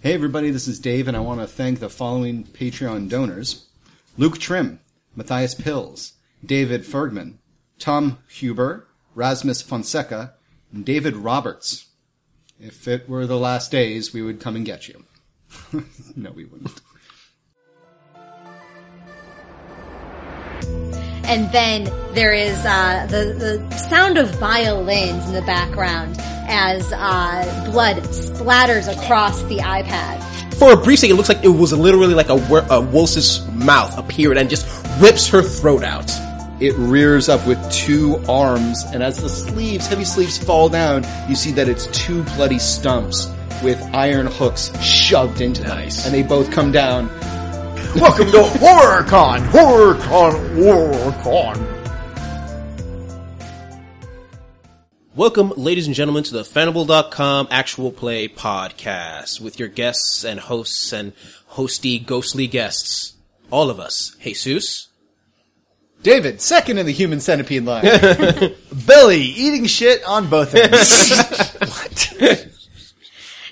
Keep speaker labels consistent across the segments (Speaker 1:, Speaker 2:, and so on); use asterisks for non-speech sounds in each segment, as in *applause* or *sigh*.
Speaker 1: Hey, everybody, this is Dave, and I want to thank the following Patreon donors Luke Trim, Matthias Pills, David Fergman, Tom Huber, Rasmus Fonseca, and David Roberts. If it were the last days, we would come and get you. *laughs* no, we wouldn't.
Speaker 2: And then there is uh, the the sound of violins in the background as uh, blood splatters across the iPad.
Speaker 3: For a brief second, it looks like it was literally like a, wer- a wolf's mouth appeared and just rips her throat out.
Speaker 1: It rears up with two arms, and as the sleeves, heavy sleeves, fall down, you see that it's two bloody stumps with iron hooks shoved into them.
Speaker 3: Nice.
Speaker 1: And they both come down.
Speaker 4: Welcome to HorrorCon! HorrorCon! HorrorCon!
Speaker 3: Welcome, ladies and gentlemen, to the Fanable.com Actual Play Podcast with your guests and hosts and hosty ghostly guests. All of us. Jesus.
Speaker 1: David, second in the human centipede line.
Speaker 4: Billy eating shit on both ends.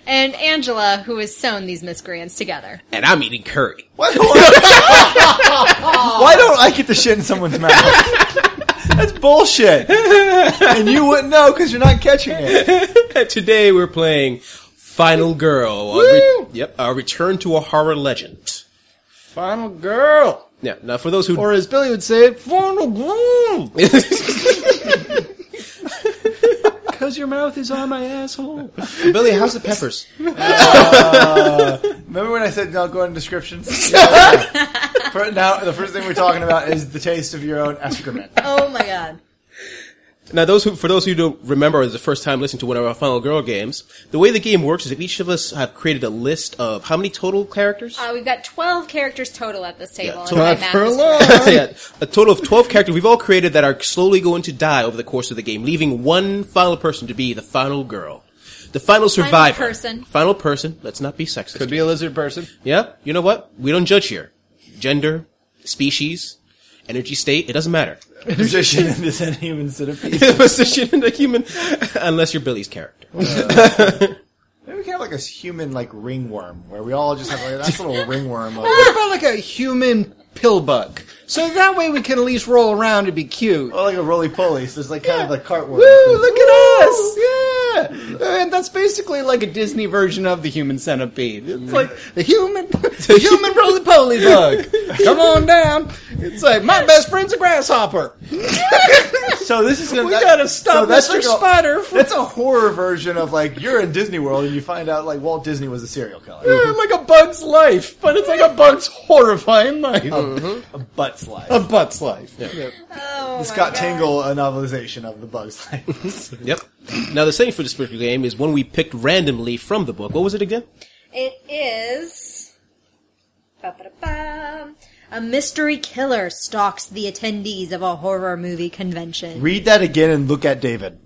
Speaker 2: And Angela, who has sewn these miscreants together.
Speaker 3: And I'm eating curry.
Speaker 4: Why don't, why don't I get the shit in someone's mouth? That's bullshit. And you wouldn't know because you're not catching it.
Speaker 3: Today we're playing Final Girl. a re- yep, a return to a horror legend.
Speaker 1: Final girl!
Speaker 3: Yeah, now for those who
Speaker 1: Or as Billy would say, final girl! Because your mouth is on my asshole.
Speaker 3: *laughs* Billy, how's the peppers?
Speaker 4: *laughs* Remember when I said don't go in
Speaker 1: *laughs*
Speaker 4: descriptions? For now, the first thing we're talking about is the taste of your own excrement.
Speaker 2: Oh my god.
Speaker 3: Now, those who, for those who don't remember, or the first time listening to one of our Final Girl games, the way the game works is if each of us have created a list of how many total characters?
Speaker 2: Uh, we've got 12 characters total at this table.
Speaker 3: Yeah,
Speaker 2: if
Speaker 3: total.
Speaker 2: my
Speaker 3: Not
Speaker 2: math
Speaker 1: for
Speaker 2: is
Speaker 1: long.
Speaker 2: correct. *laughs*
Speaker 3: *laughs* yeah, a total of 12 characters we've all created that are slowly going to die over the course of the game, leaving one final person to be the final girl. The final survivor.
Speaker 2: person.
Speaker 3: Final person. Let's not be sexist.
Speaker 1: Could be a lizard person.
Speaker 3: Yeah, you know what? We don't judge here. Gender, species, energy state, it
Speaker 1: *laughs*
Speaker 3: doesn't matter. *laughs*
Speaker 4: Position in this human centipede.
Speaker 3: Position in the human, unless you're Billy's character.
Speaker 4: Maybe we can have like a human like ringworm where we all just have like a nice
Speaker 1: *laughs*
Speaker 4: little ringworm. Of,
Speaker 1: What about like a human pill bug? So that way we can at least roll around and be cute.
Speaker 4: or like a roly poly. So it's like kind of like Oh, cartworm.
Speaker 1: Woo, look at us! Yeah! And that's basically like a Disney version of the human centipede.
Speaker 4: Mm.
Speaker 1: It's like the
Speaker 4: *laughs*
Speaker 1: human, the human roly poly bug. Come on down. It's like, my best friend's a grasshopper.
Speaker 3: *laughs*
Speaker 4: So this is gonna,
Speaker 1: We gotta stop
Speaker 4: that's
Speaker 1: Mr.
Speaker 4: like a-
Speaker 1: Spider from,
Speaker 4: That's a horror version of like you're in Disney World and you find out like Walt Disney was a serial killer.
Speaker 1: uh, like a bug's life, but it's like a bug's horrifying life.
Speaker 3: Oh,
Speaker 4: a butt slide.
Speaker 1: A butt's life. Yeah.
Speaker 2: Oh my
Speaker 4: Scott
Speaker 2: God.
Speaker 4: Tingle, a novelization of the Bugs Life.
Speaker 3: Yep. Now the setting for this particular game is one we picked randomly from the book. What was it again?
Speaker 2: It is. Ba-ba-da-ba. A mystery killer stalks the attendees of a horror movie convention.
Speaker 4: *laughs* Read that again and look at David.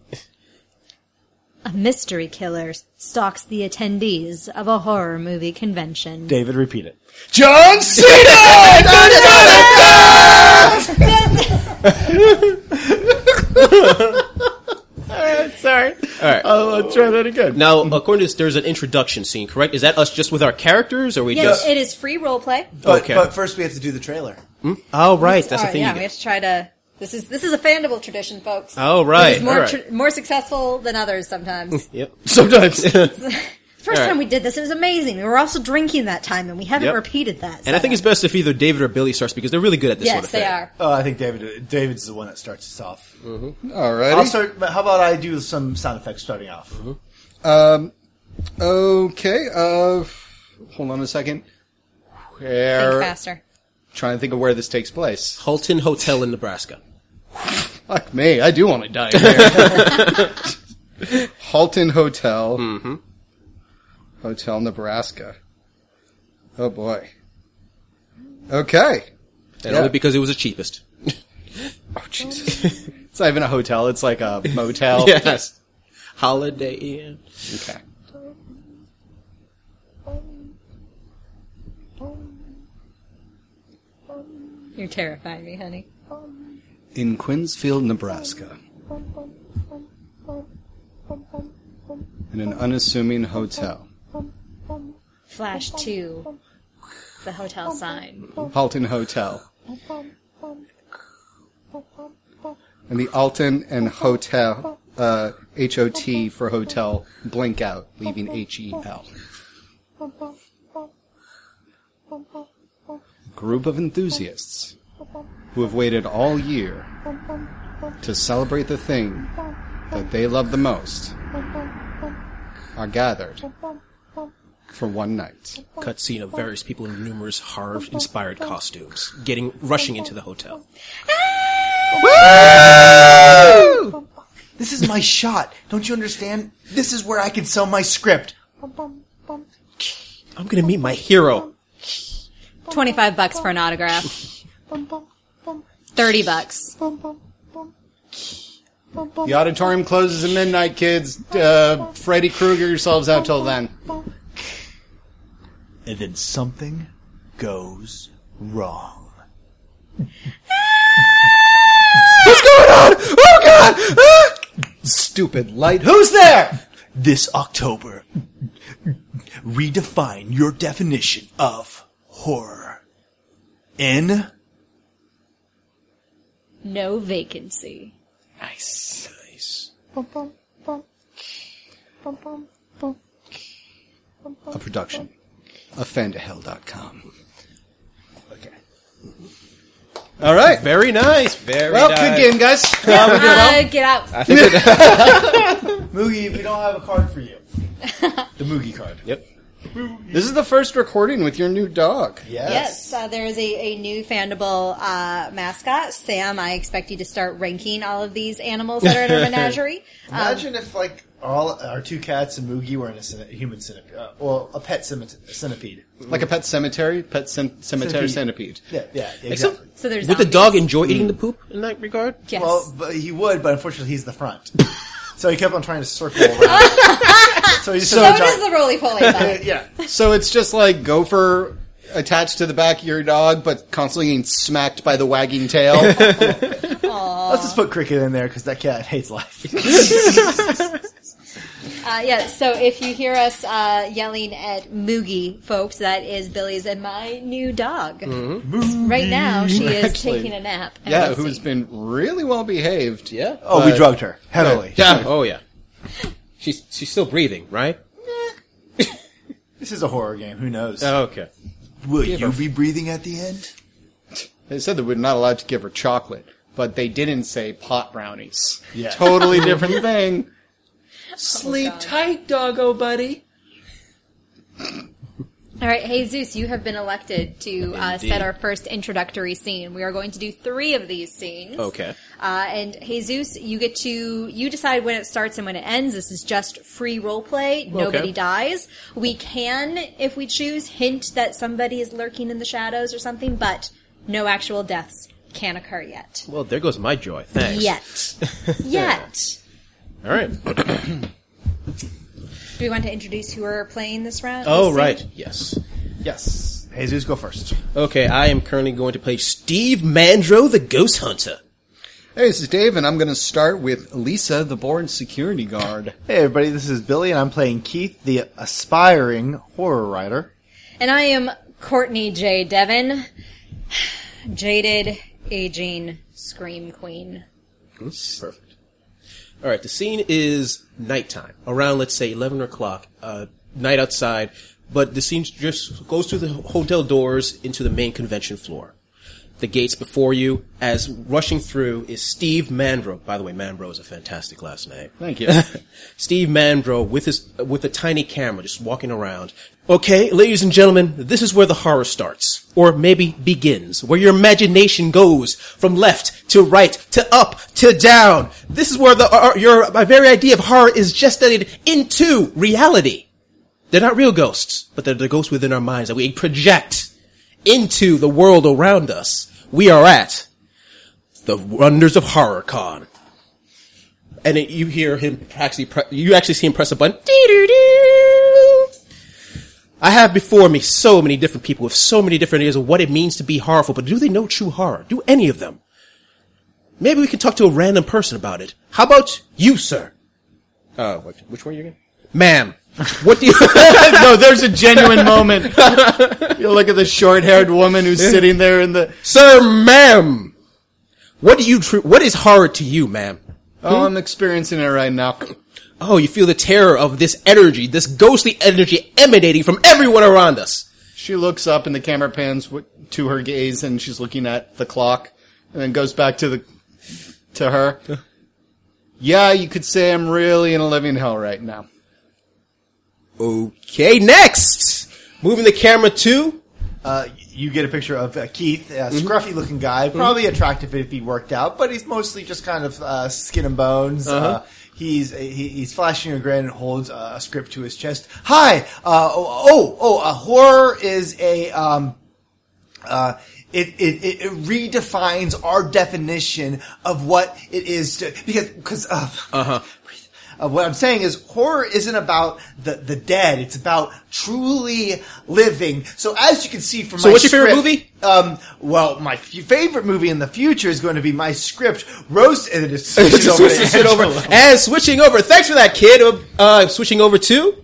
Speaker 2: A mystery killer stalks the attendees of a horror movie convention.
Speaker 4: David, repeat it.
Speaker 1: John Cena! *laughs* Sorry.
Speaker 3: All right.
Speaker 1: I'll, I'll try that again.
Speaker 3: now, according to this, there's an introduction scene, correct? Is that us just with our characters, or we
Speaker 2: Yes,
Speaker 3: just?
Speaker 2: it is free role play.
Speaker 4: But,
Speaker 3: Okay.
Speaker 4: but first we have to do the trailer.
Speaker 3: oh, right. That's
Speaker 2: All
Speaker 3: the
Speaker 2: right,
Speaker 3: thing.
Speaker 2: yeah,
Speaker 3: you
Speaker 2: we have
Speaker 3: get.
Speaker 2: to try to. This is this is a fandible tradition, folks.
Speaker 3: Oh, right,
Speaker 2: It is more
Speaker 3: all right.
Speaker 2: tr- more successful than others
Speaker 3: *laughs*
Speaker 2: sometimes.
Speaker 3: Yep.
Speaker 1: *laughs* Sometimes.
Speaker 2: First
Speaker 3: All right.
Speaker 2: time we did this, it was amazing. We were also drinking that time, and we haven't
Speaker 3: Yep.
Speaker 2: repeated that.
Speaker 3: *laughs* And I think it's best if either David or Billy starts because they're really good at this
Speaker 2: yes,
Speaker 3: sort of thing.
Speaker 2: they are.
Speaker 4: Oh, I think David. David's the one that starts us off.
Speaker 1: All righty.
Speaker 4: I'll start. but How about I do some sound effects starting off?
Speaker 1: Um, okay. Uh, hold on a second.
Speaker 2: Think
Speaker 1: Where?
Speaker 2: faster.
Speaker 1: Trying to think of where this takes place.
Speaker 3: Halton Hotel in Nebraska.
Speaker 1: Fuck me, I do want to die here. Halton Hotel, mm-hmm. Hotel Nebraska. Oh boy. Okay.
Speaker 3: And
Speaker 1: Yeah.
Speaker 3: only because it was the cheapest.
Speaker 1: Oh *laughs* Jesus. it's not even a hotel. It's like a motel.
Speaker 3: *laughs* Yes. Holiday Inn.
Speaker 1: Okay.
Speaker 2: You're terrifying me, honey.
Speaker 1: In Quinsfield, Nebraska. In an unassuming hotel.
Speaker 5: flash to the hotel sign.
Speaker 1: Halton Hotel. And the Alton and Hotel, uh, H O T for hotel, blink out, leaving H E L. Group of enthusiasts who have waited all year to celebrate the thing that they love the most are gathered for one night.
Speaker 3: Cutscene of various people in numerous horror-inspired costumes getting rushing into the hotel.
Speaker 4: This is my shot. Don't you understand? This is where I can sell my script.
Speaker 3: I'm gonna meet my hero.
Speaker 5: 25 bucks for an autograph. 30 bucks.
Speaker 1: The auditorium closes at midnight, kids. Uh, Freddy Krueger yourselves out till then.
Speaker 4: And then something goes
Speaker 6: *laughs*
Speaker 4: wrong.
Speaker 6: Oh, Ah!
Speaker 1: Stupid light.
Speaker 4: Who's there? This October, redefine your definition of horror. In
Speaker 5: No vacancy.
Speaker 3: Nice. Nice.
Speaker 1: A production. Offendahell.com. Okay. All right.
Speaker 3: Very nice. Very
Speaker 1: Well,
Speaker 3: nice.
Speaker 1: good game, guys.
Speaker 5: Uh, get out.
Speaker 3: I think it-
Speaker 4: Moogie, we don't have a card for you. the Moogie card.
Speaker 3: yep.
Speaker 1: *laughs* This is the first recording with your new dog.
Speaker 2: Yes, uh, there is a, a new Fandible uh, mascot, Sam. I expect you to start ranking all of these animals that are in our menagerie. Uh,
Speaker 6: Imagine if like all our two cats and Moogie were in a cine- human centipede, uh, well, a pet cemit- centipede.
Speaker 1: Like a pet cemetery, pet cem- cemetery
Speaker 6: Centipede.
Speaker 1: centipede.
Speaker 6: Yeah, yeah, exactly.
Speaker 2: So there's
Speaker 3: Would the dog enjoy eating the poop in that regard?
Speaker 2: Yes.
Speaker 6: Well, but he would, but unfortunately, he's the front, *laughs* so he kept on trying to circle around.
Speaker 2: *laughs*
Speaker 6: so he just
Speaker 2: so
Speaker 6: has
Speaker 2: does
Speaker 6: a giant-
Speaker 2: Oh, the roly poly dog.
Speaker 6: yeah,
Speaker 1: So it's just like gopher attached to the back of your dog, but constantly getting smacked by the wagging tail.
Speaker 6: let's just put Cricket in there because that cat hates life.
Speaker 2: Uh, yeah, so if you hear us uh, yelling at Moogie, folks, that is Billy's and my new dog. Right now, she is
Speaker 1: Actually.
Speaker 2: taking a nap. and
Speaker 1: yeah,
Speaker 2: we'll
Speaker 1: who's
Speaker 2: see.
Speaker 1: been really well behaved.
Speaker 3: Yeah.
Speaker 6: Oh, we
Speaker 1: But-
Speaker 6: drugged her heavily.
Speaker 3: Yeah. Oh yeah. She's she's still breathing, right?
Speaker 6: This is a horror game. Who knows?
Speaker 3: Oh, okay.
Speaker 4: Will you be breathing at the end?
Speaker 1: They said that we're not allowed to give her chocolate, but they didn't say pot brownies. *laughs*
Speaker 6: Yeah.
Speaker 1: Totally different thing.
Speaker 3: Sleep tight, doggo buddy.
Speaker 2: All right, hey Zeus, you have been elected to uh,
Speaker 3: Indeed.
Speaker 2: set our first introductory scene. We are going to do three of these scenes.
Speaker 3: Okay.
Speaker 2: Uh, and Jesus, you get to you decide when it starts and when it ends. This is just free role play. Nobody dies. We can, if we choose, hint that somebody is lurking in the shadows or something, but no actual deaths can occur yet.
Speaker 3: Well, there goes my joy. Thanks.
Speaker 2: Yet, yet.
Speaker 3: *laughs* All right.
Speaker 2: Do we want to introduce who are playing this round?
Speaker 3: Oh
Speaker 2: this
Speaker 3: right.
Speaker 2: scene?
Speaker 3: Yes.
Speaker 6: Yes, Jesus, go first.
Speaker 3: Okay. I am currently going to play Steve Mandro, the Ghost Hunter.
Speaker 1: Hey, this is Dave, and I'm going to start with Lisa, the born security guard.
Speaker 6: Hey, everybody, this is Billy, and I'm playing Keith, the aspiring horror writer.
Speaker 2: And I am Courtney J. Devon, jaded, aging scream queen.
Speaker 3: Perfect. All right. The scene is nighttime, around let's say eleven o'clock. Uh, night outside, but the scene just goes through the hotel doors into the main convention floor. The gates before you, as rushing through, is Steve Mandro. By the way, Mandro is a fantastic last name.
Speaker 1: Thank you.
Speaker 3: Steve Mandro with his with a tiny camera just walking around. Okay, ladies and gentlemen, this is where the horror starts or maybe begins, where your imagination goes from left to right to up to down. This is where the uh, your my very idea of horror is gestated into reality. They're not real ghosts, but they're the ghosts within our minds that we project into the world around us. We are at the wonders of horror con and it, you hear him actually pre- you actually see him press a button. Dee-doo-doo. I have before me so many different people with so many different ideas of what it means to be horrorful, but do they know true horror? Do any of them? Maybe we can talk to a random person about it. How about you, sir? Uh, what, which one are you again? Ma'am. *laughs* What do you?
Speaker 1: *laughs* no, there's a genuine moment. You look at the short-haired woman who's sitting there in the.
Speaker 3: Sir, ma'am, what do you? Tr- what is horror to you, ma'am?
Speaker 1: Oh, I'm experiencing it right now.
Speaker 3: Oh, you feel the terror of this energy, this ghostly energy emanating from everyone around us.
Speaker 1: She looks up, and the camera pans w- to her gaze, and she's looking at the clock, and then goes back to the to *laughs* her. Yeah, you could say I'm really in a living hell right now.
Speaker 3: Okay, next. Moving the camera to.
Speaker 6: Uh, you get a picture of uh, Keith, a scruffy looking guy, probably attractive if he worked out, but he's mostly just kind of uh, skin and bones. uh he's he, he's flashing a grin and holds uh, a script to his chest. Hi, uh, oh, oh, oh, uh, horror is a um, uh, it, it, it it redefines our definition of what it is to, because, because, uh,
Speaker 3: Uh-huh.
Speaker 6: uh, what I'm saying is horror isn't about the, the dead. It's about truly living. So as you can see from
Speaker 3: So
Speaker 6: my
Speaker 3: what's your favorite movie?
Speaker 6: script- Um, well, my f- favorite movie in the future is going to be my script, Roast, and
Speaker 3: *laughs*
Speaker 6: it is
Speaker 3: Just
Speaker 6: switches over to
Speaker 3: switching *laughs* over.
Speaker 6: Angelo.
Speaker 3: And switching over. Thanks for that, kid. Uh, Uh, switching over to.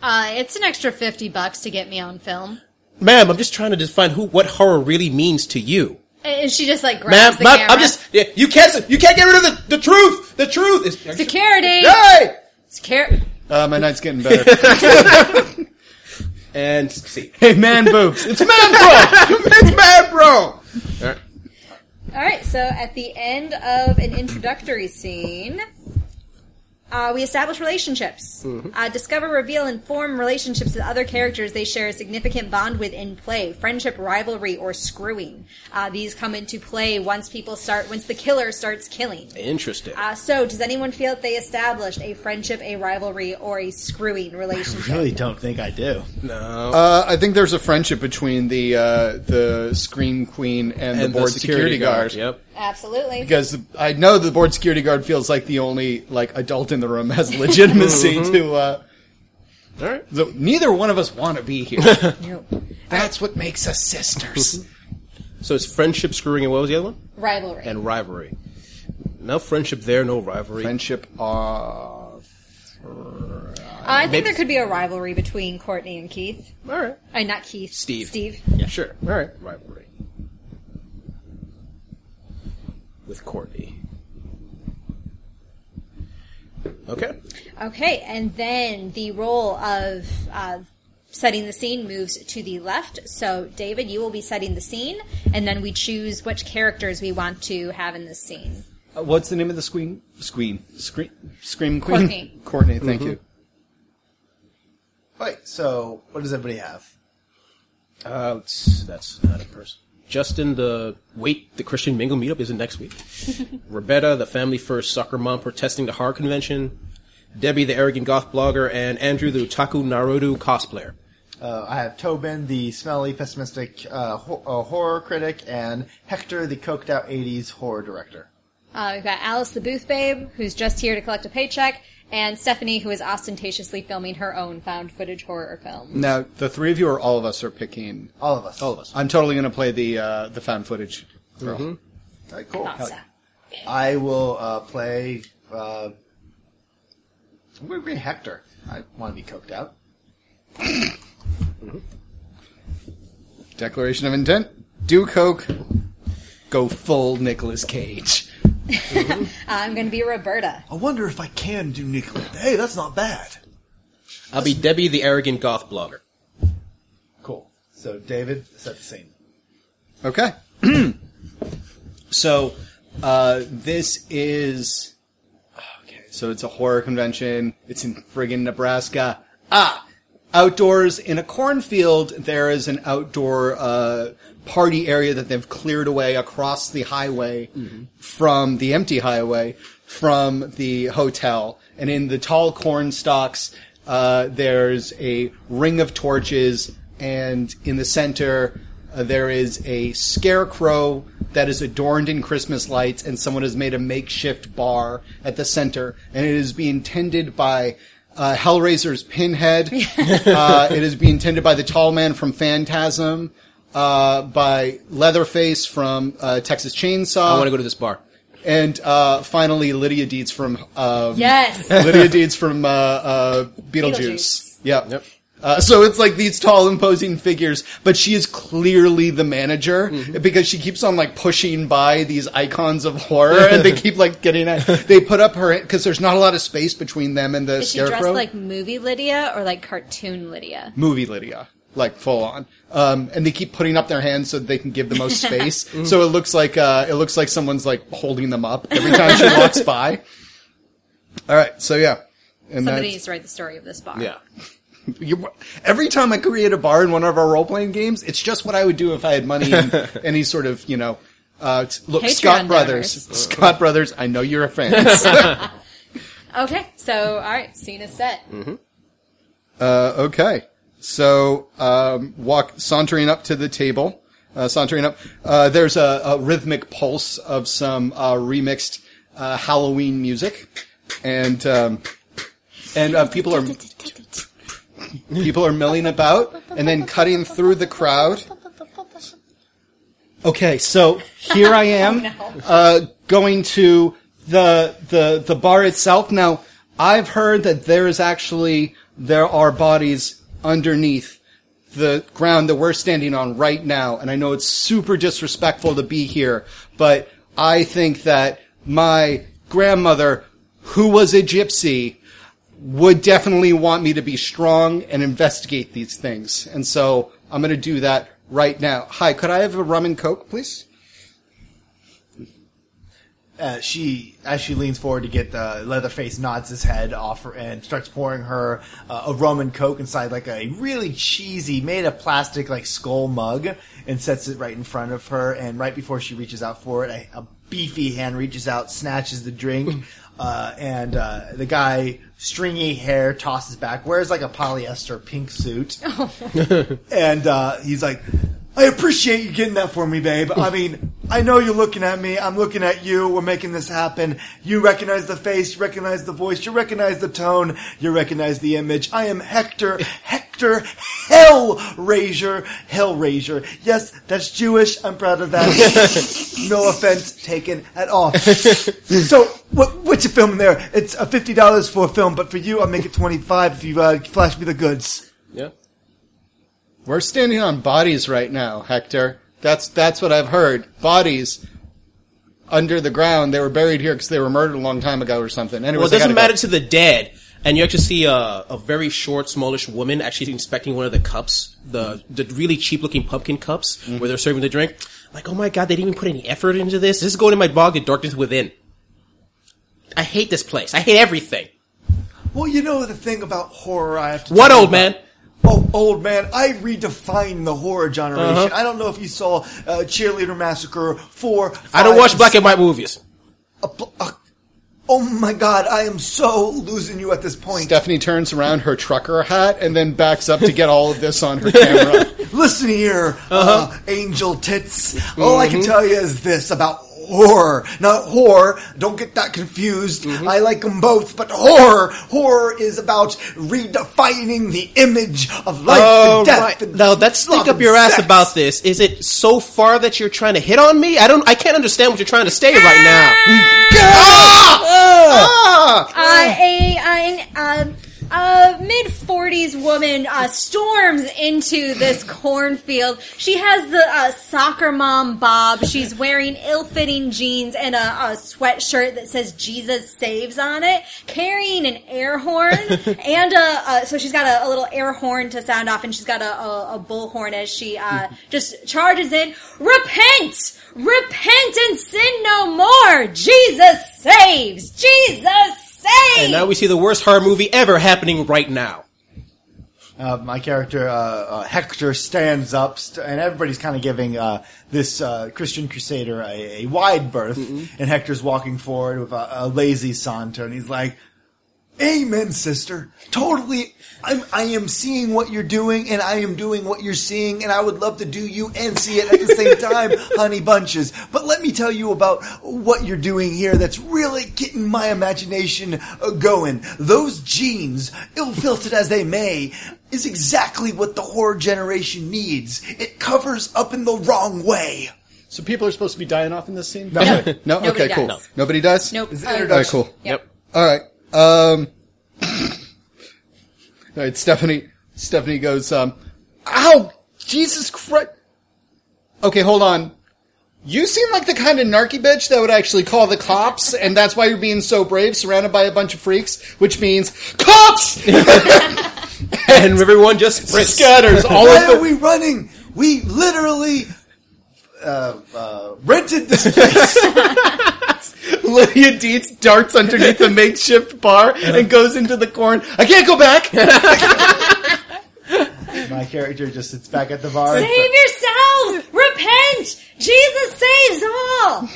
Speaker 5: Uh, it's an extra 50 bucks to get me on film.
Speaker 3: Ma'am, I'm just trying to define who what horror really means to you.
Speaker 5: And she just like
Speaker 3: Ma'am,
Speaker 5: grabs the
Speaker 3: ma'am,
Speaker 5: camera.
Speaker 3: I'm just yeah, you can't you can't get rid of the, the truth. The truth is
Speaker 5: Security!
Speaker 3: Yay!
Speaker 5: Security!
Speaker 1: Uh, my night's getting better.
Speaker 3: And *laughs* see.
Speaker 1: *laughs* hey, man, boobs. It's man.
Speaker 3: *laughs* it's mad, bro.
Speaker 2: All right, so at the end of an introductory scene, uh, we establish relationships.
Speaker 3: Mm-hmm.
Speaker 2: Uh, discover, reveal, and form relationships with other characters they share a significant bond with in play, friendship, rivalry, or screwing. Uh, these come into play once people start, once the killer starts killing.
Speaker 3: Interesting.
Speaker 2: Uh, so, does anyone feel that they established a friendship, a rivalry, or a screwing relationship?
Speaker 6: really don't think I do.
Speaker 1: Uh, I think there's a friendship between the uh, the scream queen and, the board security, guard.
Speaker 3: Yep.
Speaker 2: Absolutely.
Speaker 1: Because I know the board security guard feels like the only like adult in the room has legitimacy to. Uh,
Speaker 3: All right.
Speaker 1: so neither one of us want to be *laughs* here.
Speaker 2: No.
Speaker 1: That's what makes us sisters.
Speaker 3: So it's friendship screwing and what was the other one?
Speaker 2: Rivalry.
Speaker 3: And rivalry. No friendship there, no rivalry.
Speaker 1: friendship. Uh,
Speaker 2: I think there could be a rivalry between Courtney and Keith.
Speaker 3: All right.
Speaker 2: Uh, not Keith.
Speaker 3: Steve.
Speaker 2: Steve.
Speaker 3: Yeah. Sure. All right. Rivalry. With Courtney. Okay.
Speaker 2: Okay, and then the role of uh, setting the scene moves to the left. So, David, you will be setting the scene, and then we choose which characters we want to have in this scene.
Speaker 1: Uh, what's the name of the scream? Scream. Scream. Scream queen. Mm-hmm. Courtney.
Speaker 2: Courtney.
Speaker 1: Thank you.
Speaker 6: Right, so what does everybody have?
Speaker 3: Uh, let's- that's not a person. Justin, the wait, the Christian Mingle meetup isn't next week. Rebecca, the family first soccer mom protesting the horror convention. Debbie, the arrogant goth blogger, and Andrew, the otaku Naruto cosplayer.
Speaker 6: Uh, I have Tobin, the smelly, pessimistic uh, ho- uh, horror critic, and Hector, the coked out 80s horror director.
Speaker 2: Uh, we've got Alice the Booth Babe, who's just here to collect a paycheck, and Stephanie, who is ostentatiously filming her own found footage horror film.
Speaker 1: Now the three of you or all of us are picking.
Speaker 6: All of us.
Speaker 3: All of us.
Speaker 1: I'm totally gonna play the uh, the found footage. girl.
Speaker 6: All right, cool.
Speaker 2: Thought so.
Speaker 6: I will uh, play. Uh, I'm going to be Hector. I want to be coked out.
Speaker 1: Declaration of intent. Do coke. Go full Nicolas Cage.
Speaker 2: I'm going to be Roberta.
Speaker 6: I wonder if I can do Nicola. Hey, that's not bad.
Speaker 3: I'll be Debbie, the arrogant goth blogger.
Speaker 6: Cool. So David, set the scene.
Speaker 1: Okay. *clears throat* so uh, this is okay. So it's a horror convention. It's in friggin' Nebraska. Ah, outdoors in a cornfield. There is an outdoor uh, party area that they've cleared away across the highway from the empty highway from the hotel. And in the tall corn stalks, uh, there's a ring of torches, and in the center, uh, there is a scarecrow that is adorned in Christmas lights, and someone has made a makeshift bar at the center, and it is being tended by uh, Hellraiser's Pinhead. uh, it is being tended by the tall man from Phantasm, uh, by Leatherface from uh, Texas Chainsaw.
Speaker 3: I want to go to this bar.
Speaker 1: And uh, finally, Lydia Deeds from um, *laughs*
Speaker 2: Yes.
Speaker 1: Lydia Deeds from uh, uh, Beetlejuice.
Speaker 2: Beetlejuice.
Speaker 1: Yep.
Speaker 3: Yep.
Speaker 1: Uh, so it's like these tall, imposing figures, but she is clearly the manager because she keeps on like pushing by these icons of horror, and they keep like getting at. They put up her because there's not a lot of space between them and the
Speaker 2: Is she
Speaker 1: scarecrow.
Speaker 2: dressed like movie Lydia or like cartoon Lydia?
Speaker 1: movie Lydia, like full on. Um, and they keep putting up their hands so that they can give the
Speaker 2: *laughs*
Speaker 1: most space. So it looks like uh, it looks like someone's like holding them up every time she
Speaker 2: *laughs*
Speaker 1: walks by. All right, so yeah, and
Speaker 2: Somebody
Speaker 1: that's,
Speaker 2: needs to write the story of this bar.
Speaker 3: Yeah.
Speaker 1: you, every time I create a bar in one of our role playing games, it's just what I would do if I had money and any sort of you know. Uh, t- look,
Speaker 2: Patreon
Speaker 1: Scott Brothers, Scott Brothers. I know you're a fan.
Speaker 2: Okay, so all right, scene is set.
Speaker 1: Uh, okay. So, um, walk, sauntering up to the table, uh, sauntering up, uh, there's a, a rhythmic pulse of some, uh, remixed, uh, Halloween music. And, um, and, uh, people are, people are milling about and then cutting through the crowd. Okay, so here I am, uh, going to the the the bar itself. Now, I've heard that there is actually there are bodies underneath the ground that we're standing on right now, and I know it's super disrespectful to be here, but I think that my grandmother, who was a gypsy, would definitely want me to be strong and investigate these things. And so I'm going to do that right now. Hi, could I have a rum and coke, please?
Speaker 6: Uh, she, as she leans forward to get the Leatherface, nods his head off her and starts pouring her uh, a rum and coke inside like a really cheesy, made of plastic like skull mug, and sets it right in front of her. And right before she reaches out for it, a, a beefy hand reaches out, snatches the drink, uh, and uh, the guy, stringy hair, tosses back, wears like a polyester pink suit, and uh, he's like. I appreciate you getting that for me, babe. I mean, I know you're looking at me. I'm looking at you. We're making this happen. You recognize the face. You recognize the voice. You recognize the tone. You recognize the image. I am Hector. Hector Hellraiser. Hellraiser. Yes, that's Jewish. I'm proud of that. no offense taken at all. so, what, what's your film there? It's uh, $50 for a film, but for you, I'll make it 25 if you uh, flash me the goods.
Speaker 3: Yeah.
Speaker 1: We're standing on bodies right now, Hector. That's that's what I've heard. Bodies under the ground. They were buried here because they were murdered a long time ago or something. Anyways,
Speaker 3: Well, it
Speaker 1: I gotta
Speaker 3: doesn't
Speaker 1: go.
Speaker 3: matter to the dead. And you actually see a, a very short, smallish woman actually inspecting one of the cups, the the really cheap looking pumpkin cups
Speaker 1: Mm-hmm.
Speaker 3: where they're serving the drink. Like, oh my god, they didn't even put any effort into this. This is going in my bog, the darkness within. I hate this place. I hate everything.
Speaker 6: Well, you know the thing about horror I have to
Speaker 3: What
Speaker 6: tell you
Speaker 3: old
Speaker 6: about.
Speaker 3: man?
Speaker 6: Oh, old man, I redefined the horror generation.
Speaker 3: Uh-huh.
Speaker 6: I don't know if you saw uh, Cheerleader Massacre 4.
Speaker 3: I don't
Speaker 6: five,
Speaker 3: watch black and white movies.
Speaker 6: a bl- a- oh my god, I am so losing you at this point.
Speaker 1: Stephanie turns around her trucker hat and then backs up to get all of this
Speaker 3: *laughs*
Speaker 1: on her camera.
Speaker 6: Listen here, uh
Speaker 3: Uh-huh.
Speaker 6: angel tits.
Speaker 3: Mm-hmm.
Speaker 6: All I can tell you is this about horror. Not horror, don't get that confused.
Speaker 3: Mm-hmm.
Speaker 6: I like them both, but horror, horror is about redefining the image of life
Speaker 3: Oh,
Speaker 6: and death.
Speaker 3: right.
Speaker 6: and
Speaker 3: Now that's think
Speaker 6: love
Speaker 3: up
Speaker 6: and
Speaker 3: your ass
Speaker 6: sex.
Speaker 3: about this. Is it so far that you're trying to hit on me? I don't. I can't understand what you're trying to say right now.
Speaker 2: I, Uh, a, a, a mid forties woman uh, storms into this cornfield. She has the uh, soccer mom bob. She's wearing ill-fitting jeans and a, a sweatshirt that says "Jesus Saves" on it, carrying an air horn and a. Uh, so she's got a, a little air horn to sound off, and she's got a, a, a bullhorn as she uh, just charges in. Repent. Repent and sin no more. Jesus saves. Jesus saves.
Speaker 3: And now we see the worst horror movie ever happening right now.
Speaker 6: Uh, my character uh, uh, Hector stands up, st- and everybody's kind of giving uh, this uh, Christian crusader a, a wide berth.
Speaker 3: Mm-hmm.
Speaker 6: And Hector's walking forward with a, a lazy saunter, and he's like, "Amen, sister. Totally. I'm, I am seeing what you're doing, and I am doing what you're seeing, and I would love to do you and see it at the same time, honey bunches. But let me tell you about what you're doing here. That's really getting my imagination uh, going. Those genes, ill-filtered as they may." Is exactly what the horror generation needs. It covers up in the wrong way.
Speaker 7: So people are supposed to be dying off in this scene?
Speaker 2: *laughs*
Speaker 1: No. Okay. No?
Speaker 2: Nobody
Speaker 1: okay,
Speaker 2: does.
Speaker 1: cool.
Speaker 2: No.
Speaker 1: Nobody does?
Speaker 2: Nope. Um,
Speaker 6: Is it
Speaker 2: I would-
Speaker 1: All right, cool.
Speaker 2: Yep.
Speaker 1: All right. Um, *coughs* all right, Stephanie. Stephanie goes, um, ow, Jesus Christ. Okay, hold on. You seem like the kind of narky bitch that would actually call the cops, and that's why you're being so brave, surrounded by a bunch of freaks, which means cops
Speaker 3: and everyone just
Speaker 1: *laughs*
Speaker 3: sprints.
Speaker 1: scatters all
Speaker 4: Why
Speaker 1: over
Speaker 4: are
Speaker 1: the
Speaker 4: we running? We literally uh, uh, rented this place.
Speaker 1: Lydia Dietz darts underneath the makeshift bar and goes into the corn. I can't go back.
Speaker 6: *laughs* My character just sits back at the bar.
Speaker 2: Save yourselves! Repent! Jesus saves all!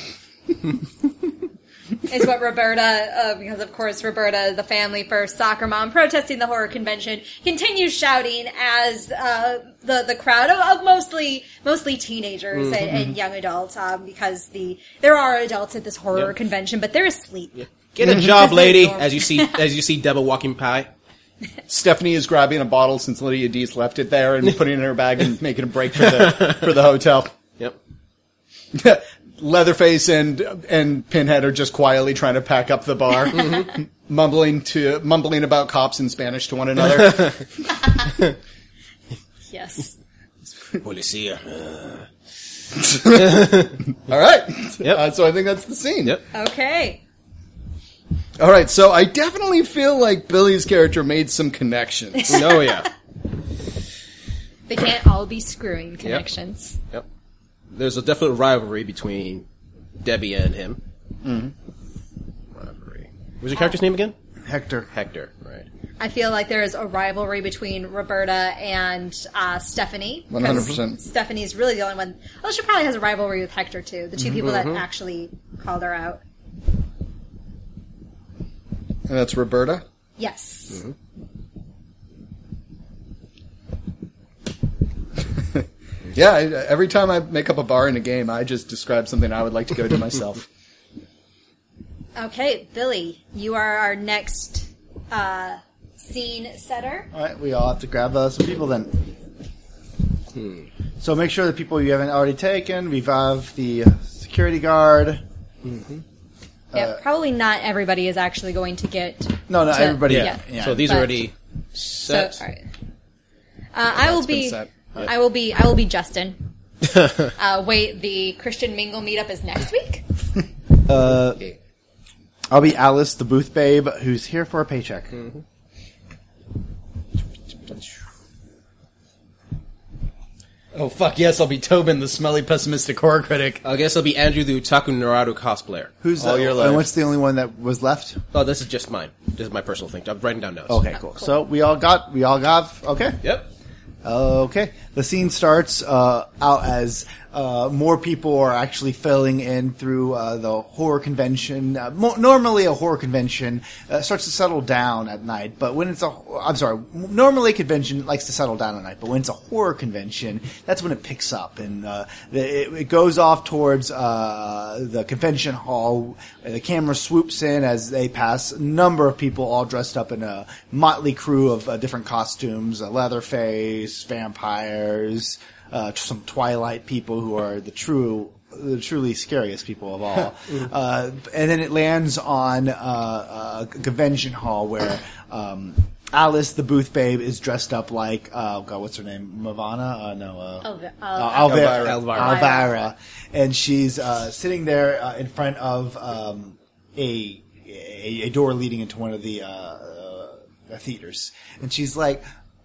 Speaker 2: is what Roberta, uh, because of course Roberta, the family first soccer mom protesting the horror convention, continues shouting as uh, the the crowd of, of mostly mostly teenagers and,
Speaker 3: Mm-hmm.
Speaker 2: and young adults, um, because the there are adults at this horror
Speaker 3: Yep.
Speaker 2: convention, but they're asleep.
Speaker 3: Get a job,
Speaker 2: That's
Speaker 3: lady.
Speaker 2: normal.
Speaker 3: As you see, as you see Deba walking by.
Speaker 1: Stephanie is grabbing a bottle since Lydia Dees left it there and putting it in her bag
Speaker 3: *laughs*
Speaker 1: and making a break for the for the hotel. *laughs*
Speaker 3: Yep.
Speaker 1: Leatherface and and Pinhead are just quietly trying to pack up the
Speaker 3: *laughs*
Speaker 1: bar,
Speaker 3: Mm-hmm.
Speaker 1: mumbling to mumbling about cops in Spanish to one
Speaker 3: *laughs*
Speaker 1: another.
Speaker 5: Yes.
Speaker 3: Policia. Uh,
Speaker 1: All right,
Speaker 3: Yep.
Speaker 1: Uh, so I think that's the scene.
Speaker 3: Yep.
Speaker 2: Okay.
Speaker 1: All right, so I definitely feel like Billy's character made some
Speaker 3: *laughs*
Speaker 1: connections.
Speaker 3: *laughs* oh yeah.
Speaker 5: They can't all be screwing connections.
Speaker 3: Yep. There's a definite rivalry between Debbie and him. Mm-hmm. Rivalry. What was your character's name again?
Speaker 6: Hector.
Speaker 3: Hector. Right.
Speaker 2: I feel like there is a rivalry between Roberta and uh, Stephanie.
Speaker 1: 100%.
Speaker 2: Stephanie's really the only one. Well, she probably has a rivalry with Hector too. The 2 people that actually called her out.
Speaker 1: and that's Roberta.
Speaker 2: Yes.
Speaker 1: Yeah, I, every time I make up a bar in a game, I just describe something I would like to go to myself.
Speaker 2: Okay, Billy, you are our next uh, scene setter.
Speaker 1: Uh,
Speaker 6: All right, we all have to grab uh, some people then. Hmm. So make sure the people you haven't already taken. Revive the uh, security guard.
Speaker 2: yeah, probably not everybody is actually going to get.
Speaker 6: No, no,
Speaker 2: So-
Speaker 6: everybody.
Speaker 2: Yeah.
Speaker 3: So these
Speaker 2: But-
Speaker 3: are already
Speaker 2: So,
Speaker 3: set.
Speaker 2: all right. Uh, I
Speaker 1: been
Speaker 2: will be.
Speaker 1: set.
Speaker 2: I will be. I will be Justin. uh, wait, the Christian Mingle meetup is next week.
Speaker 6: I'll be Alice, the booth babe, who's here for a paycheck.
Speaker 1: Oh fuck yes, I'll be Tobin, the smelly pessimistic horror critic.
Speaker 3: I guess it'll be Andrew the Utaku Naruto cosplayer.
Speaker 6: Who's
Speaker 1: All
Speaker 6: uh,
Speaker 1: your life.
Speaker 6: And what's the only one that was left?
Speaker 3: Oh, this is just mine. This is my personal thing. I'm writing down notes.
Speaker 6: Okay, cool. So we all got. We all got. Okay.
Speaker 3: Yep.
Speaker 6: Okay. The scene starts uh, out as uh, more people are actually filling in through uh, the horror convention. Uh, mo- normally, a horror convention uh, starts to settle down at night, but when it's a, I'm sorry, normally a convention likes to settle down at night, but when it's a horror convention, that's when it picks up and uh, the, it, it goes off towards uh, the convention hall. The camera swoops in as they pass a number of people all dressed up in a motley crew of uh, different costumes, uh, Leatherface, vampires, uh, t- some Twilight people who are the true the truly scariest people of all. uh, and then it lands on uh, uh, a convention hall where um, Alice, the booth babe, is dressed up like oh god, what's her name? Mavana? Uh, no, uh,
Speaker 5: Elvi-
Speaker 6: uh,
Speaker 5: Elvira.
Speaker 6: Alvira.
Speaker 3: Elvira.
Speaker 6: Elvira. and she's uh, sitting there uh, in front of um, a, a a door leading into one of the uh, uh, theaters, and she's like.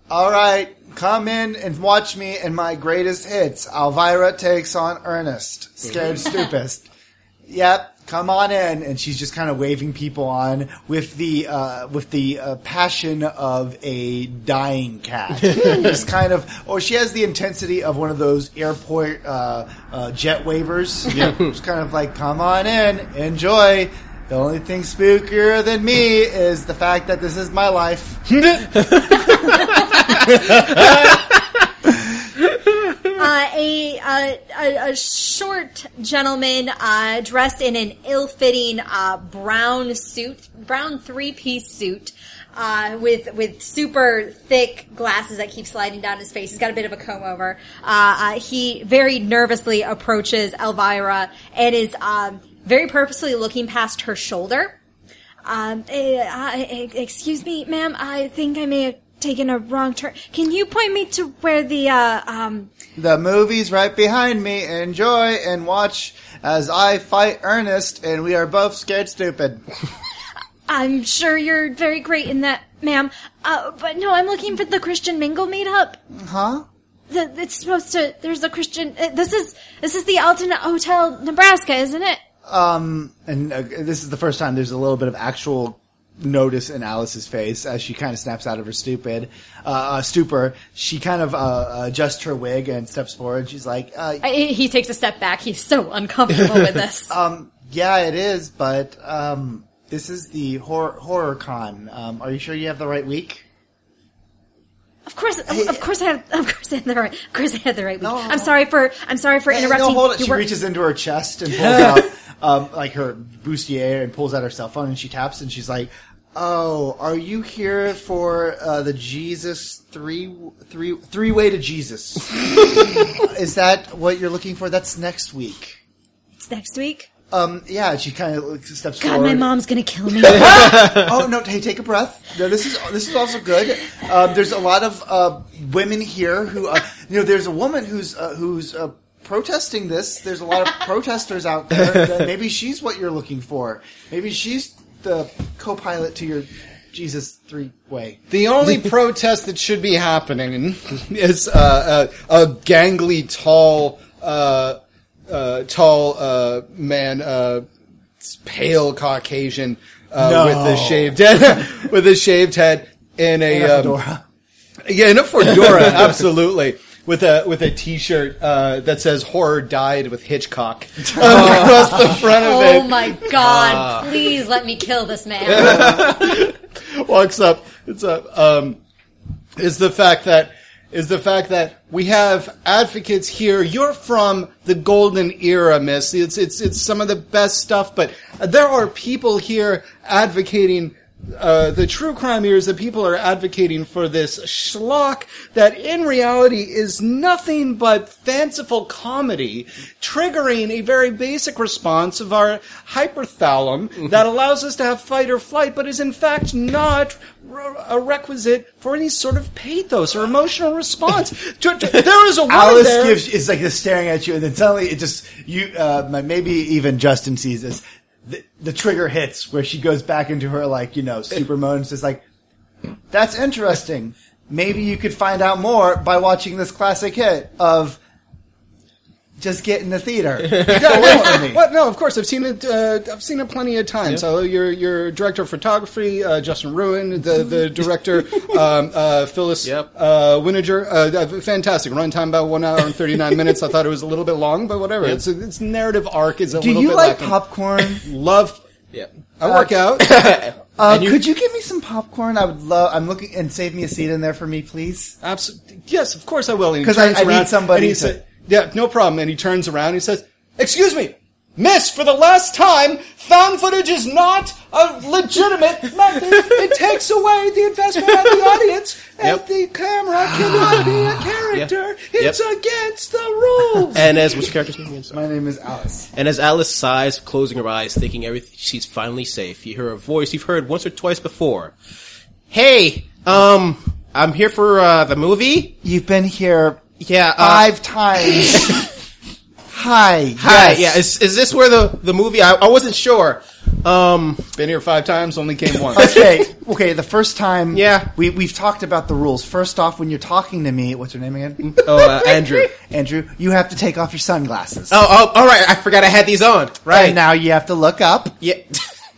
Speaker 6: All right, come in and watch me in my greatest hits. Elvira takes on Ernest, scared stupid yep come on in and she's just kind of waving people on with the uh, with the uh, passion of a dying cat just kind of or she has the intensity of one of those airport uh, uh, jet wavers yeah *laughs* just kind of like come on in enjoy the only thing spookier than me is the fact that this is my life
Speaker 2: uh, a, uh, a a short gentleman uh, dressed in an ill-fitting uh, brown suit, brown three-piece suit. uh, with with super thick glasses that keep sliding down his face. He's got a bit of a comb over. Uh, uh, he very nervously approaches Elvira and is um, very purposefully looking past her shoulder. Um, eh, uh, eh, excuse me, ma'am. I think I may have taken a wrong turn. Can you point me to where the uh, um?
Speaker 6: The movie's right behind me. Enjoy and watch as I fight Ernest, and we are both scared stupid.
Speaker 2: I'm sure you're very great in that, ma'am. Uh, but no, I'm looking for the Christian Mingle meetup.
Speaker 6: Huh?
Speaker 2: The, it's supposed to. There's a Christian. Uh, this is this is the Alton Hotel, Nebraska, isn't it?
Speaker 6: Um, and uh, this is the first time there's a little bit of actual notice in Alice's face as she kind of snaps out of her stupid uh, uh, stupor. She kind of uh, adjusts her wig and steps forward. She's like, uh,
Speaker 5: I, he takes a step back. He's so uncomfortable
Speaker 2: *laughs*
Speaker 5: with this.
Speaker 6: um, yeah, it is, but um, this is the hor- horror con. Um, are you sure you have the right week?
Speaker 2: Of course, of course I have. Of course I had the right. Of course I had the right week. I'm sorry for. I'm sorry for
Speaker 6: Hey,
Speaker 2: interrupting.
Speaker 6: No, hold it.
Speaker 2: You
Speaker 6: She
Speaker 2: were-
Speaker 6: reaches into her
Speaker 2: *laughs*
Speaker 6: chest and pulls out um, like her bustier and pulls out her cell phone and she taps and she's like, "Oh, are you here for uh, the Jesus three three three way
Speaker 2: *laughs*
Speaker 6: to Jesus? Is that what you're looking for? That's next week."
Speaker 2: It's next week.
Speaker 6: Um, yeah, and she kind of steps
Speaker 2: God,
Speaker 6: forward.
Speaker 2: my mom's gonna kill
Speaker 6: *laughs*
Speaker 2: me.
Speaker 6: oh no! Hey, take a breath. No, this is this is also good. Um, there's a lot of uh, women here who, uh, you know, there's a woman who's uh, who's uh, protesting this. There's a lot of protesters out there. That maybe she's what you're looking for. Maybe she's the co-pilot to your Jesus three way.
Speaker 1: The only protest that should be happening is uh, a, a gangly, tall, uh, uh, tall uh, man, uh, s- pale Caucasian uh,
Speaker 6: No.
Speaker 1: with a shaved head, *laughs* with a shaved head in a, um,
Speaker 6: Fedora.
Speaker 1: yeah, in a fedora, absolutely. With a with a T-shirt uh, that says "Horror Died with Hitchcock" *laughs* across the front of it.
Speaker 5: Oh my god,
Speaker 6: Ah.
Speaker 5: please let me kill this
Speaker 6: *laughs*
Speaker 5: man.
Speaker 1: *laughs* walks up. It's up. Um, is the fact that is the fact that we have advocates here. You're from the golden era, Miss. It's it's it's some of the best stuff. But there are people here advocating. Uh, the true crime here is that people are advocating for this schlock that in reality is nothing but fanciful comedy, triggering a very basic response of our
Speaker 6: Mm-hmm.
Speaker 1: hyperthalum that allows us to have fight or flight, but is in fact not r- a requisite for any sort of pathos or emotional
Speaker 6: *laughs*
Speaker 1: response. To- to- there is a woman
Speaker 6: Alice
Speaker 1: there.
Speaker 6: gives is like just staring at you, and then suddenly it just you. Uh, my- maybe even Justin sees this. The, the trigger hits where she goes back into her like you know super mode and says like, "That's interesting. Maybe you could find out more by watching this classic hit of." Just get in the theater.
Speaker 1: *laughs*
Speaker 6: Don't wait for me.
Speaker 1: What? No, of course I've seen it. Uh, I've seen it plenty of times. So your your director of photography, uh, Justin Ruin, the the
Speaker 6: *laughs*
Speaker 1: director, um, uh, Phyllis
Speaker 3: Yep.
Speaker 1: uh, Wininger, uh, uh, fantastic runtime about one hour and thirty
Speaker 6: *laughs*
Speaker 1: nine minutes. I thought it was a little bit long, but whatever. It's its narrative arc is a
Speaker 6: Do
Speaker 1: little
Speaker 6: you
Speaker 1: bit
Speaker 6: like
Speaker 1: lacking.
Speaker 6: popcorn?
Speaker 1: Love.
Speaker 3: Yeah.
Speaker 1: I work out.
Speaker 6: Uh, could you give me some popcorn? I would love. I'm looking and save me a seat in there for me, please.
Speaker 1: Absolutely. Yes, of course I will. And he
Speaker 6: 'Cause I-
Speaker 1: turns
Speaker 6: I need
Speaker 1: around
Speaker 6: somebody
Speaker 1: and he
Speaker 6: to-
Speaker 1: sa- yeah, no problem. And he turns around and he says, "Excuse me, Miss. For the last time, found footage is not a legitimate method. *laughs* It takes away the investment of the audience, and
Speaker 3: Yep.
Speaker 1: the camera cannot *sighs* be a character.
Speaker 3: Yep.
Speaker 1: It's against the rules."
Speaker 3: And as what's your character's name? again? Sorry.
Speaker 6: My name is Alice.
Speaker 3: And as Alice sighs, closing her eyes, thinking everything, she's finally safe. You hear a voice you've heard once or twice before. Hey, um, I'm here for uh, the movie.
Speaker 6: You've been here
Speaker 3: Yeah, uh, *laughs*
Speaker 6: five times. Hi.
Speaker 3: Hi,
Speaker 6: yes.
Speaker 3: yeah. Is, is this where the the movie? I, I wasn't sure. Um,
Speaker 1: Been here five times, only *laughs* came once.
Speaker 6: okay. Okay. The first time.
Speaker 3: Yeah.
Speaker 6: We we've talked about the rules. First off, when you're talking to me, what's your name again?
Speaker 3: *laughs* oh, uh, Andrew.
Speaker 6: Andrew. You have to take off your sunglasses.
Speaker 3: Oh, oh, all right. I forgot I had these on. Right
Speaker 6: And now you have to look up.
Speaker 3: Yeah.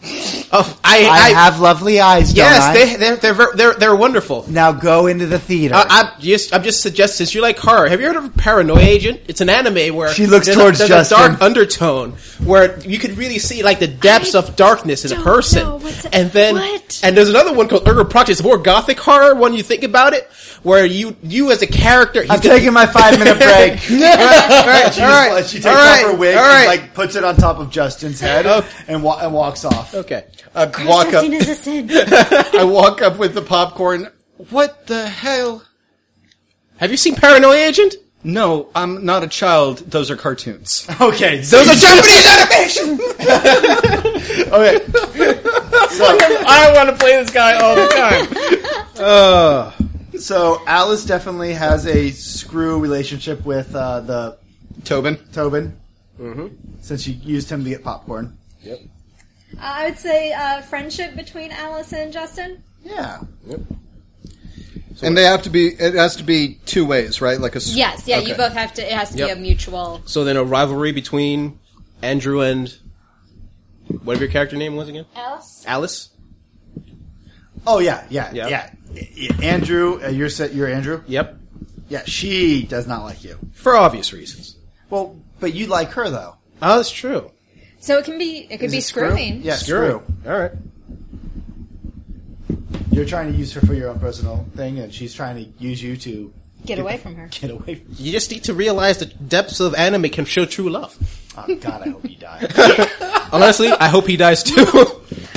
Speaker 3: *laughs* oh, I,
Speaker 6: I, have lovely eyes.
Speaker 3: Yes,
Speaker 6: don't I?
Speaker 3: they they're they're ver- they're, they're wonderful.
Speaker 6: Now go into the theater.
Speaker 3: I, I'm just I'm just suggesting since you like horror. Have you heard of Paranoia Agent? It's an anime where
Speaker 6: She looks
Speaker 3: there's
Speaker 6: towards
Speaker 3: a, there's
Speaker 6: Justin.
Speaker 3: a dark undertone where you could really see like the depths of darkness in a
Speaker 2: don't
Speaker 3: person.
Speaker 2: know what's-
Speaker 3: and then
Speaker 2: what?
Speaker 3: and there's another one called Ergo Proxy. It's more gothic horror when you think about it, where you you as a character.
Speaker 6: I'm taking my
Speaker 3: *laughs*
Speaker 6: five minute break. *laughs*
Speaker 3: all right,
Speaker 6: She takes off her wig and like puts it on top of Justin's head and, wa- and walks off.
Speaker 3: okay.
Speaker 1: I walk up.
Speaker 2: Sin is a sin.
Speaker 1: I walk up with the popcorn. What the hell?
Speaker 3: Have you seen Paranoia Agent?
Speaker 1: No, I'm not a child. Those are cartoons.
Speaker 6: Okay, so,
Speaker 3: Those are Japanese animation. *laughs*
Speaker 6: okay,
Speaker 3: I want to play this guy oh. all the time.
Speaker 6: so Alice definitely has a screw relationship with uh, the
Speaker 1: Tobin.
Speaker 6: Tobin, since she used him to get popcorn.
Speaker 2: I would say uh, friendship between Alice and Justin.
Speaker 6: Yeah,
Speaker 1: and they have to be. It has to be two ways, right? Like a. s-
Speaker 2: Yes, yeah,
Speaker 1: Okay.
Speaker 2: you both have to. It has to
Speaker 3: Yep.
Speaker 2: be a mutual.
Speaker 3: So then a rivalry between Andrew and whatever your character name was again,
Speaker 2: Alice.
Speaker 3: Alice.
Speaker 6: Oh yeah, yeah,
Speaker 3: Yeah.
Speaker 6: yeah. yeah. Andrew, uh, you're set. You're Andrew.
Speaker 3: Yep.
Speaker 6: Yeah, she does not like you.
Speaker 3: For obvious reasons.
Speaker 6: Well, but you like her though.
Speaker 3: Oh, that's true.
Speaker 2: So it can be. It could be screwing.
Speaker 6: Yeah,
Speaker 3: Screw.
Speaker 6: screw.
Speaker 3: All right.
Speaker 6: You're trying to use her for your own personal thing, and she's trying to use you to
Speaker 2: Get away from her.
Speaker 6: get away. From
Speaker 3: You just need to realize the depths of anime can show true love.
Speaker 6: oh God, I hope you die.
Speaker 3: Honestly, I hope he dies *laughs* too.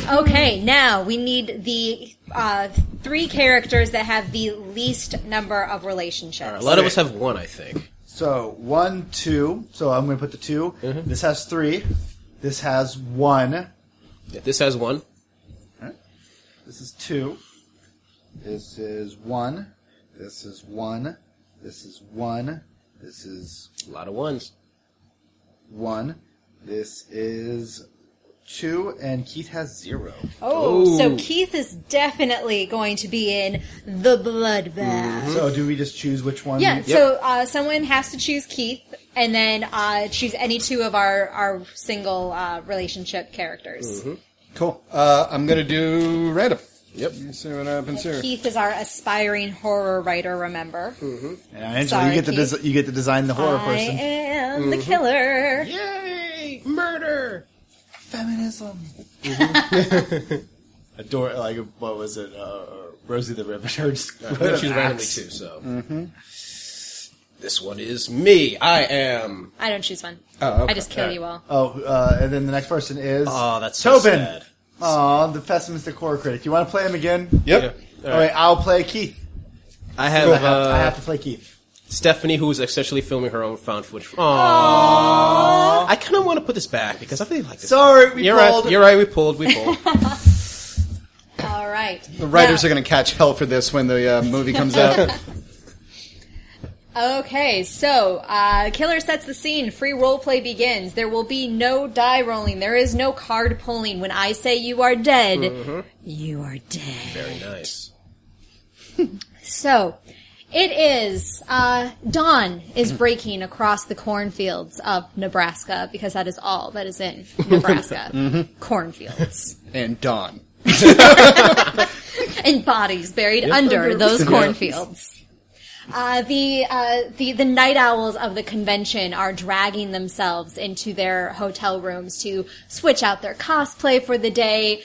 Speaker 2: Okay, now we need the uh, three characters that have the least number of relationships.
Speaker 3: a lot of us have one, I think.
Speaker 6: so one, two. So I'm going to put the 2 This has three. This has one.
Speaker 3: Yeah, this has one.
Speaker 6: This is two. This is one. This is one. This is one. This is
Speaker 3: A lot of ones.
Speaker 6: one. This is two, and Keith has zero.
Speaker 2: Oh,
Speaker 3: Ooh.
Speaker 2: so Keith is definitely going to be in the bloodbath.
Speaker 6: So do we just choose which one?
Speaker 2: Yeah, so uh, someone has to choose Keith, and then uh, choose any two of our our single uh, relationship characters.
Speaker 1: Cool. Uh, I'm gonna do random.
Speaker 3: Yep.
Speaker 1: Let's See what happens here.
Speaker 2: Keith is our aspiring horror writer. Remember,
Speaker 6: And Angela,
Speaker 2: Sorry,
Speaker 6: you get to
Speaker 2: Keith.
Speaker 6: desi- you get to design the horror
Speaker 2: I
Speaker 6: person.
Speaker 2: am the killer.
Speaker 3: Yay! Murder.
Speaker 6: Feminism. *laughs* Adore Mm-hmm. like what was it? Uh, Rosie the Riveter. *laughs* Just
Speaker 3: I'm gonna choose randomly too. So
Speaker 1: Mm-hmm.
Speaker 3: this one is me. I am.
Speaker 2: I don't choose one.
Speaker 1: Oh, okay.
Speaker 2: I just kill you all.
Speaker 6: Oh, uh, and then the next person is
Speaker 3: Oh, that's so
Speaker 6: Tobin.
Speaker 3: sad.
Speaker 6: Aw, the pessimistic horror critic. You want to play him again?
Speaker 1: Yep.
Speaker 3: Yeah. All
Speaker 6: All right, I'll play Keith.
Speaker 3: I have,
Speaker 6: I, have, I
Speaker 3: uh,
Speaker 6: have to play Keith.
Speaker 3: Stephanie, who is essentially filming her own found footage. Aww. I kind of want to put this back because I really like this.
Speaker 6: Sorry, we
Speaker 3: you're
Speaker 6: pulled.
Speaker 3: right. You're right. We pulled. We
Speaker 1: *laughs*
Speaker 3: pulled.
Speaker 2: All right.
Speaker 1: The writers are gonna catch hell for this when the uh, movie comes out.
Speaker 2: Okay, so uh, killer sets the scene. Free role play begins. There will be no die rolling. There is no card pulling. When I say you are dead, you are dead.
Speaker 3: Very nice.
Speaker 2: So it is uh, dawn is breaking across the cornfields of Nebraska because that is all that is in Nebraska cornfields
Speaker 1: and Dawn.
Speaker 2: and bodies buried under those cornfields. Uh, the uh, the the night owls of the convention are dragging themselves into their hotel rooms to switch out their cosplay for the day.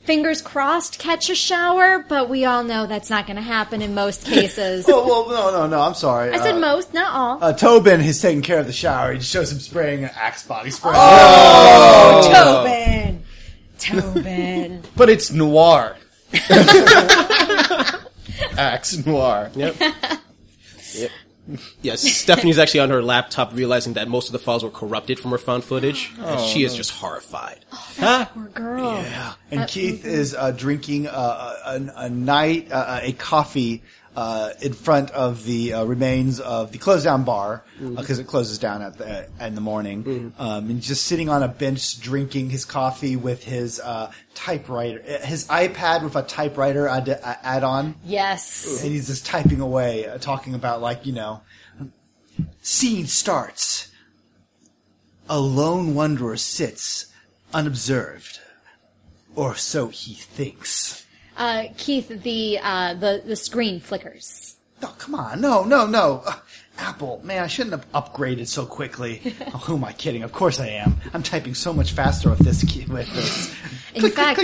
Speaker 2: Fingers crossed, catch a shower, but we all know that's not going to happen in most cases.
Speaker 6: Oh, well, no, no, no. I'm sorry.
Speaker 2: I said
Speaker 6: uh,
Speaker 2: most, not all.
Speaker 6: uh, Tobin is taking care of the shower. He just shows him spraying an Axe body spray.
Speaker 2: Tobin, Tobin.
Speaker 1: But it's noir. Axe noir. *laughs*
Speaker 3: Yes, Stephanie's actually on her laptop realizing that most of the files were corrupted from her found footage. and she
Speaker 1: Oh.
Speaker 3: is just horrified.
Speaker 2: Poor girl.
Speaker 6: And Keith is uh, drinking uh, a, a, a night uh, a coffee uh, in front of the uh, remains of the closed down bar
Speaker 3: Mm-hmm.
Speaker 6: because it closes down at the in the morning. Um, and just sitting on a bench drinking his coffee with his uh, typewriter, his iPad with a typewriter add- uh, add on
Speaker 2: *laughs* Yes.
Speaker 6: and he's just typing away, uh, talking about like you know, scene starts. A lone wanderer sits, unobserved, or so he thinks.
Speaker 2: Uh, Keith, the uh, the the screen flickers.
Speaker 6: Oh come on, no, no, no, Ugh, Apple, man, I shouldn't have upgraded
Speaker 2: *laughs*
Speaker 6: so quickly. oh, who am I kidding? Of course I am. I'm typing so much faster with this. key- With this, *laughs*
Speaker 2: In fact,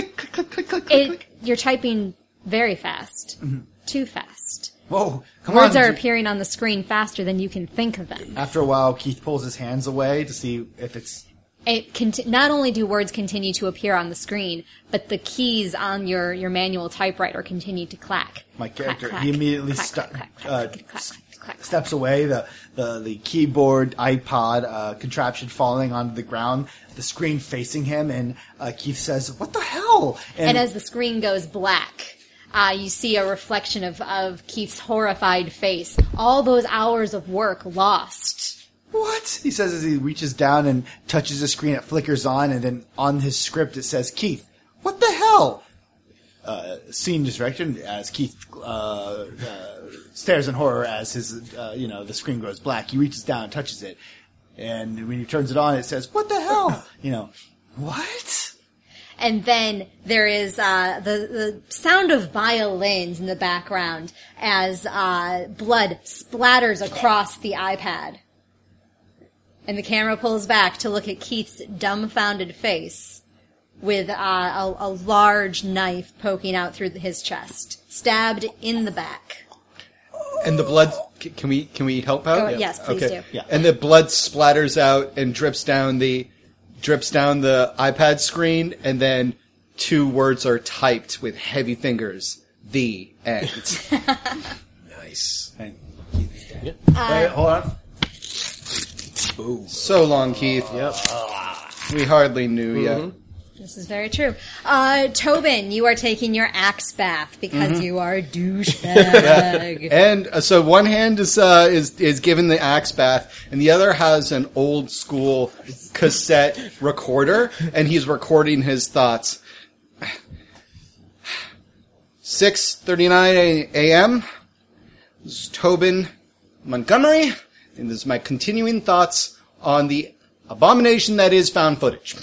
Speaker 2: it, you're typing very fast,
Speaker 6: Mm-hmm.
Speaker 2: too fast.
Speaker 6: whoa, come
Speaker 2: Words
Speaker 6: on.
Speaker 2: are
Speaker 6: d-
Speaker 2: appearing on the screen faster than you can think of them.
Speaker 6: After a while, Keith pulls his hands away to see if it's
Speaker 2: it conti- not only do words continue to appear on the screen, but the keys on your, your manual typewriter continue to clack.
Speaker 6: My
Speaker 2: Clack,
Speaker 6: character,
Speaker 2: clack,
Speaker 6: he immediately
Speaker 2: clack,
Speaker 6: stu-
Speaker 2: clack, clack, clack,
Speaker 6: uh,
Speaker 2: clack, clack, clack, clack.
Speaker 6: steps away. The the, the keyboard iPod uh, contraption falling onto the ground. The screen facing him, and uh, Keith says, "What the hell?"
Speaker 2: And as the screen goes black, uh, you see a reflection of, of Keith's horrified face. All those hours of work lost.
Speaker 6: What? He says as he reaches down and touches the screen, it flickers on, and then on his script it says, Keith, what the hell? Uh, scene directed as Keith uh, uh, stares in horror as his, uh, you know, the screen grows black. He reaches down and touches it. And when he turns it on, it says, what
Speaker 2: *laughs*
Speaker 6: the hell? You know, what?
Speaker 2: And then there is uh, the, the sound of violins in the background as uh, blood splatters across the iPad. And the camera pulls back to look at Keith's dumbfounded face with uh, a, a large knife poking out through his chest, stabbed in the back.
Speaker 1: And the blood. c- Can we can we help out?
Speaker 2: Go- Yeah. yes, please
Speaker 1: okay.
Speaker 2: do. Yeah.
Speaker 1: And the blood splatters out and drips down the drips down the iPad screen, and then two words are typed with heavy fingers. The end.
Speaker 3: Nice.
Speaker 6: And Keith is dead. Wait, hold on.
Speaker 1: so long, Keith.
Speaker 3: Yep.
Speaker 1: We hardly knew you.
Speaker 2: This is very true. Uh, Tobin, you are taking your axe bath because
Speaker 1: Mm-hmm.
Speaker 2: you are
Speaker 1: *laughs*
Speaker 2: a douchebag.
Speaker 1: And uh, so one hand is uh, is is given the axe bath, and the other has an old school cassette recorder, and he's recording his thoughts. *sighs* Six thirty nine a.m. This is Tobin Montgomery, and this is my continuing thoughts on the abomination that is found footage.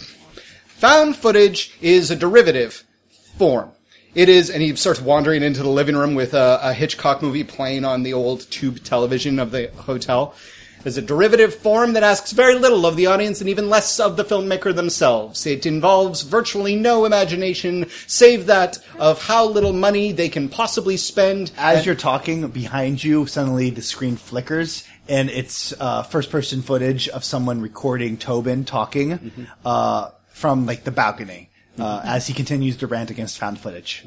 Speaker 1: Found footage is a derivative form. It is, and he starts wandering into the living room with a, a Hitchcock movie playing on the old tube television of the hotel. It's a derivative form that asks very little of the audience and even less of the filmmaker themselves. It involves virtually no imagination, save that of how little money they can possibly spend.
Speaker 6: As you're talking, behind you, suddenly the screen flickers, and it's uh, first-person footage of someone recording Tobin talking uh, from like the balcony uh, as he continues to rant against found footage.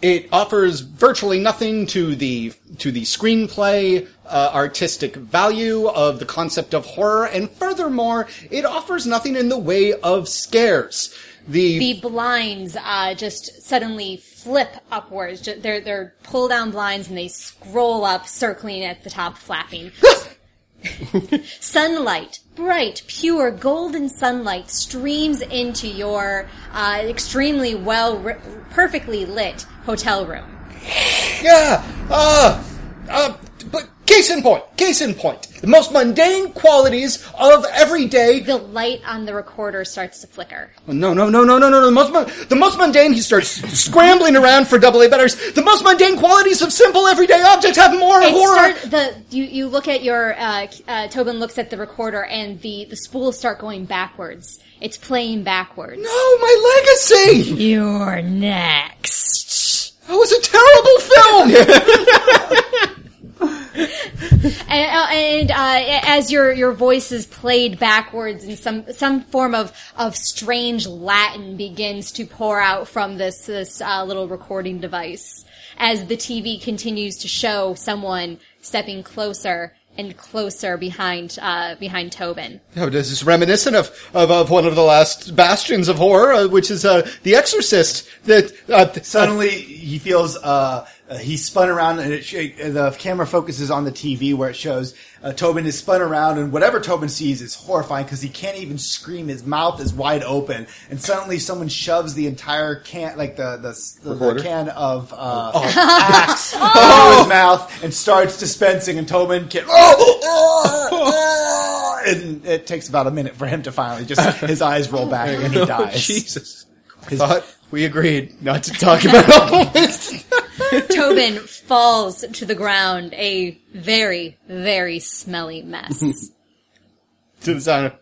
Speaker 1: it offers virtually nothing to the to the screenplay uh, artistic value of the concept of horror and furthermore it offers nothing in the way of scares the
Speaker 2: the blinds uh, just suddenly flip upwards. Ju- They're, they're pull down blinds and they scroll up, circling at the top, flapping. sunlight, bright, pure, golden sunlight streams into your uh, extremely well, ri perfectly lit hotel room.
Speaker 1: Yeah. Uh, uh, but case in point, case in point, the most mundane qualities of everyday.
Speaker 2: The light on the recorder starts to flicker.
Speaker 1: No, no, no, no, no, no. The most, mun- the most mundane. He starts scrambling around for double A betters. The most mundane qualities of simple everyday objects have more
Speaker 2: It
Speaker 1: horror.
Speaker 2: start, the you, you look at your uh, uh, Tobin looks at the recorder and the the spools start going backwards. It's playing backwards.
Speaker 1: oh, my legacy!
Speaker 2: You're next.
Speaker 1: That was a terrible *laughs* film.
Speaker 2: And, uh, and uh, as your your voice is played backwards, and some some form of of strange Latin begins to pour out from this this uh, little recording device as the TV continues to show someone stepping closer and closer behind uh, behind Tobin.
Speaker 1: Oh, this is reminiscent of, of, of one of the last bastions of horror, uh, which is uh, The Exorcist. That uh,
Speaker 6: Suddenly, he feels uh, uh, he's spun around, and it sh- uh, the camera focuses on the TV where it shows uh, Tobin is spun around, and whatever Tobin sees is horrifying because he can't even scream. His mouth is wide open, and suddenly someone shoves the entire can, like the the, s- the, the
Speaker 1: Recorder?
Speaker 6: can of uh, *laughs* axe into his mouth, and starts dispensing. And Tobin can, *laughs* oh, and it takes about a minute for him to finally just his eyes roll back and he dies.
Speaker 3: Jesus.
Speaker 1: thought we agreed not to talk *laughs* about all this.
Speaker 2: Tobin falls to the ground, a very, very smelly mess.
Speaker 1: to the sound of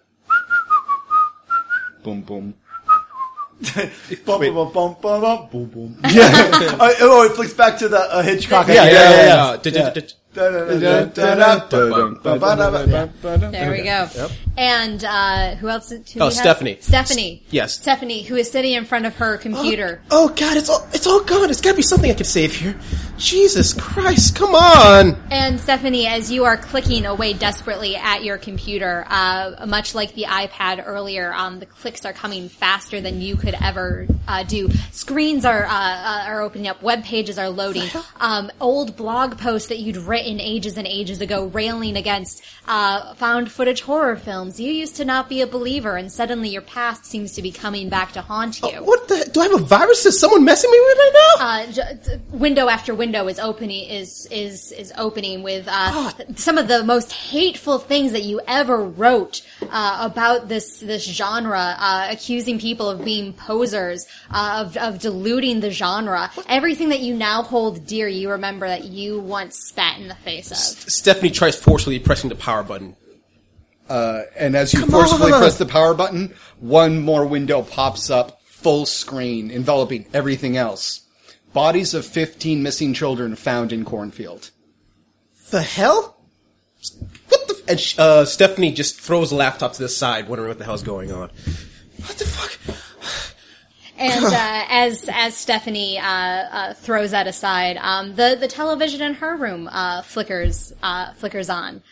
Speaker 1: boom *laughs* boom.
Speaker 6: Bum,
Speaker 1: Wait.
Speaker 6: bum, bum,
Speaker 1: *laughs*
Speaker 6: bum, bum, bum, boom, boom. Uh, oh, it flicks back to the uh, Hitchcock.
Speaker 1: Yeah, yeah, yeah,
Speaker 3: Yeah, yeah, yeah.
Speaker 2: There we go. And uh, who else? Who do we
Speaker 3: Oh,
Speaker 2: have?
Speaker 3: Stephanie.
Speaker 2: Stephanie.
Speaker 3: yes.
Speaker 2: Stephanie, who is sitting in front of her computer.
Speaker 3: Oh God, it's all it's all gone. It's got to be something I can save here. Jesus Christ, come on!
Speaker 2: And Stephanie, as you are clicking away desperately at your computer, uh, much like the iPad earlier, um, the clicks are coming faster than you could ever uh, do. Screens are uh, uh, are opening up, web pages are loading, um, old blog posts that you'd written ages and ages ago, railing against uh, found footage horror films. You used to not be a believer, and suddenly your past seems to be coming back to haunt you.
Speaker 3: Uh, What the? Do I have a virus? Is someone messing me with right now?
Speaker 2: uh, j- t- window after window is opening is is is opening with uh, some of the most hateful things that you ever wrote uh, about this this genre, uh, accusing people of being posers, uh, of of diluting the genre. Everything that you now hold dear, you remember that you once spat in the face of.
Speaker 3: Stephanie tries forcefully pressing the power button.
Speaker 1: And as you
Speaker 3: Come
Speaker 1: forcefully
Speaker 3: on.
Speaker 1: press the power button, one more window pops up, full screen, enveloping everything else. Bodies of 15 missing children found in cornfield.
Speaker 3: The hell? What the? And sh- uh, Stephanie just throws the laptop to the side, wondering what the hell's going on. What the fuck?
Speaker 2: And uh, as as Stephanie uh, uh, throws that aside, um, the the television in her room uh, flickers uh, flickers on,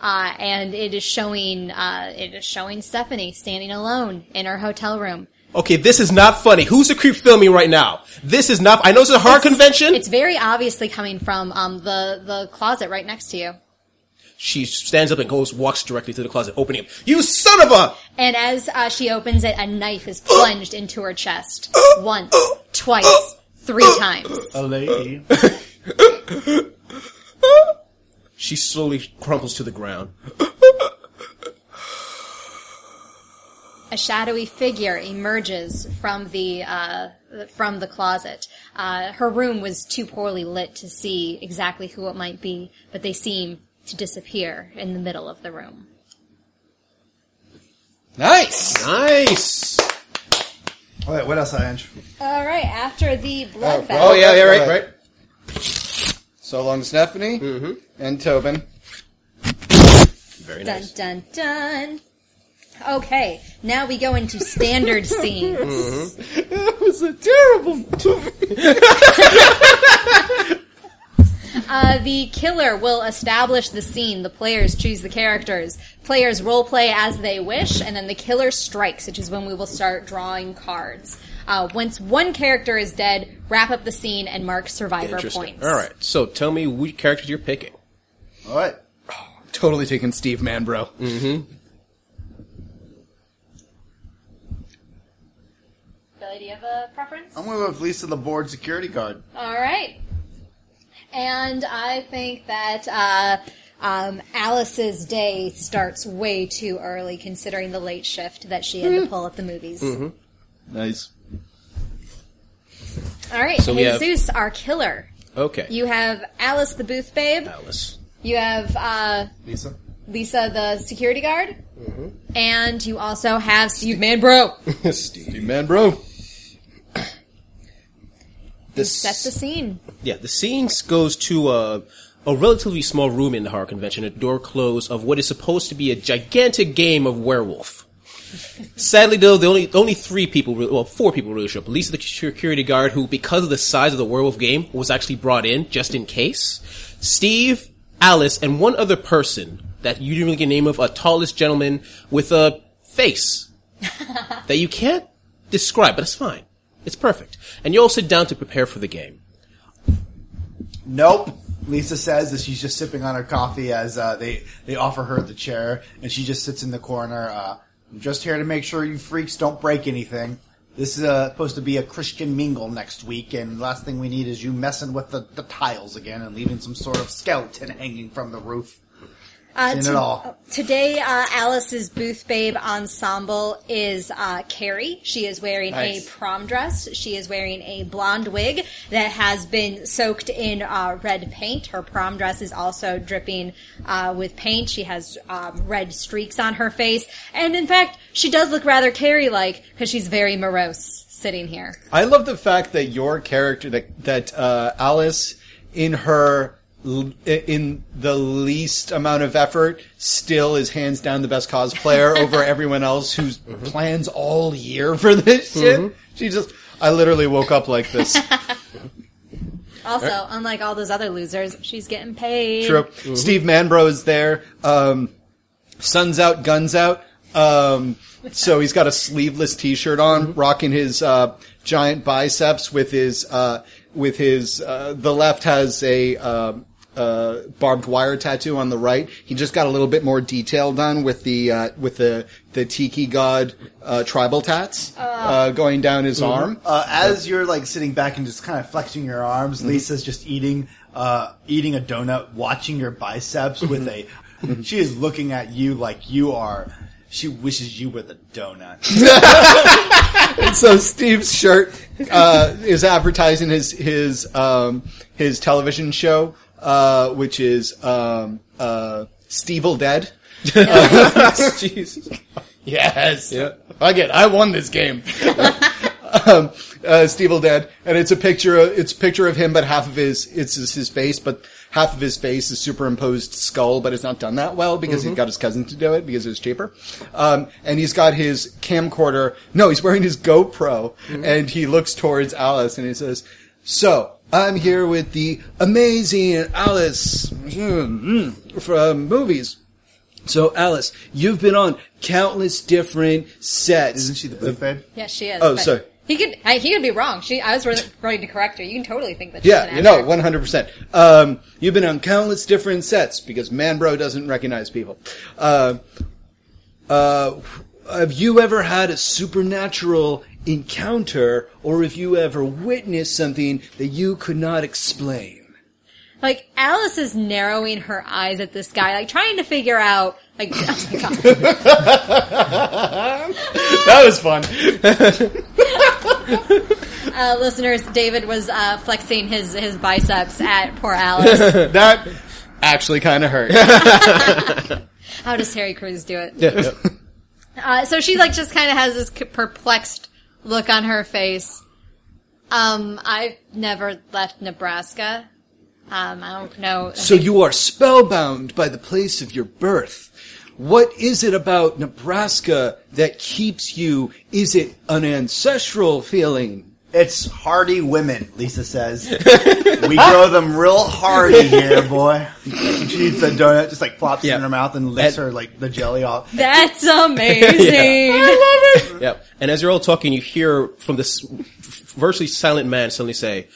Speaker 2: uh, and it is showing uh, it is showing Stephanie standing alone in her hotel room.
Speaker 3: Okay, this is not funny. Who's the creep filming right now? This is not. I know it's a horror convention.
Speaker 2: It's very obviously coming from um, the the closet right next to you.
Speaker 3: she stands up and goes, walks directly to the closet, opening it. You son of a!
Speaker 2: And as uh, she opens it, a knife is plunged into her chest once, twice, three times.
Speaker 6: A lady.
Speaker 3: She slowly crumples to the ground.
Speaker 2: a shadowy figure emerges from the uh, from the closet. Uh, her room was too poorly lit to see exactly who it might be, but they seem to disappear in the middle of the room.
Speaker 1: Nice!
Speaker 3: Nice.
Speaker 6: All right, what else, Ange?
Speaker 2: All right, after the bloodbath,
Speaker 1: Oh, yeah, yeah, right, right. So long, Stephanie. And Tobin.
Speaker 3: Very
Speaker 2: dun
Speaker 3: nice.
Speaker 2: dun dun. Okay, now we go into
Speaker 1: *laughs*
Speaker 2: standard scenes.
Speaker 1: Mm-hmm. That was a terrible
Speaker 2: *laughs* Uh, the killer will establish the scene. The players choose the characters. Players role play as they wish, and then the killer strikes, which is when we will start drawing cards. Uh, once one character is dead, wrap up the scene and mark survivor
Speaker 3: Interesting.
Speaker 2: points.
Speaker 3: All right. So tell me which characters you're picking.
Speaker 1: All right. Totally taking Steve Manbro.
Speaker 2: Billy, do you have a preference?
Speaker 6: I'm going to go with Lisa the board security guard.
Speaker 2: All right. And I think that uh, um, Alice's day starts way too early, considering the late shift that she
Speaker 3: Hmm.
Speaker 2: had to pull at the movies.
Speaker 3: Mm-hmm.
Speaker 1: Nice.
Speaker 2: All right,
Speaker 3: So we have-
Speaker 2: Jesus, our killer.
Speaker 3: Okay.
Speaker 2: You have Alice the booth babe.
Speaker 3: Alice.
Speaker 2: You have uh,
Speaker 6: Lisa?
Speaker 2: Lisa the security guard. And you also have Steve Manbro.
Speaker 3: *laughs* Steve.
Speaker 1: Steve Manbro.
Speaker 2: Set the scene.
Speaker 3: Yeah, the scene goes to a, a relatively small room in the horror convention, a door closed of what is supposed to be a gigantic game of werewolf. Sadly, though, the only only three people, really, well, four people really showed up. Lisa, the security guard, who, because of the size of the werewolf game, was actually brought in just in case. Steve, Alice, and one other person that you didn't really get a name of, a tallest gentleman with a face that you can't describe, but it's fine. It's perfect. And you all sit down to prepare for the game.
Speaker 6: Nope. Lisa says that she's just sipping on her coffee as uh, they they offer her the chair, and she just sits in the corner. Uh, I'm just here to make sure you freaks don't break anything. This is uh, supposed to be a Christian mingle next week, and last thing we need is you messing with the, the tiles again and leaving some sort of skeleton hanging from the roof.
Speaker 2: Uh,
Speaker 6: Seen it all.
Speaker 2: Today, uh, Alice's booth babe ensemble is uh, Carrie. She is wearing
Speaker 1: Nice.
Speaker 2: a prom dress. She is wearing a blonde wig that has been soaked in uh, red paint. Her prom dress is also dripping uh, with paint. She has um, red streaks on her face, and in fact, she does look rather Carrie-like because she's very morose sitting here.
Speaker 1: I love the fact that your character, that, that uh, Alice, in her l- in the least amount of effort still is hands down the best *laughs* cosplayer over everyone else who's plans all year for this shit. She just, I literally woke up like *laughs* this.
Speaker 2: Also, unlike all those other losers, she's getting paid.
Speaker 1: True. Steve Manbro is there. Um, sun's out, guns out. Um, so he's got a sleeveless T-shirt on, rocking his uh, giant biceps with his uh, with his. Uh, the left has a. Uh, uh, barbed wire tattoo on the right. He just got a little bit more detail done with the uh, with the the tiki god uh, tribal tats uh, going down his arm.
Speaker 6: Uh, as you're like sitting back and just kind of flexing your arms,
Speaker 3: Mm-hmm.
Speaker 6: Lisa's just eating, uh, eating a donut, watching your biceps
Speaker 3: Mm-hmm.
Speaker 6: with a. she is looking at you like you are. She wishes you were the donut.
Speaker 1: *laughs* so Steve's shirt uh, is advertising his his um, his television show, uh, which is um, uh, Stevel Dead.
Speaker 3: Jesus.
Speaker 1: Yes.
Speaker 3: Yeah.
Speaker 1: Fuck it, I won this game. um, uh, Stevel Dead, and it's a picture. Of, it's a picture of him, but half of his it's just his face, but half of his face is superimposed skull, but it's not done that well because
Speaker 6: Mm-hmm.
Speaker 1: he got his cousin to do it because it was cheaper. Um, and he's got his camcorder. No, he's wearing his GoPro,
Speaker 6: Mm-hmm.
Speaker 1: and he looks towards Alice and he says, "So." I'm here with the amazing Alice mm, from movies. So, Alice, you've been on countless different sets.
Speaker 6: Isn't she the blue fed?
Speaker 2: Yeah, she is.
Speaker 1: Oh,
Speaker 2: but
Speaker 1: sorry.
Speaker 2: He could I, he could be wrong. She I was really going to correct her. You can totally think that. She's
Speaker 1: Yeah,
Speaker 2: an
Speaker 1: you know,
Speaker 2: actor.
Speaker 1: one hundred percent. Um, you've been on countless different sets because Manbro doesn't recognize people. Uh, uh, have you ever had a supernatural encounter, or have you ever witnessed something that you could not explain?
Speaker 2: Like Alice is narrowing her eyes at this guy, like trying to figure out. Like, *laughs* oh my god,
Speaker 1: That was fun.
Speaker 2: uh, listeners, David was uh, flexing his his biceps at poor Alice.
Speaker 1: *laughs* that actually kind of hurt.
Speaker 2: How does Harry Cruz do it?
Speaker 3: Yeah.
Speaker 2: *laughs* Uh, so she like just kind of has this c- perplexed look on her face. Um, I've never left Nebraska. Um, I don't know.
Speaker 1: So you are spellbound by the place of your birth. What is it about Nebraska that keeps you? Is it an ancestral feeling?
Speaker 6: It's hardy women, Lisa
Speaker 3: *laughs*
Speaker 6: says. we grow them real hardy here, boy. She eats a donut, just like plops
Speaker 3: Yeah.
Speaker 6: it in her mouth and licks
Speaker 3: And-
Speaker 6: her like the jelly off.
Speaker 2: That's amazing.
Speaker 3: Yeah. And as you're all talking, you hear from this virtually silent man suddenly say,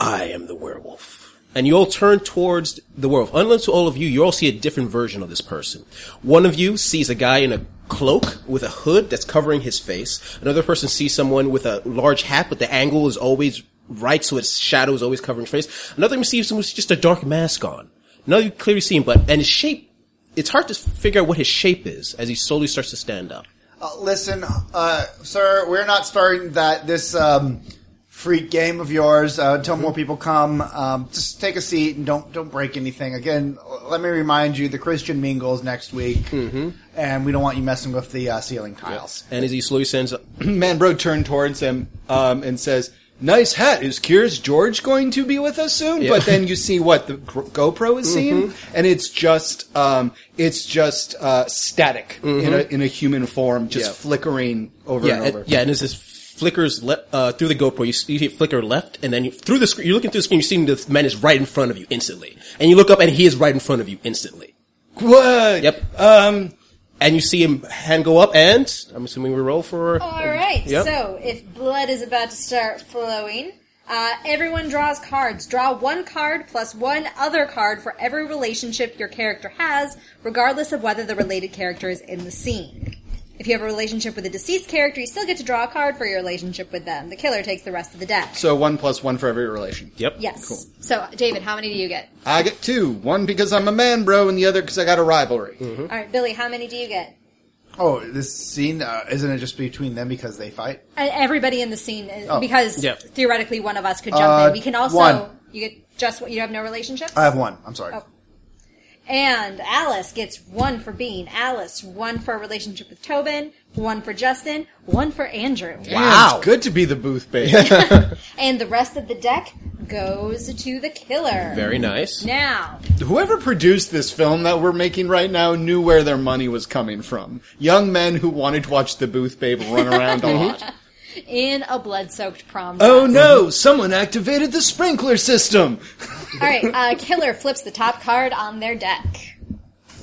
Speaker 3: I am the werewolf. And you all turn towards the werewolf. Unlike to all of you, you all see a different version of this person. One of you sees a guy in a cloak with a hood that's covering his face. Another person sees someone with a large hat, but the angle is always right, so its shadow is always covering his face. Another one sees someone with just a dark mask on. Now you clearly see him, but, and his shape, it's hard to figure out what his shape is as he slowly starts to stand up.
Speaker 6: Uh, listen, uh, sir, we're not starting that this um, freak game of yours uh, until more people come. Um, just take a seat and don't don't break anything. Again, l- let me remind you, the Christian mingles next week, and we don't want you messing with the uh, ceiling tiles.
Speaker 3: And as he slowly stands up, *clears throat*
Speaker 1: Manbro turned towards him um, and says, "Nice hat. Is Curious George going to be with us soon?" But then you see what the gr- GoPro is seeing,
Speaker 3: Mm-hmm.
Speaker 1: and it's just um, it's just uh, static in a in a human form, just
Speaker 3: Mm-hmm. Yeah.
Speaker 1: flickering over
Speaker 3: yeah,
Speaker 1: and
Speaker 3: and,
Speaker 1: over.
Speaker 3: yeah, and as this flickers le- uh, through the GoPro, you see it flicker left, and then you, through the screen, you're looking through the screen, you see the man is right in front of you instantly, and you look up, and he is right in front of you instantly.
Speaker 1: What?
Speaker 3: Yep.
Speaker 1: Um,
Speaker 3: And you see him hand go up, and I'm assuming we roll for.
Speaker 2: All right.
Speaker 3: Yep.
Speaker 2: So if blood is about to start flowing, uh, everyone draws cards. Draw one card plus one other card for every relationship your character has, regardless of whether the related character is in the scene. If you have a relationship with a deceased character, you still get to draw a card for your relationship with them. The killer takes the rest of the deck.
Speaker 1: So one plus one for every relation.
Speaker 3: Yep.
Speaker 2: yes. So David, how many do you get?
Speaker 1: I get two. One because I'm a man, bro, and the other because I got a rivalry.
Speaker 3: Mm-hmm.
Speaker 2: All right, Billy, how many do you get?
Speaker 6: Oh, this scene uh, isn't it just between them because they fight?
Speaker 2: Uh, everybody in the scene, is, because
Speaker 3: Yeah.
Speaker 2: theoretically one of us could jump
Speaker 6: Uh,
Speaker 2: in. We can also
Speaker 6: one.
Speaker 2: you get just what you have no relationship.
Speaker 6: I have one. I'm sorry.
Speaker 2: Oh. And Alice gets one for being Alice, one for a relationship with Tobin, one for Justin, one for Andrew.
Speaker 3: *laughs*
Speaker 1: Wow, it's good to be the booth babe.
Speaker 2: And the rest of the deck goes to the killer.
Speaker 3: Very nice.
Speaker 2: now,
Speaker 1: Whoever produced this film that we're making right now knew where their money was coming from. Young men who wanted to watch the Booth Babe run
Speaker 2: *laughs*
Speaker 1: around a lot.
Speaker 2: in a blood-soaked prom.
Speaker 1: Oh
Speaker 2: dress.
Speaker 1: no, someone activated the sprinkler system!
Speaker 2: All right, uh, killer flips the top card on their deck.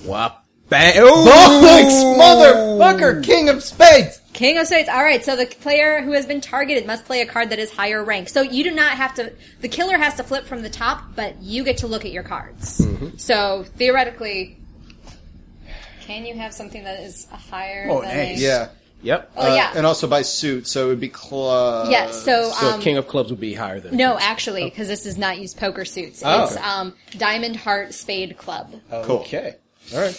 Speaker 3: Wop. Bang. Oh,
Speaker 1: Motherfucker, king of spades!
Speaker 2: King of Spades. All right, so the player who has been targeted must play a card that is higher rank. So you do not have to. The killer has to flip from the top, but you get to look at your cards.
Speaker 1: Mm-hmm.
Speaker 2: So theoretically, can you have something that is higher?
Speaker 6: Oh,
Speaker 2: than
Speaker 6: nice.
Speaker 2: a-
Speaker 1: Yeah.
Speaker 3: Yep.
Speaker 2: Oh
Speaker 1: Uh,
Speaker 2: yeah.
Speaker 1: And also by suit, so it would be uh, club.
Speaker 2: yeah. So,
Speaker 3: so
Speaker 2: um,
Speaker 3: King of Clubs would be higher than
Speaker 2: no, actually, because this is not used poker suits.
Speaker 3: Oh.
Speaker 2: It's um, Diamond Heart Spade Club.
Speaker 1: Cool.
Speaker 3: Okay. All right.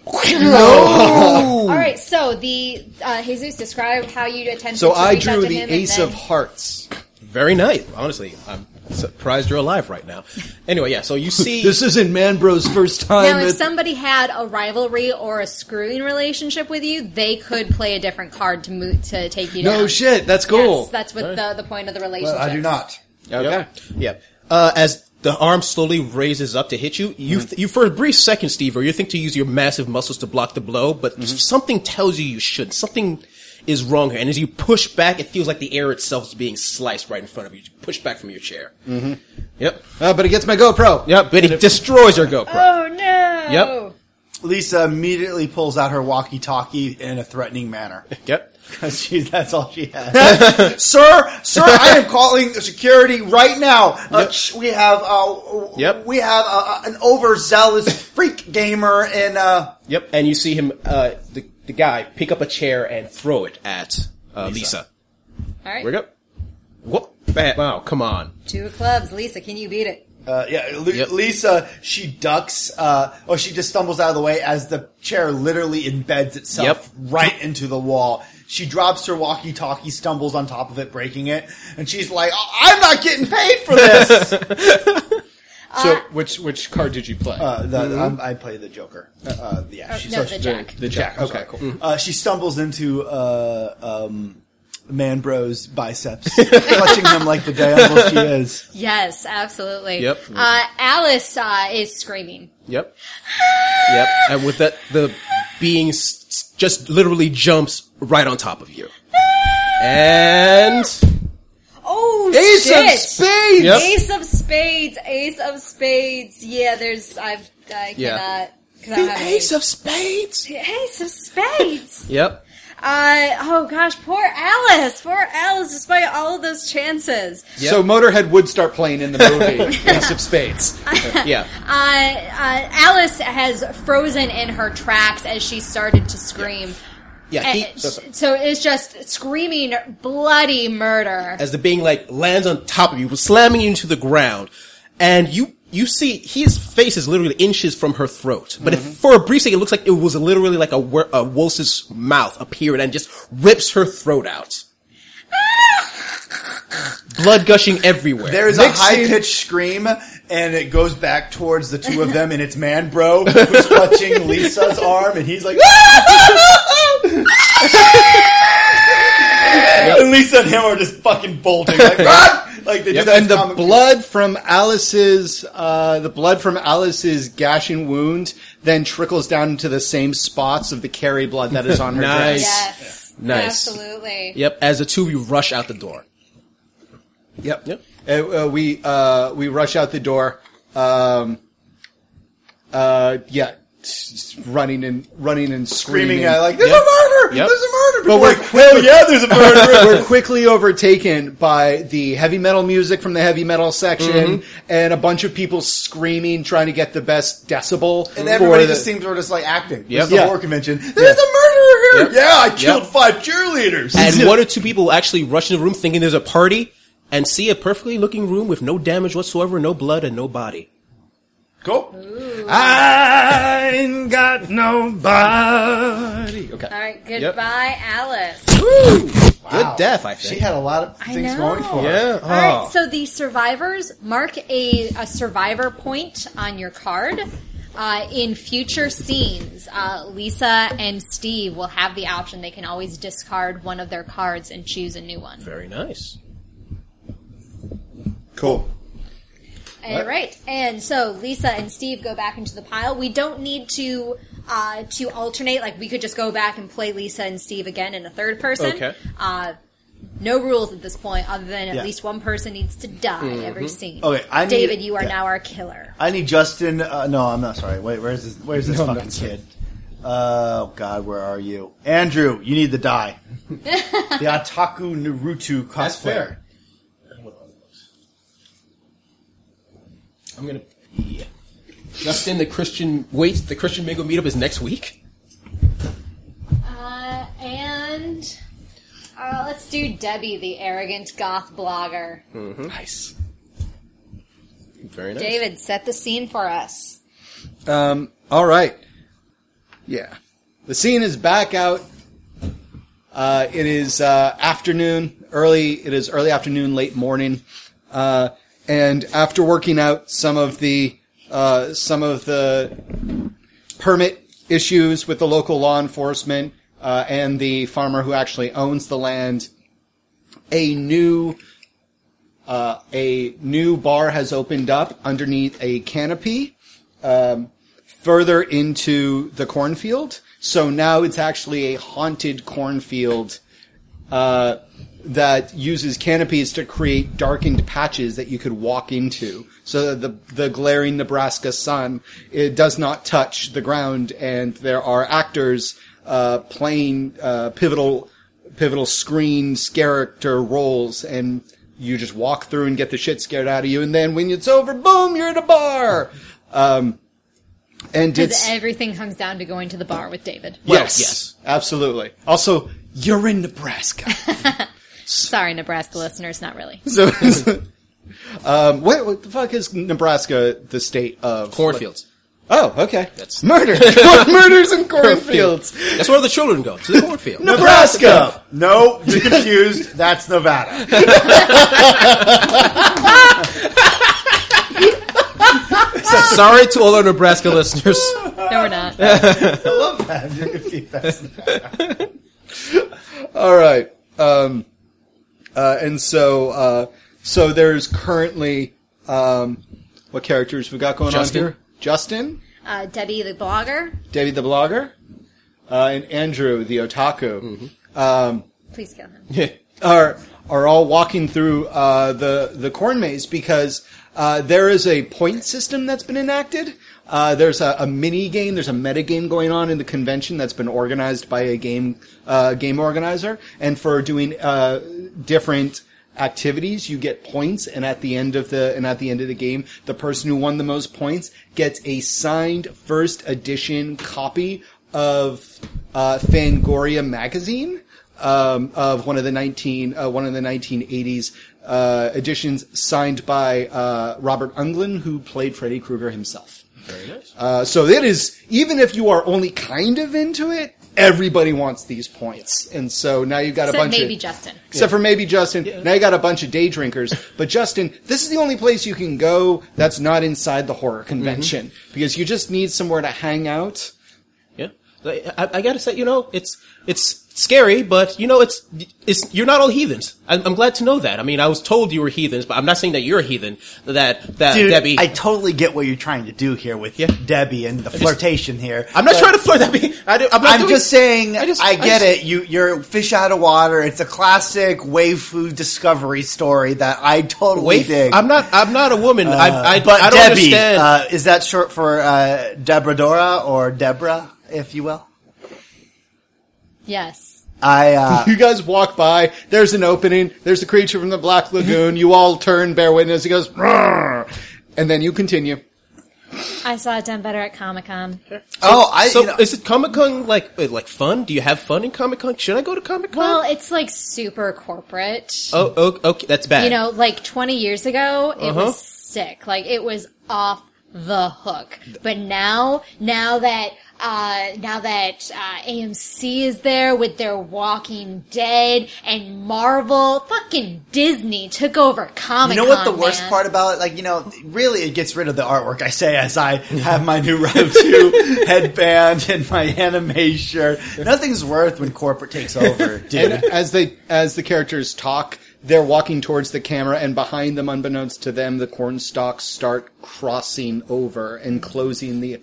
Speaker 2: *laughs* All right, so the uh, Jesus described how you attend.
Speaker 1: So
Speaker 2: to
Speaker 1: I
Speaker 2: reach out
Speaker 1: drew
Speaker 2: to
Speaker 1: the
Speaker 2: him and
Speaker 1: ace
Speaker 2: then-
Speaker 1: of hearts.
Speaker 3: Very nice. Honestly, I'm surprised you're alive right now. Anyway, yeah.
Speaker 1: *laughs*
Speaker 3: So you see,
Speaker 1: This isn't Manbro's first time.
Speaker 2: Now, if
Speaker 1: at-
Speaker 2: somebody had a rivalry or a screwing relationship with you, they could play a different card to move, to take you down.
Speaker 1: no shit, that's
Speaker 2: Yes,
Speaker 1: cool.
Speaker 2: that's what the, the point of the relationship.
Speaker 6: Well, I do not.
Speaker 1: okay.
Speaker 3: yeah. Uh, as the arm slowly raises up to hit you, you th- you for a brief second, Steve, or you think to use your massive muscles to block the blow, but something tells you you should. Something is wrong here, and as you push back, it feels like the air itself is being sliced right in front of you. You push back from your chair. Mm-hmm. Yep.
Speaker 1: Uh, but it gets my GoPro.
Speaker 3: Yep. But it Uh. destroys your GoPro.
Speaker 2: Oh no!
Speaker 3: Yep.
Speaker 6: Lisa immediately pulls out her walkie-talkie in a threatening manner. *laughs*
Speaker 3: Yep.
Speaker 6: She, that's all she has. sir, sir, I am calling the security right now. Uh, sh- we have uh,
Speaker 3: Yep.
Speaker 6: we have uh, an *laughs* overzealous freak gamer in uh,
Speaker 3: Yep, and you see him, uh, the, the guy pick up a chair and throw it at uh, Lisa.
Speaker 2: All right.
Speaker 3: Wake up. Whoop. Bam. Wow, come on.
Speaker 2: Two of clubs, Lisa. Can you beat it?
Speaker 6: Uh, yeah, Lu-
Speaker 3: Yep.
Speaker 6: Lisa, she ducks, uh, or she just stumbles out of the way as the chair literally embeds itself
Speaker 3: Yep.
Speaker 6: right into the wall. She drops her walkie-talkie, stumbles on top of it, breaking it, and she's like, "I- "I'm not getting paid
Speaker 3: *laughs*
Speaker 6: for this."
Speaker 7: So which which card did you play?
Speaker 6: uh, the, I'm, I play the Joker. Uh, Uh, yeah, she,
Speaker 2: no,
Speaker 6: so
Speaker 2: the
Speaker 6: she-
Speaker 2: Jack.
Speaker 7: the Jack.
Speaker 6: Okay, cool.
Speaker 1: Mm-hmm.
Speaker 6: Uh, she stumbles into uh, um, Man
Speaker 3: *laughs*
Speaker 6: Bro's biceps, clutching him like the diablo she is.
Speaker 2: Yes, absolutely.
Speaker 3: Yep.
Speaker 2: Uh, Alice uh, is screaming.
Speaker 3: Yep. yep. And with that, the being s- s- just literally jumps right on top of you. And
Speaker 2: Oh
Speaker 3: Ace of
Speaker 2: shit!
Speaker 3: spades! Yep.
Speaker 2: Ace of spades. Ace of spades. Yeah, there's. I've. I
Speaker 3: Yeah.
Speaker 2: cannot. 'cause I don't
Speaker 3: the
Speaker 2: have any-
Speaker 3: Ace of Spades.
Speaker 2: Ace of spades.
Speaker 3: Yep.
Speaker 2: Uh, oh gosh, poor Alice! Poor Alice, despite all of those chances.
Speaker 1: So Motorhead would start playing in the
Speaker 6: *laughs*
Speaker 1: movie Ace of Spades.
Speaker 3: Yeah.
Speaker 2: Uh, uh, Alice has frozen in her tracks as she started to scream.
Speaker 3: Yeah.
Speaker 2: And
Speaker 3: He,
Speaker 2: sh- so it's just screaming bloody murder.
Speaker 3: as the being like lands on top of you, slamming you into the ground, and you you see his face is literally inches from her throat. But
Speaker 6: Mm-hmm.
Speaker 3: if, for a brief second, it looks like it was literally like a, wer- a wolf's mouth appeared and just rips her throat
Speaker 6: *laughs*
Speaker 3: out. Blood gushing everywhere.
Speaker 6: There is
Speaker 1: Next
Speaker 6: a high
Speaker 1: scene-
Speaker 6: pitched scream, and it goes back towards the two of them, and it's Man Bro who's clutching Lisa's arm, and he's like, And Lisa and him are just fucking bolting, like, "Run!" like they
Speaker 1: Yep,
Speaker 6: do that.
Speaker 1: and the
Speaker 6: comic-
Speaker 1: blood from Alice's uh, the blood from Alice's gashing wound then trickles down into the same spots of the carry blood that is
Speaker 6: *laughs*
Speaker 1: on her
Speaker 3: Nice.
Speaker 1: dress.
Speaker 2: yes,
Speaker 3: Nice.
Speaker 2: absolutely.
Speaker 3: Yep, as the two of you rush out the door.
Speaker 1: Yep.
Speaker 3: Yep.
Speaker 1: Uh, uh, we uh, we rush out the door. Um, uh, yeah, s- s- running and running and screaming.
Speaker 6: screaming at like, "There's
Speaker 3: Yep.
Speaker 6: a murder!
Speaker 3: Yep.
Speaker 6: There's a murder!"
Speaker 1: But
Speaker 6: People
Speaker 1: we're
Speaker 6: like,
Speaker 1: quick-
Speaker 6: "Hell yeah,
Speaker 1: *laughs*
Speaker 6: there's a murder!"
Speaker 1: we're quickly overtaken by the heavy metal music from the heavy metal section
Speaker 6: Mm-hmm.
Speaker 1: and a bunch of people screaming, trying to get the best decibel.
Speaker 6: And
Speaker 1: for
Speaker 6: everybody
Speaker 1: the-
Speaker 6: just seems we're just like acting.
Speaker 3: Yep.
Speaker 6: This is the
Speaker 1: Yeah.
Speaker 6: horror convention. There's a murderer here.
Speaker 3: Yep.
Speaker 6: Yeah, I killed
Speaker 3: Yep.
Speaker 6: five cheerleaders.
Speaker 3: And one or two people actually rush in the room thinking there's a party and see a perfectly looking room with no damage whatsoever, no blood, and no body.
Speaker 6: cool.
Speaker 7: I ain't got nobody. Okay.
Speaker 2: All right, goodbye, Alice.
Speaker 3: Good death, I think.
Speaker 6: She had a lot of
Speaker 2: I
Speaker 6: things
Speaker 2: know.
Speaker 6: going for her.
Speaker 3: yeah.
Speaker 2: All right.
Speaker 3: Oh.
Speaker 2: So the survivors mark a, a survivor point on your card. Uh, in future scenes, uh, Lisa and Steve will have the option. They can always discard one of their cards and choose a new one.
Speaker 3: Very nice.
Speaker 1: Cool.
Speaker 2: All right, and so Lisa and Steve go back into the pile. We don't need to uh, to alternate. Like we could just go back and play Lisa and Steve again in a third person.
Speaker 3: Okay.
Speaker 2: Uh, no rules at this point, other than at
Speaker 6: Yeah. Mm-hmm.
Speaker 2: least one person needs to die every scene.
Speaker 6: Okay, I need-
Speaker 2: David, you are
Speaker 6: yeah.
Speaker 2: now our killer.
Speaker 6: I need Justin. Uh, no, I'm not sorry. Wait, where's this? Where's this
Speaker 7: No, I'm
Speaker 6: fucking
Speaker 7: not sorry.
Speaker 6: kid? Uh, oh God, where are you, Andrew? You need the die. the Otaku Naruto cosplayer.
Speaker 7: fair. I'm gonna. Yeah.
Speaker 3: Justin, the Christian wait, the Christian Mingle meetup is next week.
Speaker 2: Uh, and uh, let's do Debbie, the arrogant goth blogger.
Speaker 6: Hmm.
Speaker 3: Nice. Very nice.
Speaker 2: David, set the scene for us.
Speaker 1: Um, all right. Yeah. The scene is back out. Uh, it is uh, afternoon, early. It is early afternoon, late morning, uh, and after working out some of the uh, some of the permit issues with the local law enforcement uh, and the farmer who actually owns the land, a new uh, a new bar has opened up underneath a canopy um, further into the cornfield. So now it's actually a haunted cornfield uh, that uses canopies to create darkened patches that you could walk into. So that the the glaring Nebraska sun it does not touch the ground, and there are actors uh, playing uh, pivotal pivotal screens character roles and. You just walk through and get the shit scared out of you, and then when it's over, boom, you're at a bar. Um, and
Speaker 5: Because
Speaker 1: it's
Speaker 5: everything comes down to going to the bar with David.
Speaker 1: Yes.
Speaker 3: yes.
Speaker 1: Absolutely. Also, you're in Nebraska.
Speaker 5: Sorry, Nebraska listeners, not really.
Speaker 1: *laughs* so, um, what, what the fuck is Nebraska the state of?
Speaker 3: Cornfields.
Speaker 1: Oh, okay.
Speaker 3: That's- *laughs*
Speaker 1: murder. *laughs* Murders in cornfields.
Speaker 3: That's where the children go to the cornfield.
Speaker 6: Nebraska. no, you're *laughs* confused. That's Nevada.
Speaker 3: *laughs* Sorry to all our Nebraska
Speaker 6: *laughs*
Speaker 3: listeners. *laughs*
Speaker 5: No,
Speaker 1: *laughs*
Speaker 5: we're not.
Speaker 6: I love that. You're confused. That's-
Speaker 1: All right. Um, uh, and so, uh, so there's currently, um, what characters we got going
Speaker 3: Justin.
Speaker 1: on here? Justin,
Speaker 2: Uh, Debbie, the blogger.
Speaker 1: Debbie the blogger, uh, and Andrew the otaku.
Speaker 3: Mm-hmm.
Speaker 1: Um,
Speaker 2: Please kill him.
Speaker 1: are are all walking through uh, the the corn maze because uh, there is a point system that's been enacted. Uh, there's a, a mini game, there's a meta game going on in the convention that's been organized by a game uh, game organizer, and for doing uh, different activities you get points and at the end of the and at the end of the game the person who won the most points gets a signed first edition copy of uh, Fangoria magazine um, of one of the nineteen uh, one of the nineteen eighties uh, editions signed by uh, Robert Unglin, who played Freddy Krueger himself.
Speaker 3: Very nice.
Speaker 1: Uh, so it is even if you are only kind of into it, everybody wants these points, and so now you've got a
Speaker 5: Except
Speaker 1: bunch
Speaker 5: maybe
Speaker 1: of
Speaker 5: Justin.
Speaker 1: except for maybe Justin. Now you got a bunch of day drinkers, but Justin, this is the only place you can go that's not inside the horror convention because you just need somewhere to hang out.
Speaker 3: Yeah, I, I, I gotta say, you know, it's it's scary, but you know, it's it's you're not all heathens. I'm, I'm glad to know that. I mean, I was told you were heathens, but I'm not saying that you're a heathen. That that
Speaker 6: Dude,
Speaker 3: Debbie,
Speaker 6: I
Speaker 3: I,
Speaker 6: totally get what you're trying to do here with Debbie and the flirtation here.
Speaker 3: am not trying to flirt. Debbie. I do, I'm, not
Speaker 6: I'm
Speaker 3: doing-
Speaker 6: just saying, I,
Speaker 3: I just- I just-
Speaker 6: get it. You, you're fish out of water. It's a classic waifu discovery story that I totally
Speaker 3: Wait,
Speaker 6: dig.
Speaker 3: I'm not. I'm not a woman. I, I,
Speaker 6: Uh, but
Speaker 3: I don't
Speaker 6: Debbie,
Speaker 3: understand.
Speaker 6: Uh, is that short for uh, Deborah Dora or Deborah, if you will?
Speaker 5: Yes.
Speaker 6: I uh,
Speaker 1: *laughs* You guys walk by. There's an opening. There's a creature from the Black Lagoon. You all turn, bear witness. He goes, "Roar," and then you continue.
Speaker 5: I saw it done better at Comic Con.
Speaker 6: oh, I
Speaker 3: so
Speaker 6: you know,
Speaker 3: is it Comic Con like wait, like fun? Do you have fun in Comic Con? Should I go to Comic Con?
Speaker 5: Well, it's like super corporate.
Speaker 3: oh, oh, okay, that's bad.
Speaker 5: You know, like 20 years ago, it
Speaker 3: Uh-huh.
Speaker 5: was sick. Like it was off the hook. But now, now that uh, now that uh, AMC is there with their Walking Dead and Marvel, fucking Disney took over
Speaker 6: you
Speaker 5: Comic Con.
Speaker 6: know what the worst part about it? Like, you know, really it gets rid of the artwork. I say as I have my new *laughs* Rob2 headband and my anime
Speaker 3: *laughs*
Speaker 6: shirt. Nothing's worth when corporate takes over, dude.
Speaker 1: And as they as the characters talk, They're walking towards the camera, and behind them, unbeknownst to them, the corn stalks start crossing over and closing the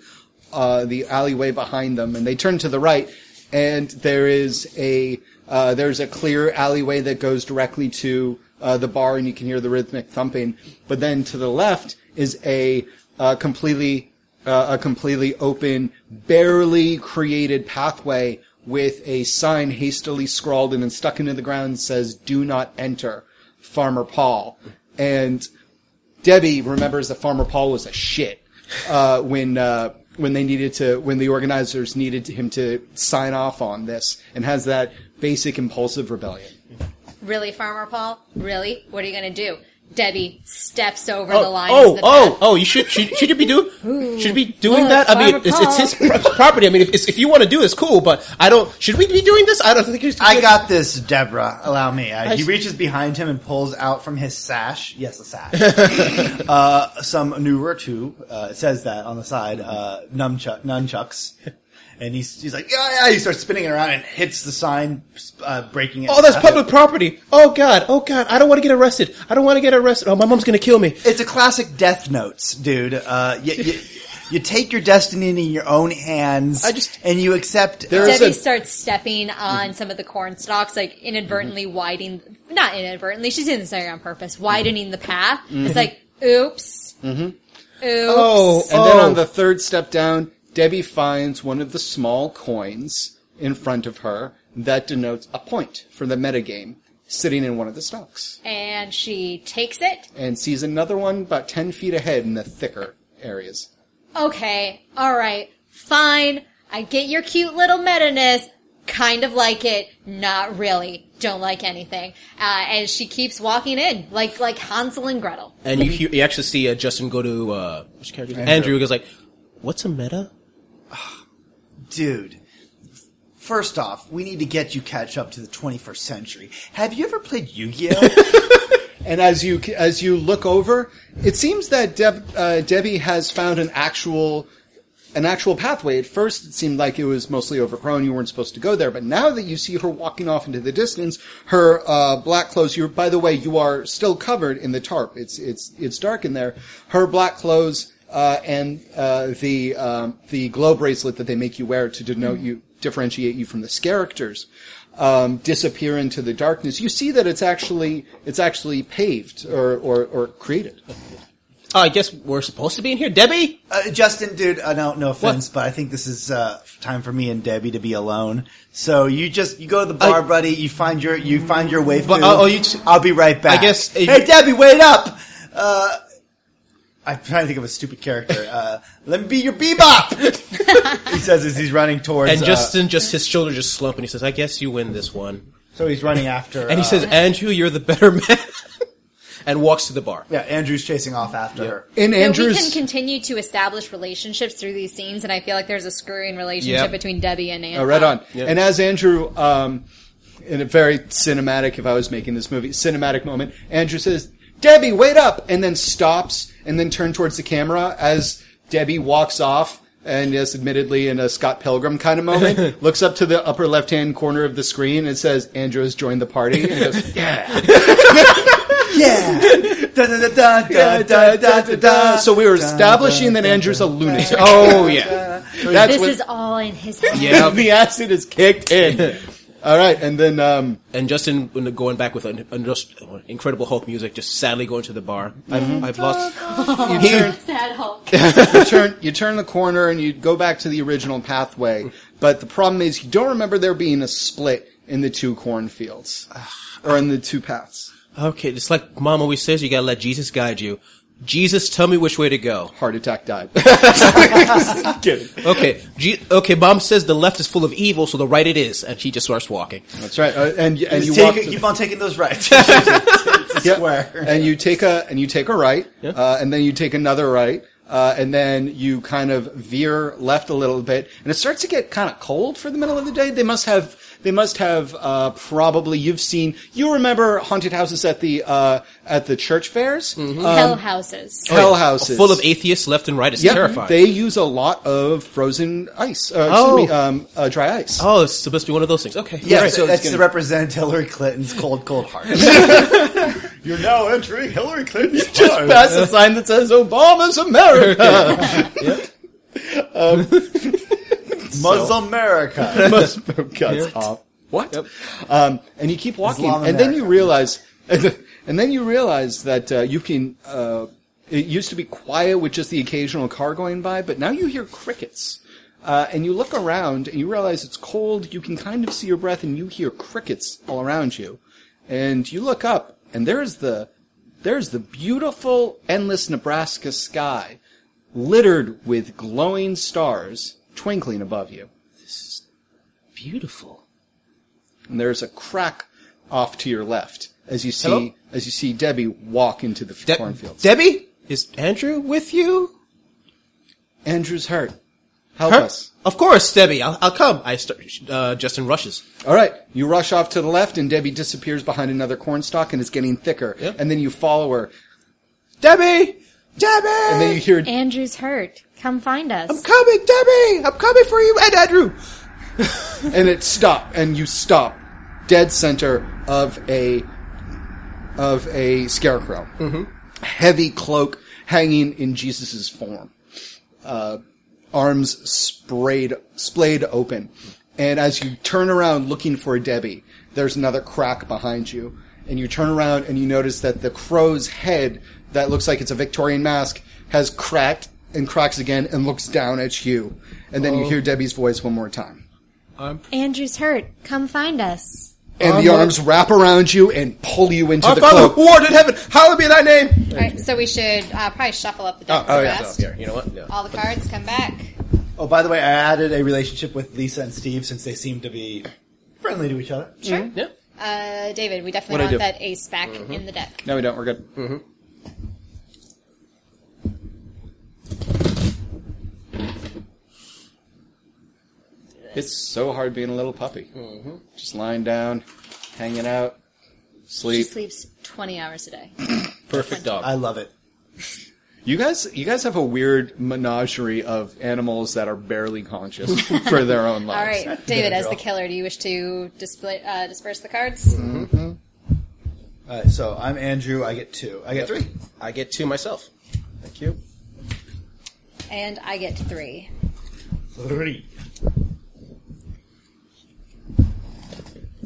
Speaker 1: uh, the alleyway behind them. And they turn to the right, and there is a uh, there's a clear alleyway that goes directly to uh, the bar, and you can hear the rhythmic thumping. But then to the left is a uh, completely uh, a completely open, barely created pathway with a sign hastily scrawled and then stuck into the ground that says "Do not enter, Farmer Paul." And Debbie remembers that Farmer Paul was a shit uh, when uh, when they needed to when the organizers needed him to sign off on this, and has that basic impulsive rebellion.
Speaker 5: Really, Farmer Paul? Really? What are you gonna do? Debbie steps over the
Speaker 3: Oh,
Speaker 5: line.
Speaker 3: oh, oh, oh! You should should should you be doing should you be doing
Speaker 5: look,
Speaker 3: that? I mean,
Speaker 5: Farmer
Speaker 3: it's, it's his pro- *laughs* property. I mean, if, if you want to do this, cool. But I don't. Should we be doing this? I don't think you. should-
Speaker 6: I got this, Deborah. Allow me. Uh, he reaches
Speaker 3: *laughs*
Speaker 6: behind him and pulls out from his sash. Yes, a sash. uh, some newer tube. Uh, it says that on the side. Uh, nunchuck, nunchucks. And he's, he's like, yeah, yeah. He starts spinning it around and hits the sign, uh, breaking it.
Speaker 3: Oh, that's public property. Oh God. Oh God. I don't want to get arrested. I don't want to get arrested. Oh, my mom's gonna kill me.
Speaker 6: It's a classic Death Notes, dude. Uh, you, you, you take your destiny in your own hands.
Speaker 3: I just-
Speaker 6: and you accept.
Speaker 1: There's
Speaker 5: Debbie
Speaker 1: a
Speaker 5: starts stepping on some of the corn stalks, like inadvertently widening, not inadvertently, she's doing this on purpose, widening the path. It's like, oops. Mm-hmm. Oops.
Speaker 3: Oh,
Speaker 1: And then
Speaker 3: oh.
Speaker 1: on the third step down, Debbie finds one of the small coins in front of her that denotes a point for the metagame sitting in one of the stalks
Speaker 5: And she takes it.
Speaker 1: and sees another one about 10 feet ahead in the thicker areas.
Speaker 5: Okay. All right. Fine. I get your cute little meta-ness. Kind of like it. Not really. Don't like anything. Uh, and she keeps walking in, like, like Hansel and Gretel.
Speaker 3: And you, hear- you actually see uh, Justin go to uh, which character? Andrew. Andrew goes like, "What's a meta?"
Speaker 6: dude first off we need to get you catch up to the 21st century have you ever played yu-gi-oh
Speaker 1: And as you as you look over, it seems that Deb, uh, Debbie has found an actual an actual pathway. At first, it seemed like it was mostly overgrown; you weren't supposed to go there. But now that you see her walking off into the distance, her uh, black clothes. You, by the way, you are still covered in the tarp. It's it's it's dark in there. Her black clothes uh, and uh, the um, the glow bracelet that they make you wear to
Speaker 5: Mm-hmm.
Speaker 1: denote you differentiate you from the characters um, disappear into the darkness, you see that it's actually it's actually paved or or, or created.
Speaker 3: Oh, I guess we're supposed to be in here, Debbie.
Speaker 6: uh, justin dude uh, no no offense but i think this is uh, time for me and debbie to be alone so you just you go to the bar
Speaker 3: I-
Speaker 6: buddy you find your you find your way
Speaker 3: But,
Speaker 6: through
Speaker 3: uh, oh, you t-
Speaker 6: i'll be right back
Speaker 3: guess if
Speaker 6: hey
Speaker 3: you-
Speaker 6: debbie wait up uh, i'm trying to think of a stupid character uh, let me be
Speaker 3: *laughs*
Speaker 6: your bebop he says as he's running towards
Speaker 3: And
Speaker 6: uh,
Speaker 3: Justin just his shoulder just slump, and he says, "I guess you win this one."
Speaker 6: so he's running after
Speaker 3: And he
Speaker 6: uh,
Speaker 3: says, "Andrew, you're the better *laughs* man," and walks to the bar.
Speaker 6: yeah andrew's chasing off after her
Speaker 1: In
Speaker 5: So
Speaker 1: Andrew's
Speaker 5: we can continue to establish relationships through these scenes, and I feel like there's a screwing
Speaker 3: Yep.
Speaker 5: relationship between Debbie and Anne.
Speaker 1: Oh, right on. And as Andrew, um, in a very cinematic, if I was making this movie, cinematic moment, Andrew says, Debbie, wait up! And then stops and then turns towards the camera as Debbie walks off. And yes, admittedly, in a Scott Pilgrim kind of moment, looks up to the upper left-hand corner of the screen and says, "Andrew has joined the party." And goes, "Yeah,
Speaker 6: Yeah. da, da, da, da, da, da, da, da.
Speaker 1: So we were establishing that Andrew's a lunatic.
Speaker 3: Oh yeah,
Speaker 1: That's
Speaker 5: This
Speaker 1: what-
Speaker 5: is all in his head.
Speaker 1: *laughs*
Speaker 3: yeah.
Speaker 1: the acid is kicked in. All right, and then um,
Speaker 3: And Justin when they're going back with an, an just uh, incredible Hulk music, just sadly going to the bar.
Speaker 1: Mm-hmm.
Speaker 3: I've, I've lost.
Speaker 1: *laughs* you turn,
Speaker 5: Sad Hulk.
Speaker 1: you turn you turn the corner and you go back to the original pathway. But the problem is you don't remember there being a split in the two cornfields or in the two paths.
Speaker 3: Okay, it's like Mom always says, you gotta let Jesus guide you. Jesus, tell me which way to go.
Speaker 1: Heart attack
Speaker 6: *laughs*
Speaker 1: died.
Speaker 3: Okay, *laughs* G- okay. Mom says the left is full of evil, so the right it is, and she just starts walking.
Speaker 1: That's right. Uh, and and you
Speaker 6: Just
Speaker 1: walk
Speaker 6: take,
Speaker 1: to-
Speaker 6: keep on taking those rights.
Speaker 1: *laughs*
Speaker 6: it's a
Speaker 1: Yep.
Speaker 6: square.
Speaker 1: And you take a and you take a right, uh, and then you take another right, uh, and then you kind of veer left a little bit, and it starts to get kind of cold for the middle of the day. They must have they must have uh, probably you've seen you remember haunted houses at the uh, at the church fairs, Uh,
Speaker 3: Um,
Speaker 5: Hell houses.
Speaker 1: hell houses
Speaker 3: Full of atheists left and right. Mm-hmm. It's
Speaker 1: Yep,
Speaker 3: terrifying.
Speaker 1: they use a lot of frozen ice. Uh,
Speaker 3: Oh.
Speaker 1: Excuse me, um, uh, dry ice.
Speaker 3: oh, it's supposed to be one of those things. Okay.
Speaker 6: Yeah,
Speaker 1: Right,
Speaker 6: so
Speaker 1: so it's
Speaker 6: that's
Speaker 1: gonna-
Speaker 6: to represent Hillary Clinton's cold, cold heart. *laughs* You're now entering Hillary Clinton's
Speaker 1: Just pass a sign that says Obama's America.
Speaker 6: Muslim America.
Speaker 1: Must cuts off.
Speaker 8: What?
Speaker 1: Um, and you keep walking,
Speaker 6: Islam
Speaker 1: and then you realize, *laughs* and then you realize that uh, you can. Uh, it used to be quiet with just the occasional car going by, but now you hear crickets. Uh, and you look around and you realize it's cold. You can kind of see your breath, and you hear crickets all around you. And you look up, and there's the there's the beautiful, endless Nebraska sky, littered with glowing stars twinkling above you.
Speaker 3: Beautiful.
Speaker 1: and there's a crack off to your left as you see
Speaker 3: Hello?
Speaker 1: as you see Debbie walk into the f- cornfields.
Speaker 3: Debbie, is Andrew with you?
Speaker 1: Andrew's hurt. Help
Speaker 3: Her-
Speaker 1: us.
Speaker 3: Of course, Debbie. I'll, I'll come. I start. Uh, Justin rushes.
Speaker 1: All right, you rush off to the left, and Debbie disappears behind another cornstalk, and it's getting thicker.
Speaker 3: Yep.
Speaker 1: And then you follow her,
Speaker 3: Debbie, Debbie.
Speaker 1: and then you hear
Speaker 2: Andrew's hurt. Come find us.
Speaker 3: I'm coming, Debbie. I'm coming for you and Andrew.
Speaker 1: and it stop, and you stop, dead center of a of a scarecrow, mm-hmm. heavy cloak hanging in Jesus's form, uh, arms sprayed splayed open, and as you turn around looking for Debbie, there's another crack behind you, and you turn around and you notice that the crow's head that looks like it's a Victorian mask has cracked and cracks again and looks down at you, and then you hear Debbie's voice one more time.
Speaker 2: Andrew's hurt. Come find us.
Speaker 1: and the arms wrap around you and pull you into
Speaker 3: Our
Speaker 1: the
Speaker 3: Father
Speaker 1: cloak.
Speaker 3: who art in heaven, hallowed be thy name.
Speaker 2: All right, so we should uh, probably shuffle up the deck
Speaker 3: Oh
Speaker 2: the
Speaker 3: yeah,
Speaker 2: best.
Speaker 3: You know what?
Speaker 2: All the cards come back.
Speaker 6: Oh, by the way, I added a relationship with Lisa and Steve since they seem to be friendly to each other.
Speaker 2: Sure.
Speaker 3: Yeah.
Speaker 2: Uh, David, we definitely
Speaker 3: What'd
Speaker 2: want
Speaker 3: I Mm-hmm.
Speaker 2: that ace back in the deck.
Speaker 1: No, we don't. We're good. It's so hard being a little puppy. Just lying down, hanging out,
Speaker 2: She
Speaker 1: sleep.
Speaker 2: sleeps 20 hours a day.
Speaker 3: Perfect dog.
Speaker 6: I love it.
Speaker 1: You guys, you guys have a weird menagerie of animals that are barely *laughs* conscious for their own
Speaker 2: All
Speaker 1: lives.
Speaker 2: right, David, as the killer, do you wish to display, uh, disperse the cards?
Speaker 3: Mm-hmm.
Speaker 6: All right, so I'm Andrew. I get two. I get three.
Speaker 3: I get two myself.
Speaker 1: Thank you.
Speaker 2: And I get three.
Speaker 6: Three.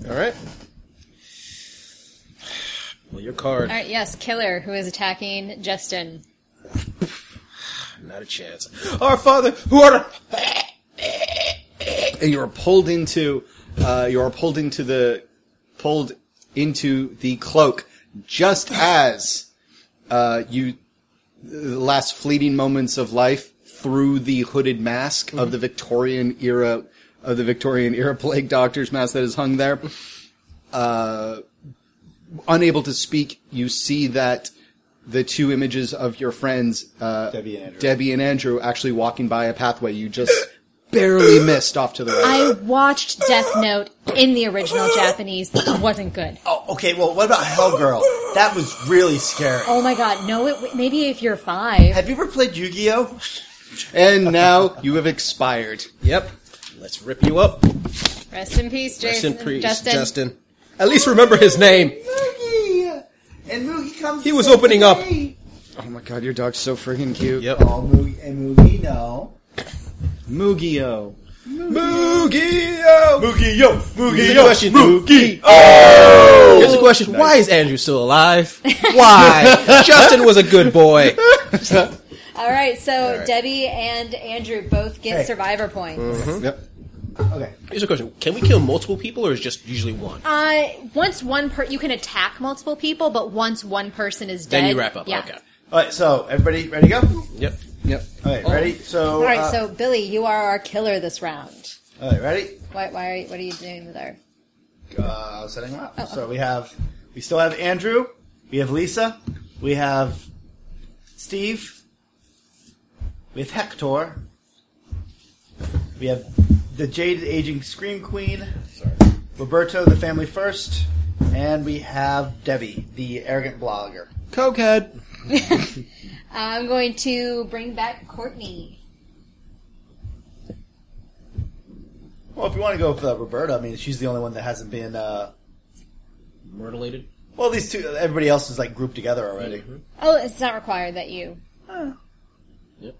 Speaker 3: All right. Well, your card.
Speaker 2: All right, yes, killer who is attacking Justin.
Speaker 3: Not a chance. Our Father, who art.
Speaker 1: and you are pulled into uh, you are pulled into the pulled into the cloak just as uh, you the last fleeting moments of life through the hooded mask of
Speaker 3: Mm-hmm.
Speaker 1: the Victorian era of the Victorian era plague doctor's mask that is hung there. Uh, unable to speak, you see that the two images of your friends, uh,
Speaker 6: Debbie and Andrew.
Speaker 1: Debbie and Andrew, actually walking by a pathway you just *laughs* barely missed off to the right.
Speaker 2: I watched Death Note in the original Japanese. It wasn't good.
Speaker 6: Oh, okay. Well, what about Hell Girl? That was really scary.
Speaker 2: Oh my god, no, it, maybe if you're five.
Speaker 6: Have you ever played Yu-Gi-Oh?
Speaker 1: And now you have expired.
Speaker 3: Yep. Let's rip you up.
Speaker 2: Rest in peace,
Speaker 3: Rest
Speaker 2: Jason.
Speaker 3: in peace,
Speaker 2: Justin.
Speaker 3: Justin. At least remember his name.
Speaker 6: Moogie! And Moogie comes.
Speaker 3: He was opening up.
Speaker 1: Oh my god, your dog's so freaking cute.
Speaker 3: Yep.
Speaker 6: Oh, Moogie and Moogie, no.
Speaker 1: Mugio.
Speaker 3: Moogie-O!
Speaker 6: Moogie yo,
Speaker 3: Here's
Speaker 6: Moogie
Speaker 3: the question. Here's the question. Why is Andrew still alive? Why? Justin was a good boy.
Speaker 2: All right, so Debbie and Andrew both get
Speaker 6: Hey.
Speaker 2: survivor points.
Speaker 3: Mm-hmm. Oh.
Speaker 1: Yep.
Speaker 6: Okay.
Speaker 3: Here's the question. Can we kill multiple people or is just usually one?
Speaker 2: Uh, once one per you can attack multiple people, but once one person is dead,
Speaker 3: Then you wrap up.
Speaker 2: Yeah.
Speaker 3: Okay.
Speaker 6: All right. So everybody, ready to go?
Speaker 3: Yep.
Speaker 1: Yep.
Speaker 6: All right, ready. So,
Speaker 2: Oh. All right,
Speaker 6: uh,
Speaker 2: so Billy, you are our killer this round.
Speaker 6: all right, ready.
Speaker 2: Why? Why are you, what are you doing with our?
Speaker 6: Uh, setting them
Speaker 2: Oh,
Speaker 6: up. So we have, we still have Andrew, we have Lisa, we have Steve, we have Hector, we have the jaded aging scream queen, Roberto, the family first, and we have Debbie, the arrogant blogger.
Speaker 1: Cokehead.
Speaker 2: I'm going to bring back Courtney.
Speaker 6: Well, if you want to go with uh, Roberta, I mean, she's the only one that hasn't been uh,
Speaker 3: Mutilated.
Speaker 4: Well, these two, everybody else is like grouped together already.
Speaker 2: Oh, it's not required that you.
Speaker 3: Yep.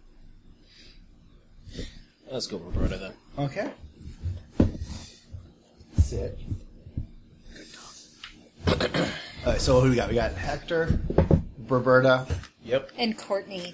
Speaker 3: Let's go with Roberta then.
Speaker 4: Okay. Sit. All right, so who we got? We got Hector, Roberta.
Speaker 3: Yep.
Speaker 2: And Courtney.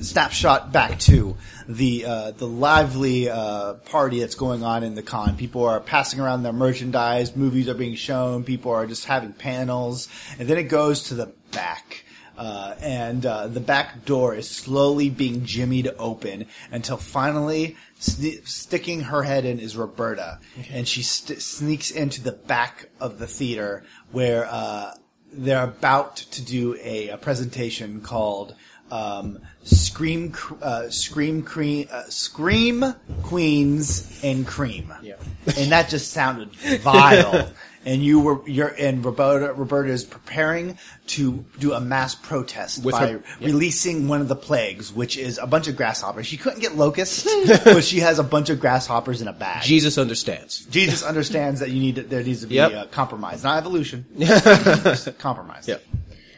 Speaker 4: Snapshot back to the uh, the lively uh, party that's going on in the con. People are passing around their merchandise. Movies are being shown. People are just having panels, and then it goes to the back. Uh, and uh, the back door is slowly being jimmied open until finally sne- sticking her head in is Roberta, and she st- sneaks into the back of the theater where uh, they're about to do a, a presentation called um, "Scream Cr- uh, Scream Cream uh, Scream Queens and Cream," and that just sounded
Speaker 3: *laughs*
Speaker 4: vile. and you were you're and Roberta Roberta is preparing to do a mass protest by
Speaker 9: her-
Speaker 4: releasing one of the plagues, which is a bunch of grasshoppers. She couldn't
Speaker 3: *laughs*
Speaker 4: get locusts, but she has a bunch of grasshoppers in a bag.
Speaker 3: Jesus understands.
Speaker 4: Jesus understands that you need to, there needs to be
Speaker 3: Yep.
Speaker 4: uh, compromise, not
Speaker 3: *laughs*
Speaker 4: evolution. Just compromise.
Speaker 3: Yep.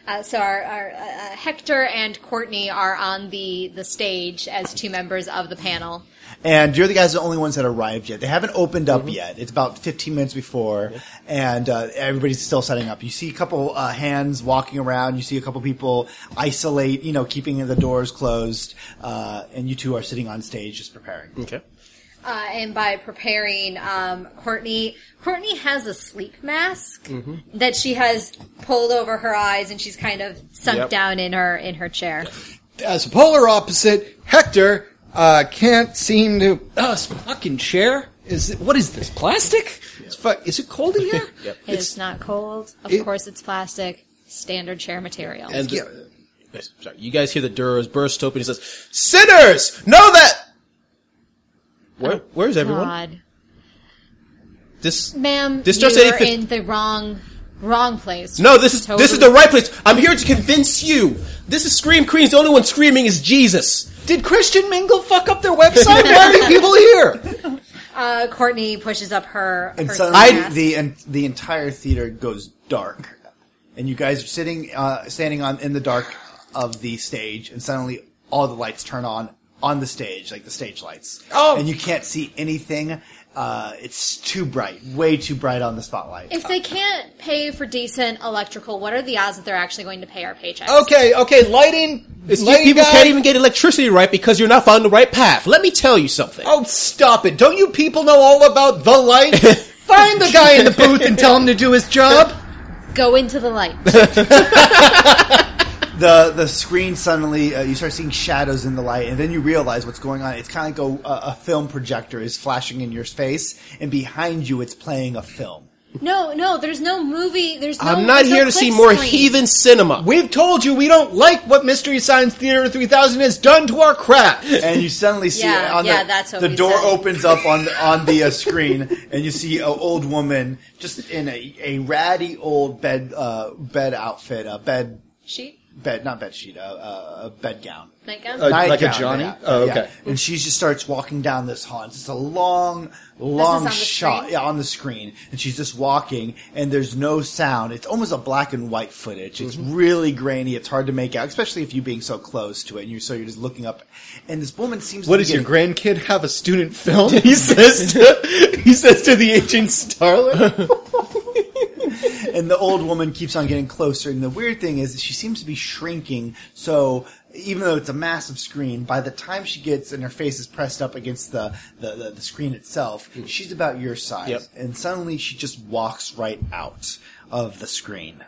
Speaker 2: Uh, so our, our uh, uh, Hector and Courtney are on the the stage as two members of the panel.
Speaker 4: And you're the guys the only ones that arrived yet. They haven't opened up yet. It's about 15 minutes before, and uh, everybody's still setting up. You see a couple uh, hands walking around. You see a couple people isolate, you know, keeping the doors closed. Uh, and you two are sitting on stage just preparing.
Speaker 3: Okay.
Speaker 2: Uh, and by preparing um, Courtney, Courtney has a sleep mask
Speaker 3: Mm-hmm.
Speaker 2: that she has pulled over her eyes, and she's kind of sunk
Speaker 3: Yep.
Speaker 2: down in her in her chair.
Speaker 10: As a polar opposite, Hector uh, can't seem to.
Speaker 1: uh,
Speaker 9: Oh, this fucking chair is it, what is this plastic?
Speaker 10: It's fu- is it cold in
Speaker 3: *laughs*
Speaker 10: here? yep.
Speaker 2: It is not cold. Of
Speaker 10: it-
Speaker 2: course, it's plastic. Standard chair material.
Speaker 3: And the, Yes, sorry, you guys hear the doors burst open. He says, "Sinners, know that." Oh, Where, where's everyone?
Speaker 2: God,
Speaker 3: This
Speaker 2: ma'am,
Speaker 3: This
Speaker 2: you
Speaker 3: just
Speaker 2: are
Speaker 3: ain't fit-
Speaker 2: in the wrong wrong place.
Speaker 3: no, this is this is the
Speaker 2: Totally.
Speaker 3: right place. I'm here to convince you. This is Scream Queens. The only one screaming is Jesus.
Speaker 1: Did Christian Mingle fuck up their website? Why are people here?
Speaker 2: Uh, Courtney pushes up her.
Speaker 4: And
Speaker 2: her
Speaker 4: suddenly
Speaker 2: mask.
Speaker 4: the en- the entire theater goes dark, and you guys are sitting uh, standing on in the dark of the stage, and suddenly all the lights turn on on the stage, like the stage lights.
Speaker 1: Oh.
Speaker 4: and you can't see anything. Uh, it's too bright, way too bright on the spotlight.
Speaker 2: If they can't pay for decent electrical, what are the odds that they're actually going to pay our paychecks?
Speaker 1: Okay, okay, lighting.
Speaker 3: It's-
Speaker 1: lighting
Speaker 3: people
Speaker 1: guy.
Speaker 3: can't even get electricity right because you're not following the right path. Let me tell you something.
Speaker 1: Oh, stop it! Don't you people know all about the
Speaker 3: *laughs*
Speaker 1: light? Find the guy in the booth
Speaker 2: *laughs*
Speaker 1: and tell him to do his job.
Speaker 2: Go into the
Speaker 3: *laughs*
Speaker 2: light.
Speaker 4: the the screen suddenly uh, you start seeing shadows in the light, and then you realize what's going on. It's kind of like a, a film projector is flashing in your face, and behind you it's playing a film.
Speaker 2: No, no, there's no movie. There's no.
Speaker 3: I'm not
Speaker 2: there's no
Speaker 3: here to see
Speaker 2: click
Speaker 3: more
Speaker 2: screen.
Speaker 3: heathen cinema.
Speaker 1: We've told you we don't like what Mystery Science Theater 3000 has done to our craft.
Speaker 4: and you suddenly see
Speaker 2: Yeah,
Speaker 4: on the,
Speaker 2: yeah, that's what
Speaker 4: the
Speaker 2: we
Speaker 4: door
Speaker 2: said.
Speaker 4: opens up on the, on the uh, screen, and you see an old woman just in a, a ratty old bed uh, bed outfit, a bed
Speaker 2: She
Speaker 4: bed not bed sheet, a, a, a bed gown.
Speaker 2: nightgown.
Speaker 9: Uh, like a
Speaker 4: Nightgown,
Speaker 9: Johnny?
Speaker 4: yeah,
Speaker 9: Oh,
Speaker 4: yeah.
Speaker 9: okay.
Speaker 4: And she just starts walking down this hall. It's just a long, long
Speaker 2: on the
Speaker 4: shot
Speaker 2: screen?
Speaker 4: Yeah, on the screen, and she's just walking, and there's no sound. It's almost a black and white footage. It's
Speaker 9: Mm-hmm.
Speaker 4: really grainy. It's hard to make out, especially if you being so close to it, and you so you're just looking up. And this woman seems
Speaker 9: What
Speaker 4: to
Speaker 9: does
Speaker 4: be
Speaker 9: your
Speaker 4: getting-
Speaker 9: grandkid have a student film? He says to, he says to the aging starlet.
Speaker 4: and the old woman keeps on getting closer. And the weird thing is, she seems to be shrinking. So even though it's a massive screen, by the time she gets and her face is pressed up against the the, the, the screen itself, she's about your size.
Speaker 3: Yep.
Speaker 4: And suddenly she just walks right out of the screen.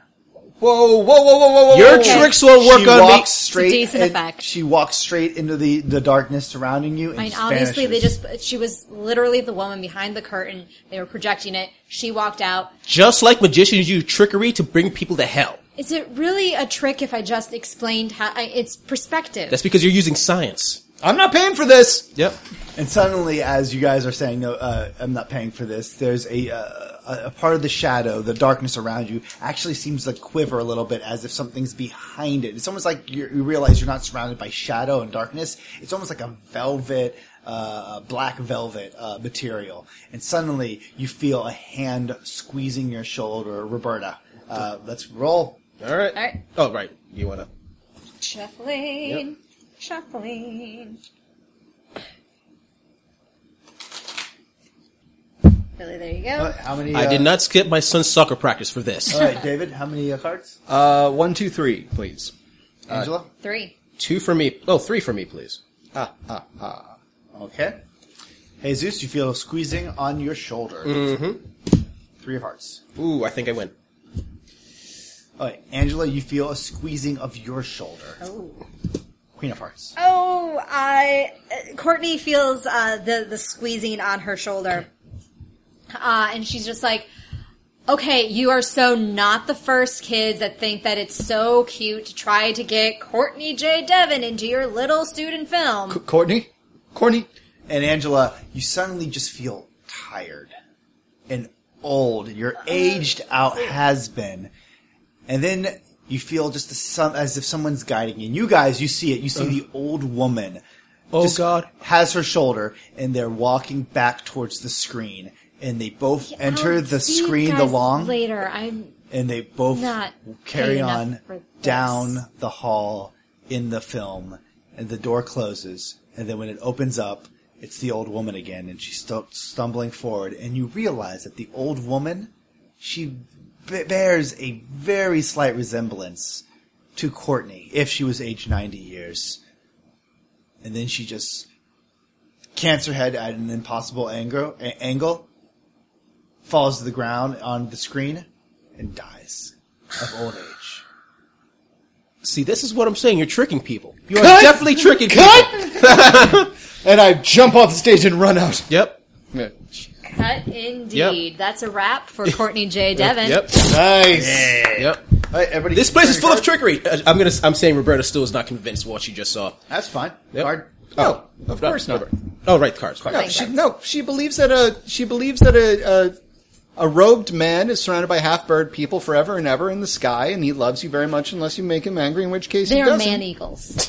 Speaker 1: Whoa, whoa, whoa, whoa, whoa, whoa!
Speaker 3: *laughs* Your tricks won't work
Speaker 4: she
Speaker 3: on
Speaker 4: walks
Speaker 3: me.
Speaker 4: straight.
Speaker 2: decent
Speaker 4: and
Speaker 2: effect.
Speaker 4: She walks straight into the, the darkness surrounding you. And
Speaker 2: I mean,
Speaker 4: just
Speaker 2: obviously,
Speaker 4: vanishes.
Speaker 2: they just. She was literally the woman behind the curtain. They were projecting it. She walked out.
Speaker 3: Just like magicians use trickery to bring people to hell.
Speaker 2: Is it really a trick if I just explained how? I, it's perspective.
Speaker 3: That's because you're using science.
Speaker 1: I'm not paying for this.
Speaker 3: Yep.
Speaker 4: And suddenly, as you guys are saying, "No, uh, I'm not paying for this," there's a uh, a, a part of the shadow, the darkness around you, actually seems to quiver a little bit as if something's behind it. It's almost like you you realize you're not surrounded by shadow and darkness. It's almost like a velvet, uh, black velvet uh, material, and suddenly you feel a hand squeezing your shoulder. Roberta, uh, let's roll.
Speaker 3: All right.
Speaker 2: All right.
Speaker 3: Oh, right. You wanna?
Speaker 2: Shuffling. Shuffling. Really, there you go.
Speaker 4: Uh, How many?
Speaker 3: I
Speaker 4: uh,
Speaker 3: did not skip my son's soccer practice for this.
Speaker 4: All right, David. How many uh, cards?
Speaker 1: Uh, one, two, three, please.
Speaker 4: Angela.
Speaker 2: Three.
Speaker 3: Two for me. Oh, three for me, please.
Speaker 4: Okay. Hey Zeus, you feel squeezing on your shoulder. Mm-hmm. Three of hearts.
Speaker 3: Ooh, I think I win.
Speaker 4: All right, Angela, you feel a squeezing of your shoulder. Oh. Queen of hearts.
Speaker 2: Oh, I. uh, Courtney feels uh, the the squeezing on her shoulder, uh, and she's just like, "Okay, you are so not the first kids that think that it's so cute to try to get Courtney J. Devon into your little student film."
Speaker 1: Courtney? Courtney?
Speaker 4: And Angela, you suddenly just feel tired and old. You're aged out has been. And then you feel just the some, as if someone's guiding you. And you guys, you see it. You see the old woman.
Speaker 3: Oh,
Speaker 4: just
Speaker 3: God.
Speaker 4: Has her shoulder, and they're walking back towards the screen. And they both enter
Speaker 6: I'll
Speaker 4: the
Speaker 6: see you
Speaker 4: screen
Speaker 6: guys
Speaker 4: along,
Speaker 6: later. I'm
Speaker 4: and they both
Speaker 6: Not
Speaker 4: carry
Speaker 6: paid enough
Speaker 4: on
Speaker 6: for this.
Speaker 4: down the hall in the film, and the door closes, and then when it opens up, it's the old woman again, and she's stu- stumbling forward, and you realize that the old woman, she b- bears a very slight resemblance to Courtney if she was aged ninety years, and then she just cants her head at an impossible angle, a- angle falls to the ground on the screen, and dies of old age.
Speaker 3: See, this is what I'm saying. You're tricking people. You are definitely tricking people.
Speaker 11: And I jump off the stage and run out.
Speaker 3: Yep.
Speaker 2: Cut indeed. That's a
Speaker 1: *laughs*
Speaker 2: wrap for Courtney J. Devon.
Speaker 3: Yep.
Speaker 11: Nice.
Speaker 3: Yep.
Speaker 4: All right, everybody.
Speaker 3: This place is full of
Speaker 4: tricks.
Speaker 3: trickery. Uh, I'm gonna. s- I'm saying Roberta still is not convinced what she just saw.
Speaker 4: That's fine.
Speaker 3: Yep.
Speaker 4: Card.
Speaker 1: Oh, of course not.
Speaker 3: Oh, right, the cards.
Speaker 1: No, she, no, she believes that a she believes that a, a a robed man is surrounded by half bird people forever and ever in the sky, and he loves you very much unless you make him angry. In which case,
Speaker 6: they
Speaker 1: he
Speaker 6: are
Speaker 1: doesn't.
Speaker 6: man eagles.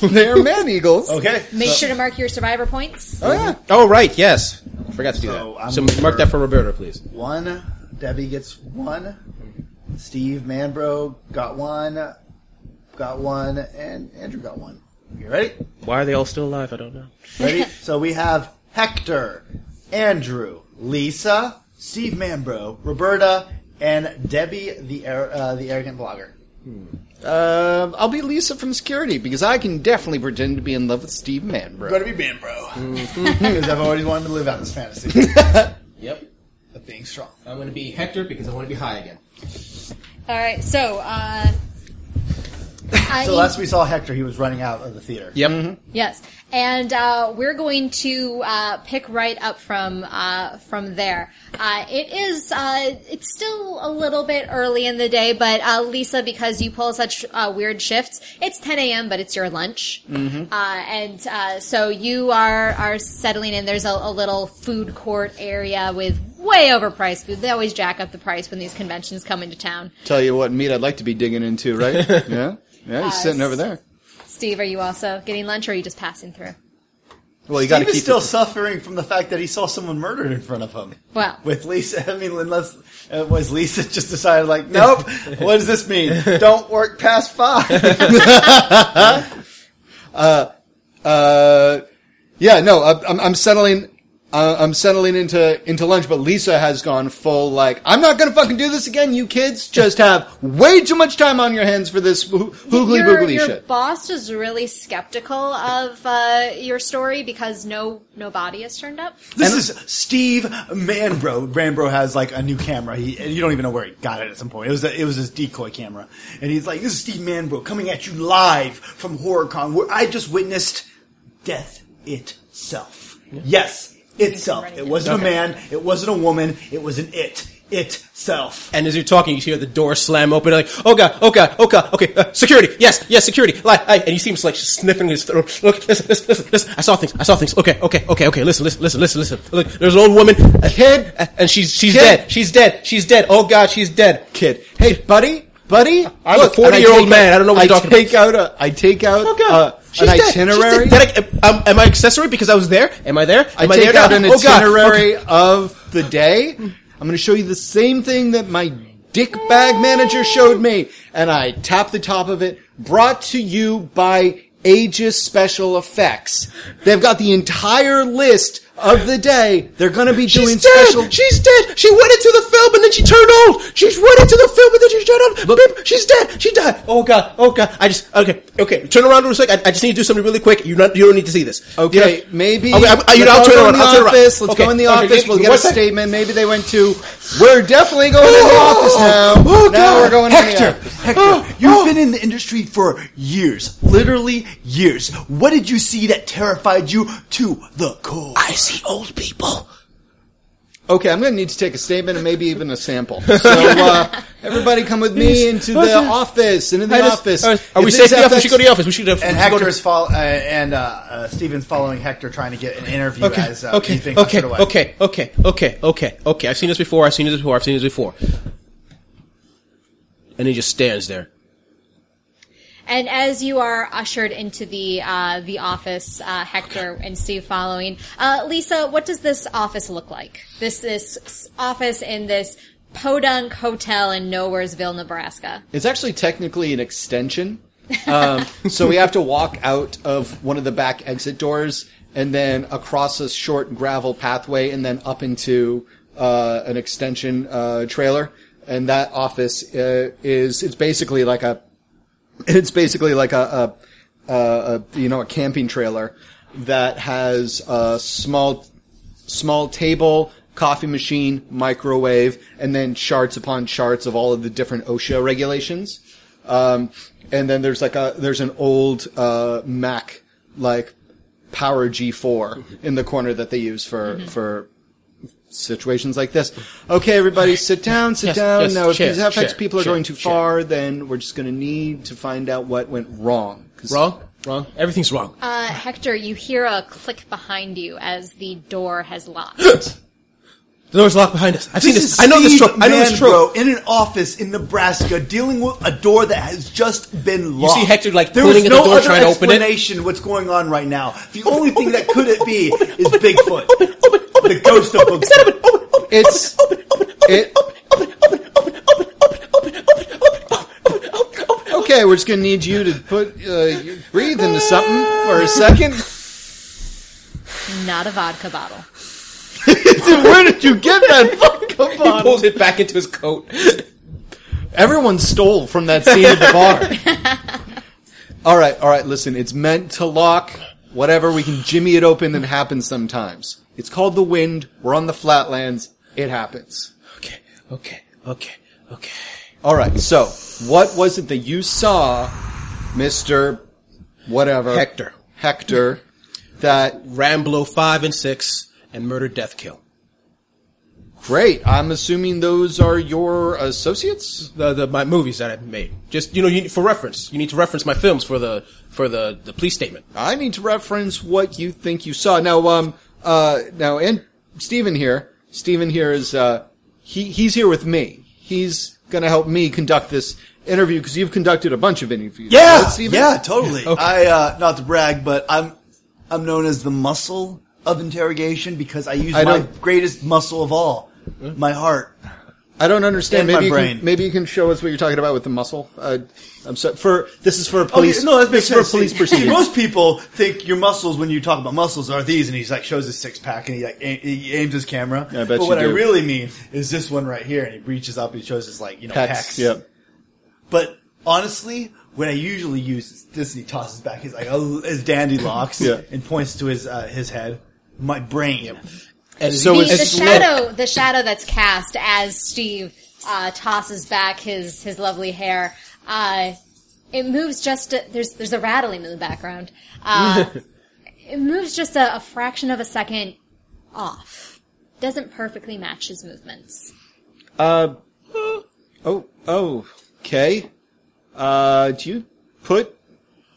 Speaker 1: *laughs* they are man eagles.
Speaker 4: Okay.
Speaker 2: Make sure to mark your survivor points.
Speaker 1: Oh, yeah.
Speaker 3: Oh, right. Yes. Forgot to do
Speaker 4: So,
Speaker 3: that.
Speaker 4: I'm
Speaker 3: so
Speaker 4: gonna-
Speaker 3: mark that for Roberta, please.
Speaker 4: One. Debbie gets one. Steve Manbro got one. Got one, and Andrew got one. You ready?
Speaker 3: Why are they all still alive? I don't know.
Speaker 4: Ready? so we have Hector, Andrew, Lisa, Steve Manbro, Roberta, and Debbie, the ar- uh, the arrogant blogger.
Speaker 1: Um, I'll be Lisa from security because I can definitely pretend to be in love with Steve Manbro.
Speaker 4: Gonna be Manbro Mm-hmm. because I've always wanted to live out
Speaker 3: *laughs*
Speaker 4: this fantasy
Speaker 3: Yep.
Speaker 4: of being strong.
Speaker 3: I'm gonna be Hector because I want to be high again.
Speaker 2: All right. So, uh,
Speaker 4: So last we saw Hector, he was running out of the theater.
Speaker 3: Yep.
Speaker 2: Yes, and uh, we're going to uh, pick right up from uh, from there. Uh, it is uh, it's still a little bit early in the day, but uh, Lisa, because you pull such uh, weird shifts, it's 10 a.m. but it's your lunch, uh, and uh, so you are are settling in. There's a, a little food court area with way overpriced food. They always jack up the price when these conventions come into town.
Speaker 1: Tell you what meat I'd like to be digging into, right? yeah, yeah, he's sitting over there.
Speaker 2: Steve, are you also getting lunch, or are you just passing through?
Speaker 1: Well, you got to
Speaker 4: Steve
Speaker 1: keep
Speaker 4: is still
Speaker 1: it-
Speaker 4: suffering from the fact that he saw someone murdered in front of him.
Speaker 2: Well,
Speaker 6: *laughs*
Speaker 4: With Lisa, I mean, unless uh, was Lisa just decided like, nope, what does
Speaker 6: *laughs*
Speaker 4: this mean? Don't work past five.
Speaker 1: Uh, yeah, no, I- I'm, I'm settling. Uh, I'm settling into into lunch, but Lisa has gone full like I'm not gonna fucking do this again. You kids just have way too much time on your hands for this ho- hoogly
Speaker 2: your,
Speaker 1: boogly
Speaker 2: your
Speaker 1: shit.
Speaker 2: boss is really skeptical of uh, your story because no no body has turned up.
Speaker 4: this is Steve Manbro. Manbro has like a new camera. He and you don't even know where he got it at some point. It was a, it was his decoy camera, and he's like, "This is Steve Manbro coming at you live from HorrorCon, where I just witnessed death itself. Yes, itself. It wasn't a man. It wasn't a woman. It was an it. itself.
Speaker 3: And as you're talking, you hear the door slam open. Like, oh god, oh god, oh god, okay, uh, security, yes, yes, security. Lie, lie. And you see him like sniffing his throat. Look, listen, listen, listen, listen. I saw things, I saw things. Okay, okay, okay, okay. Listen, listen, listen, listen, listen. Look, there's an old woman, uh,
Speaker 1: Kid.
Speaker 3: uh, and she's she's
Speaker 1: Kid.
Speaker 3: dead, she's dead, she's dead. Oh god, she's dead.
Speaker 1: kid. Hey, buddy, buddy.
Speaker 3: I'm a
Speaker 1: look, and
Speaker 3: 40-year-old
Speaker 1: take
Speaker 3: man. I don't know what you're
Speaker 1: I
Speaker 3: talking about.
Speaker 1: take out a. I take out
Speaker 3: Oh god,
Speaker 1: uh, an
Speaker 3: she's dead.
Speaker 1: itinerary.
Speaker 3: She's dead. Did I, am, am I accessory because I was there? Am I there? Am
Speaker 1: I
Speaker 3: there
Speaker 1: take out
Speaker 3: now?
Speaker 1: an
Speaker 3: Oh, God.
Speaker 1: itinerary of the day. I'm going to show you the same thing that my dick bag manager showed me, and I tap the top of it. Brought to you by Aegis Special Effects. They've got the entire list of the day. They're going to be doing
Speaker 3: She's dead.
Speaker 1: special.
Speaker 3: She's dead. She went into the film and then she turned old. She went into the film and then she turned old. Bip, she's dead. She died. Oh god. Oh god. I just okay. Okay. Turn around real quick. I, I just need to do something really quick. You not. You don't need to see this.
Speaker 1: Okay,
Speaker 3: You know-
Speaker 1: maybe.
Speaker 3: Okay, I, I, you know, I'll
Speaker 1: let's
Speaker 3: turn
Speaker 1: all go
Speaker 3: around.
Speaker 1: in the
Speaker 3: I'll turn around.
Speaker 1: office. Let's
Speaker 3: Okay,
Speaker 1: go in the
Speaker 3: okay,
Speaker 1: office.
Speaker 3: give-
Speaker 1: We'll
Speaker 3: give
Speaker 1: get
Speaker 3: one
Speaker 1: a
Speaker 3: second.
Speaker 1: statement. Maybe they went to. We're definitely going in the office now.
Speaker 3: Oh,
Speaker 1: now
Speaker 3: God.
Speaker 1: we're going
Speaker 6: Hector,
Speaker 1: in the office.
Speaker 6: Hector, *laughs* you've been in the industry for years, literally years. What did you see that terrified you to the core?
Speaker 3: I see old people.
Speaker 1: Okay, I'm going to need to take a statement and maybe even a sample. So
Speaker 3: *laughs*
Speaker 1: uh, everybody, come with me into the office. Into the
Speaker 3: I just- uh,
Speaker 1: office.
Speaker 3: all right. Are
Speaker 1: If
Speaker 3: we
Speaker 1: this
Speaker 3: safe enough? We
Speaker 1: affects-
Speaker 3: should go to the office. We should have.
Speaker 4: And
Speaker 3: we should go to-
Speaker 4: Hector is follow, uh, and uh, uh, Steven's following Hector, trying to get an interview
Speaker 3: Okay.
Speaker 4: as uh,
Speaker 3: Okay.
Speaker 4: he's being
Speaker 3: Okay.
Speaker 4: ushered away.
Speaker 3: Okay. Okay. Okay. Okay. Okay. I've seen this before. I've seen this before. I've seen this before. And he just stands there.
Speaker 2: And as you are ushered into the uh, the office, uh, Hector and Steve following, uh, Lisa, what does this office look like? This this s- office in this podunk hotel in Nowheresville, Nebraska.
Speaker 1: It's actually technically an extension. Um, so we have to walk out of one of the back exit doors and then across a short gravel pathway and then up into uh, an extension uh, trailer. And that office uh, is it's basically like a it's basically like a, a, a, a you know a camping trailer that has a small small table, coffee machine, microwave, and then charts upon charts of all of the different OSHA regulations. Um, and then there's like a there's an old uh, Mac like Power G4 in the corner that they use for
Speaker 3: Mm-hmm.
Speaker 1: for situations like this. Okay, everybody, sit down, sit
Speaker 3: Yes,
Speaker 1: down.
Speaker 3: yes,
Speaker 1: now, if
Speaker 3: chair,
Speaker 1: these FX
Speaker 3: chair,
Speaker 1: people are
Speaker 3: chair,
Speaker 1: going too
Speaker 3: chair.
Speaker 1: far, then we're just going to need to find out what went wrong. 'Cause-
Speaker 3: Wrong. Wrong. Everything's wrong.
Speaker 2: Uh, Hector, you hear a click behind you as the door has locked.
Speaker 3: The door's locked behind us. I've seen
Speaker 6: This *laughs*
Speaker 3: this.
Speaker 6: is
Speaker 3: I know this
Speaker 6: Steve
Speaker 3: trope. I know this trope.
Speaker 6: Manbro in an office in Nebraska dealing with a door that has just been locked.
Speaker 3: Hector, like,
Speaker 6: there
Speaker 3: pulling
Speaker 6: was
Speaker 3: at the
Speaker 6: no
Speaker 3: door,
Speaker 6: other
Speaker 3: trying to open it.
Speaker 6: explanation what's going on right now. The only thing that could it be
Speaker 3: open,
Speaker 6: is
Speaker 3: open,
Speaker 6: Bigfoot.
Speaker 3: Open, open, open,
Speaker 6: The ghost
Speaker 3: open,
Speaker 6: of
Speaker 3: open. It's not open. Open, open,
Speaker 1: It's-
Speaker 3: open, open, open,
Speaker 1: it-
Speaker 3: open, open, open, open, open, open, open, open, open, open, open, open.
Speaker 1: Okay, we're just going to need you to put uh, you- breathe into something for a
Speaker 3: *laughs*
Speaker 1: second.
Speaker 2: Not a vodka bottle.
Speaker 1: Dude, where did you get that vodka
Speaker 3: He
Speaker 1: bottle?
Speaker 3: pulls it back into his coat.
Speaker 1: Everyone stole from that scene at the bar. all right, all right. Listen, it's meant to lock. Whatever, we can jimmy it open. It happens sometimes. It's called the wind. We're on the flatlands. It happens.
Speaker 3: Okay, okay, okay, okay.
Speaker 1: All right. So, what was it that you saw, Mister, whatever
Speaker 3: Hector.
Speaker 1: Hector, that
Speaker 3: Ramblo five and six and murder, death, kill.
Speaker 1: great? I'm assuming those are your associates.
Speaker 3: The, the my movies that I've made. Just you know, you, for reference, you need to reference my films for the for the the police statement.
Speaker 1: I need to reference what you think you saw. Now, um, uh, now, and Stephen here, Stephen here is, uh, he, he's here with me. He's gonna help me conduct this interview because you've conducted a bunch of interviews.
Speaker 6: Yeah,
Speaker 1: right, Stephen?
Speaker 6: yeah, totally. I uh, not to brag, but I'm I'm known as the muscle of interrogation because I use
Speaker 1: I
Speaker 6: my
Speaker 1: don't-
Speaker 6: greatest muscle of all, my heart.
Speaker 1: I don't understand.
Speaker 6: In my
Speaker 1: Maybe you,
Speaker 6: brain.
Speaker 1: Can, maybe you can show us what you're talking about with the muscle. Uh, I'm sorry. For this is for police.
Speaker 6: Okay, Oh, no, that makes
Speaker 1: this is
Speaker 6: sense.
Speaker 1: for police
Speaker 6: See,
Speaker 1: proceedings.
Speaker 6: Most people think your muscles when you talk about muscles are these, and he's like shows his six pack and he like a- he aims his camera.
Speaker 1: I bet
Speaker 6: but
Speaker 1: you
Speaker 6: what I
Speaker 1: do.
Speaker 6: really mean is this one right here, and he reaches up and shows his like you know pecs.
Speaker 1: Pecs, Yep.
Speaker 6: But honestly, what I usually use is this, and he tosses back his like oh, his dandy locks
Speaker 1: Yeah.
Speaker 6: and points to his uh, his head. My brain.
Speaker 3: And
Speaker 1: So
Speaker 2: The,
Speaker 1: it's
Speaker 2: the
Speaker 1: It's
Speaker 2: shadow, the shadow that's cast as Steve uh, tosses back his his lovely hair. Uh, it moves just a, there's there's a rattling in the background.
Speaker 1: *laughs*
Speaker 2: Uh, it moves just a, a fraction of a second off. Doesn't perfectly match his movements.
Speaker 1: Oh, oh, okay. Uh, do you put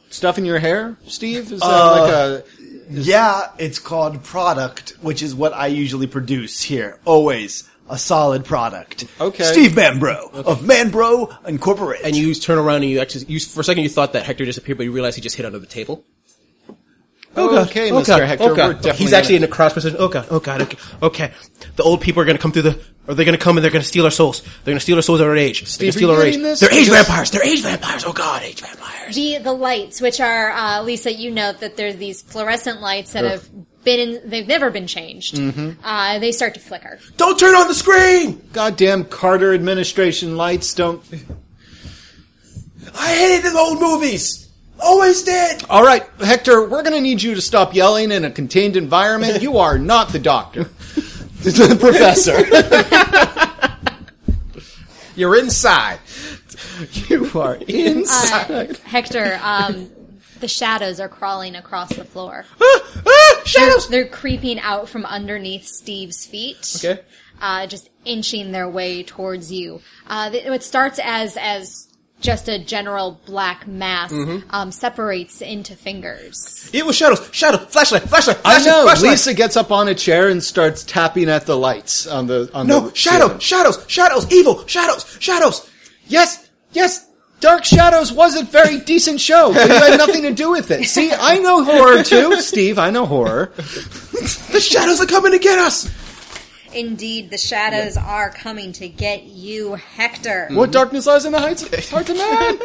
Speaker 1: stuff in your hair, Steve? Is that like
Speaker 6: Uh,
Speaker 1: a
Speaker 4: Yeah, it's called product, which is what I usually produce here. Always a solid product.
Speaker 1: Okay.
Speaker 4: Steve Manbro of Manbro Incorporated.
Speaker 3: And you turn around and you actually, you, for a second you thought that Hector disappeared, but you realize he just hit under the table.
Speaker 1: okay,
Speaker 3: Oh,
Speaker 1: Mr.
Speaker 3: God.
Speaker 1: Hector?
Speaker 3: Oh, God.
Speaker 1: We're definitely
Speaker 3: He's actually in a cross position. Oh god. Oh god. Okay. Okay. The old people are going to come through the. Or they're going to come and they're going to steal our souls. They're going to steal our souls at our age.
Speaker 1: Steve,
Speaker 3: they're
Speaker 1: are you getting
Speaker 3: going to steal our
Speaker 1: this?
Speaker 3: age. They're age
Speaker 1: Because-
Speaker 3: vampires. They're age vampires. Oh god, age vampires.
Speaker 2: The the lights, which are uh, Lisa, you note that there's these fluorescent lights that have been in, they've never been changed.
Speaker 1: Mm-hmm.
Speaker 2: Uh, they start to flicker.
Speaker 1: *laughs*
Speaker 3: Don't turn on the screen.
Speaker 1: goddamn Carter administration lights don't.
Speaker 3: I hate the old movies. Always did.
Speaker 1: All right, Hector, we're gonna need you to stop yelling in a contained environment. You are not the doctor, *laughs* the professor.
Speaker 3: You're inside.
Speaker 1: *laughs* you are inside.
Speaker 2: Uh,
Speaker 1: *laughs*
Speaker 2: Hector, um, the shadows are crawling across the floor.
Speaker 3: Shadows.
Speaker 2: They're creeping out from underneath Steve's feet.
Speaker 3: Okay.
Speaker 2: Uh, just inching their way towards you. Uh, th- it starts as as just a general black mass
Speaker 3: Mm-hmm.
Speaker 2: um, separates into fingers.
Speaker 3: It was shadows. Shadow. Flashlight. Flashlight.
Speaker 1: I
Speaker 3: Flashlight.
Speaker 1: know.
Speaker 3: Flashlight.
Speaker 1: Lisa gets up on a chair and starts tapping at the lights on the on
Speaker 3: No.
Speaker 1: the
Speaker 3: Shadow.
Speaker 1: ceiling.
Speaker 3: Oh, Shadows. Shadows. Evil. Shadows. Shadows.
Speaker 1: Yes, yes. Dark Shadows was a very decent show, but you had nothing to do with it. See, I know horror *laughs* too, Steve. I know horror.
Speaker 3: The shadows are coming to get us.
Speaker 12: Indeed, the shadows are coming to get you,
Speaker 3: Mm-hmm.
Speaker 12: Hector.
Speaker 1: What darkness lies in the heights? It's hard to *laughs* man.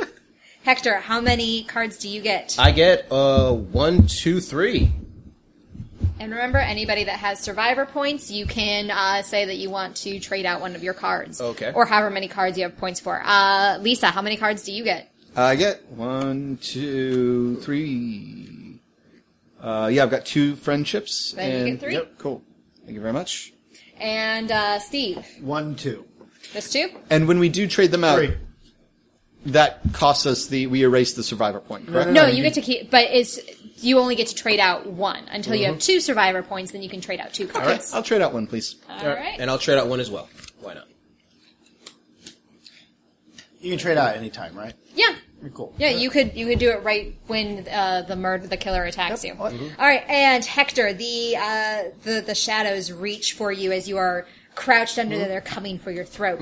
Speaker 12: Hector, how many cards do you get?
Speaker 3: I get uh one, two, three.
Speaker 2: And remember, anybody that has survivor points, you can uh, say that you want to trade out one of your cards.
Speaker 3: Okay.
Speaker 2: Or however many cards you have points for. Uh, Lisa, how many cards do you get?
Speaker 1: I get one, two, three. Uh, yeah, I've got two friendships.
Speaker 2: Then you
Speaker 1: and,
Speaker 2: get three.
Speaker 1: Yep, cool. Thank you very much.
Speaker 2: And uh, Steve,
Speaker 4: One, two.
Speaker 2: just two.
Speaker 1: And when we do trade them out,
Speaker 4: Three.
Speaker 1: that costs us the we erase the survivor point, correct?
Speaker 2: No, you get to keep, but it's you only get to trade out one until you have two survivor points. Then you can trade out two cards.
Speaker 1: I'll trade out one, please.
Speaker 2: All right.
Speaker 3: And I'll trade out one as well. Why not?
Speaker 4: You can trade out anytime, right?
Speaker 2: Yeah.
Speaker 4: Cool.
Speaker 2: Yeah, you could you could do it right when uh, the murder the killer attacks you.
Speaker 12: All right, and Hector, the uh, the the shadows reach for you as you are crouched under there. They're coming for your throat.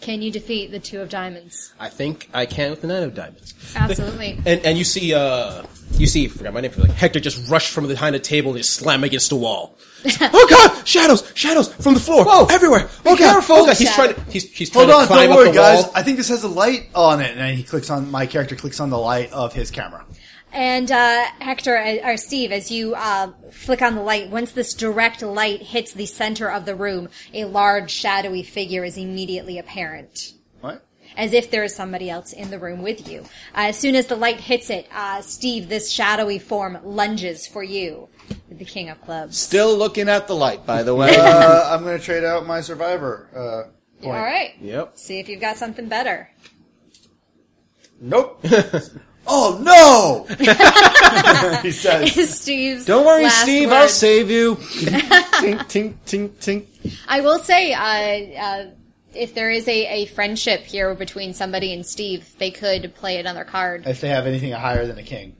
Speaker 2: Can you defeat the two of diamonds?
Speaker 3: I think I can with the nine of diamonds.
Speaker 2: Absolutely.
Speaker 3: *laughs* And and you see uh you see I forgot my name for like Hector just rushed from behind the table and just slam against the wall. oh god! Shadows! Shadows from the floor! Whoa! Everywhere! Oh god!
Speaker 4: careful.
Speaker 3: Oh, God. He's trying to he's he's trying
Speaker 4: Hold on,
Speaker 3: to climb up
Speaker 4: don't worry,
Speaker 3: the
Speaker 4: guys.
Speaker 3: wall.
Speaker 4: I think this has a light on it, and then he clicks on my character clicks on the light of his camera.
Speaker 12: And uh, Hector uh, or Steve, as you uh, flick on the light, once this direct light hits the center of the room, a large shadowy figure is immediately apparent.
Speaker 4: What?
Speaker 12: as if there is somebody else in the room with you. Uh, as soon as the light hits it, uh, Steve, this shadowy form lunges for you with the King of Clubs.
Speaker 1: Still looking at the light, by the
Speaker 2: *laughs*
Speaker 1: way.
Speaker 4: Uh, I'm going to trade out my survivor. Uh, point.
Speaker 12: All right.
Speaker 3: Yep.
Speaker 12: See if you've got something better.
Speaker 1: *laughs*
Speaker 4: Nope. oh no! *laughs* he says.
Speaker 12: *laughs*
Speaker 2: Steve's
Speaker 1: Don't worry,
Speaker 2: last
Speaker 1: Steve. I'll
Speaker 2: words.
Speaker 1: save
Speaker 2: *laughs*
Speaker 1: you. tink, tink, tink, tink.
Speaker 2: I will say, uh, uh, if there is a, a friendship here between somebody and Steve, they could play another card.
Speaker 4: If they have anything higher than a king.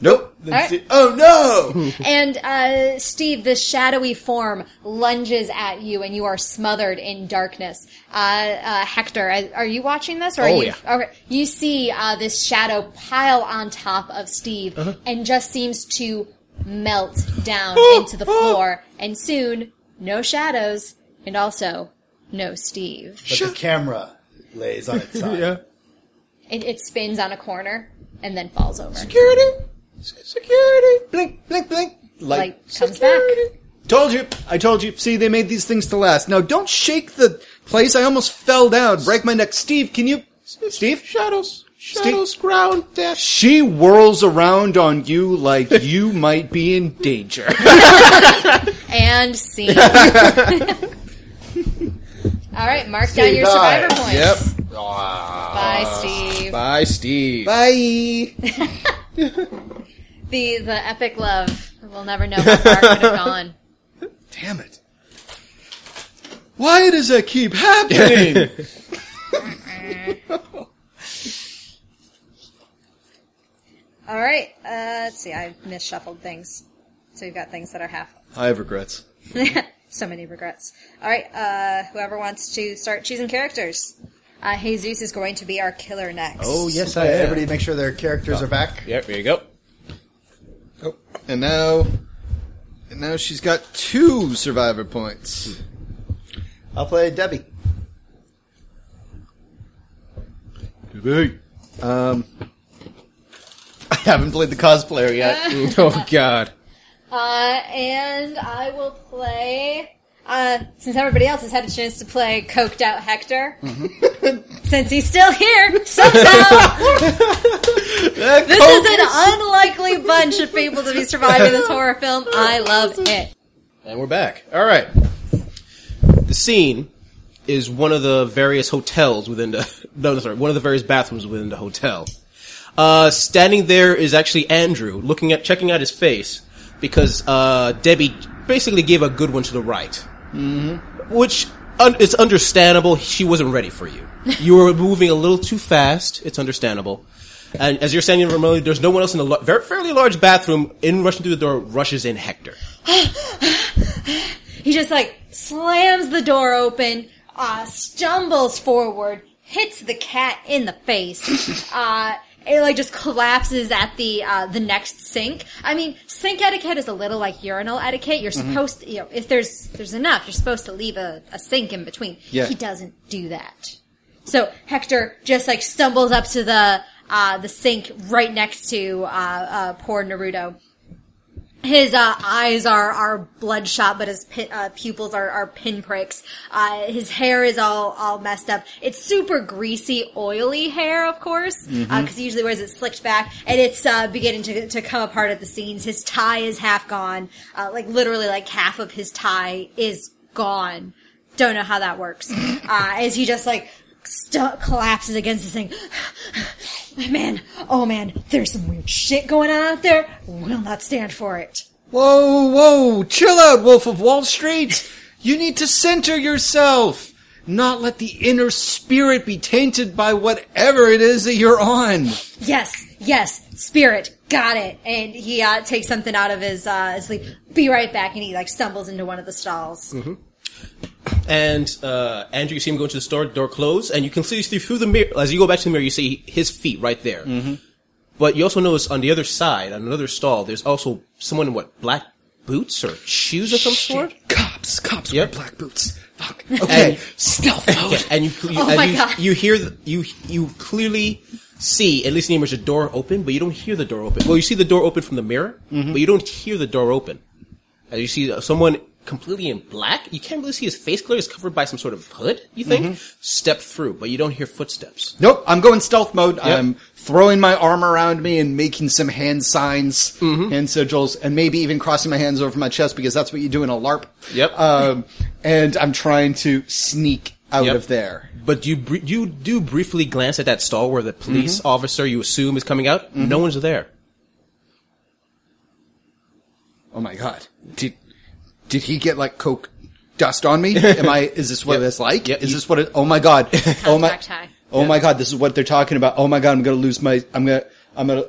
Speaker 1: Nope.
Speaker 4: Then
Speaker 2: All right.
Speaker 4: Steve- Oh
Speaker 3: *laughs*
Speaker 4: no!
Speaker 2: And uh, Steve, this shadowy form lunges at you, and you are smothered in darkness. Uh, uh, Hector, uh, are you watching this? Or are
Speaker 3: Oh,
Speaker 2: you,
Speaker 3: yeah.
Speaker 2: okay. You see uh, this shadow pile on top of Steve,
Speaker 3: Uh-huh.
Speaker 2: and just seems to melt down
Speaker 3: Oh,
Speaker 2: into the floor. And soon, no shadows, and also no Steve.
Speaker 4: But the camera lays on its side. yeah.
Speaker 2: It, it spins on a corner and then falls over.
Speaker 1: Security. Security. Blink, blink, blink. Light.
Speaker 2: Like comes back.
Speaker 1: Told you. I told you. See, they made these things to last. Now, don't shake the place. I almost fell down. Break my neck. Steve, can you? Steve? Shadows. Shadows ground death. She whirls around on you *laughs* like you might be in danger.
Speaker 2: And
Speaker 3: *laughs*
Speaker 2: scene. All right, mark down your survivor
Speaker 4: dies.
Speaker 2: points.
Speaker 3: Yep.
Speaker 2: Bye, Steve.
Speaker 3: Bye, Steve.
Speaker 1: Bye.
Speaker 2: *laughs* The the
Speaker 3: *laughs*
Speaker 2: epic love. We'll never know how far it could have gone.
Speaker 1: Damn it. *laughs* Why does that keep happening?
Speaker 2: All right. Uh, let's see. I misshuffled things, so we've got things that are half.
Speaker 1: *laughs*
Speaker 2: *laughs*
Speaker 1: I have regrets.
Speaker 2: So many regrets. All right. Uh, whoever wants to start choosing characters. Uh, Jesus is going to be our killer next.
Speaker 3: Oh yes, I
Speaker 6: Okay,
Speaker 3: am.
Speaker 6: everybody make sure their characters are back.
Speaker 3: Yep, there you go. *laughs*
Speaker 1: And now, and now she's got two survivor points.
Speaker 6: I'll play Debbie.
Speaker 1: Um, I haven't played the cosplayer yet.
Speaker 3: oh God.
Speaker 2: Uh, and I will play. Uh, since everybody else has had a chance to play coked out Hector, *laughs* since he's still here somehow, this is an unlikely bunch of people to be surviving this horror film. I love it.
Speaker 3: And we're back. All right. The scene is one of the various hotels within the *laughs* no, no, sorry, one of the various bathrooms within the hotel. Uh, standing there is actually Andrew, looking at checking out his face because uh, Debbie basically gave a good one to the right, mm-hmm. which un- it's understandable. She wasn't ready for you. You were moving a little too fast. It's understandable. And as you're standing in Ramona, there's no one else in the lar- very, fairly large bathroom. In rushing through the door, rushes in Hector.
Speaker 2: He just like slams the door open, uh, stumbles forward, hits the cat in the face, uh, it like just collapses at the uh, the next sink. I mean, sink etiquette is a little like urinal etiquette. You're supposed to, you know, if there's there's enough, you're supposed to leave a, a sink in between.
Speaker 1: Yeah.
Speaker 2: He doesn't do that. So Hector just like stumbles up to the uh, the sink right next to uh, uh, poor Naruto. His uh, eyes are are bloodshot, but his pi- uh, pupils are are pinpricks. Uh, his hair is all all messed up. It's super greasy, oily hair, of course, because he usually wears it slicked back, and it's uh, beginning to to come apart at the seams. His tie is half gone, uh, like literally, like half of his tie is gone. Don't know how that
Speaker 3: *laughs*
Speaker 2: works. uh, as he just like stu- collapses against *sighs* the thing. man, oh man, there's some weird shit going on out there. Will not stand for it.
Speaker 1: Whoa, whoa, chill out, Wolf of Wall Street. You need to center yourself. Not let the inner spirit be tainted by whatever it is that you're on.
Speaker 2: Yes, yes, spirit, got it. And he uh, takes something out of his uh, sleep. Be right back, and he like stumbles into one of the stalls.
Speaker 3: Mm-hmm. And uh, Andrew, you see him go into the store. Door closed, and you can see through the mirror. As you go back to the mirror, you see his feet right there. But you also notice on the other side, on another stall, there's also someone in what black boots or shoes of some sort.
Speaker 13: Cops, cops
Speaker 3: Yep.
Speaker 13: wear black boots. Fuck.
Speaker 3: Okay.
Speaker 13: Stealth
Speaker 3: *laughs* Yeah,
Speaker 13: mode.
Speaker 3: and you, you,
Speaker 2: Oh
Speaker 3: and
Speaker 2: my
Speaker 3: you,
Speaker 2: God.
Speaker 3: you hear the, you you clearly see at least in the image the door open, but you don't hear the door open. Well, you see the door open from the mirror, but you don't hear the door open. And you see someone completely in black. You can't really see his face clearly; it's covered by some sort of hood. You think step through, but you don't hear footsteps.
Speaker 1: Nope, I'm going stealth mode. I'm throwing my arm around me and making some hand signs,
Speaker 3: Mm-hmm.
Speaker 1: hand sigils, and maybe even crossing my hands over my chest because that's what you do in a LARP.
Speaker 3: Yep.
Speaker 1: Um, and I'm trying to sneak out
Speaker 3: Yep.
Speaker 1: of there.
Speaker 3: But you br- you do briefly glance at that stall where the police officer you assume is coming out. No one's there.
Speaker 1: Oh my god. Did did he get like coke dust on
Speaker 3: *laughs*
Speaker 1: me? Am I is this what it's like?
Speaker 3: Yep.
Speaker 1: Is this what it oh my
Speaker 3: *laughs*
Speaker 1: god. oh my
Speaker 14: Contact high.
Speaker 1: Oh my god, this is what they're talking about. Oh my god, I'm gonna lose my I'm gonna I'm gonna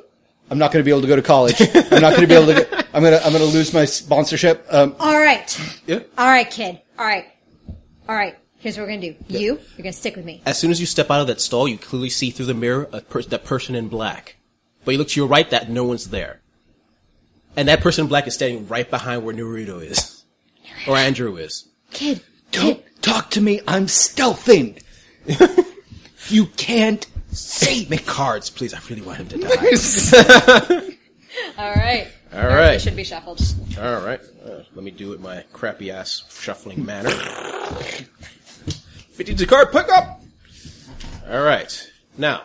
Speaker 1: I'm not gonna be able to go to
Speaker 3: *laughs*
Speaker 1: college. I'm not gonna be able to go, I'm gonna I'm gonna lose my sponsorship. Um
Speaker 2: All right,
Speaker 3: Yeah.
Speaker 2: all right, kid. All right, all right. Here's what we're gonna do. You, you're gonna stick with me.
Speaker 3: As soon as you step out of that stall, you clearly see through the mirror a per- that person in black. But you look to your right, that no one's there. And that person in black is standing right behind where
Speaker 2: *laughs*
Speaker 3: Naruto is. Or Andrew is.
Speaker 14: Kid,
Speaker 1: don't talk to me,
Speaker 15: *laughs*
Speaker 1: I'm stealthing. you can't see me.
Speaker 15: *laughs*
Speaker 3: Make cards, please. I really want him to die.
Speaker 2: All right,
Speaker 3: All right.
Speaker 2: should be shuffled.
Speaker 3: All right. Uh, let me do it my crappy ass shuffling manner. 52 card pickup! All right. Now,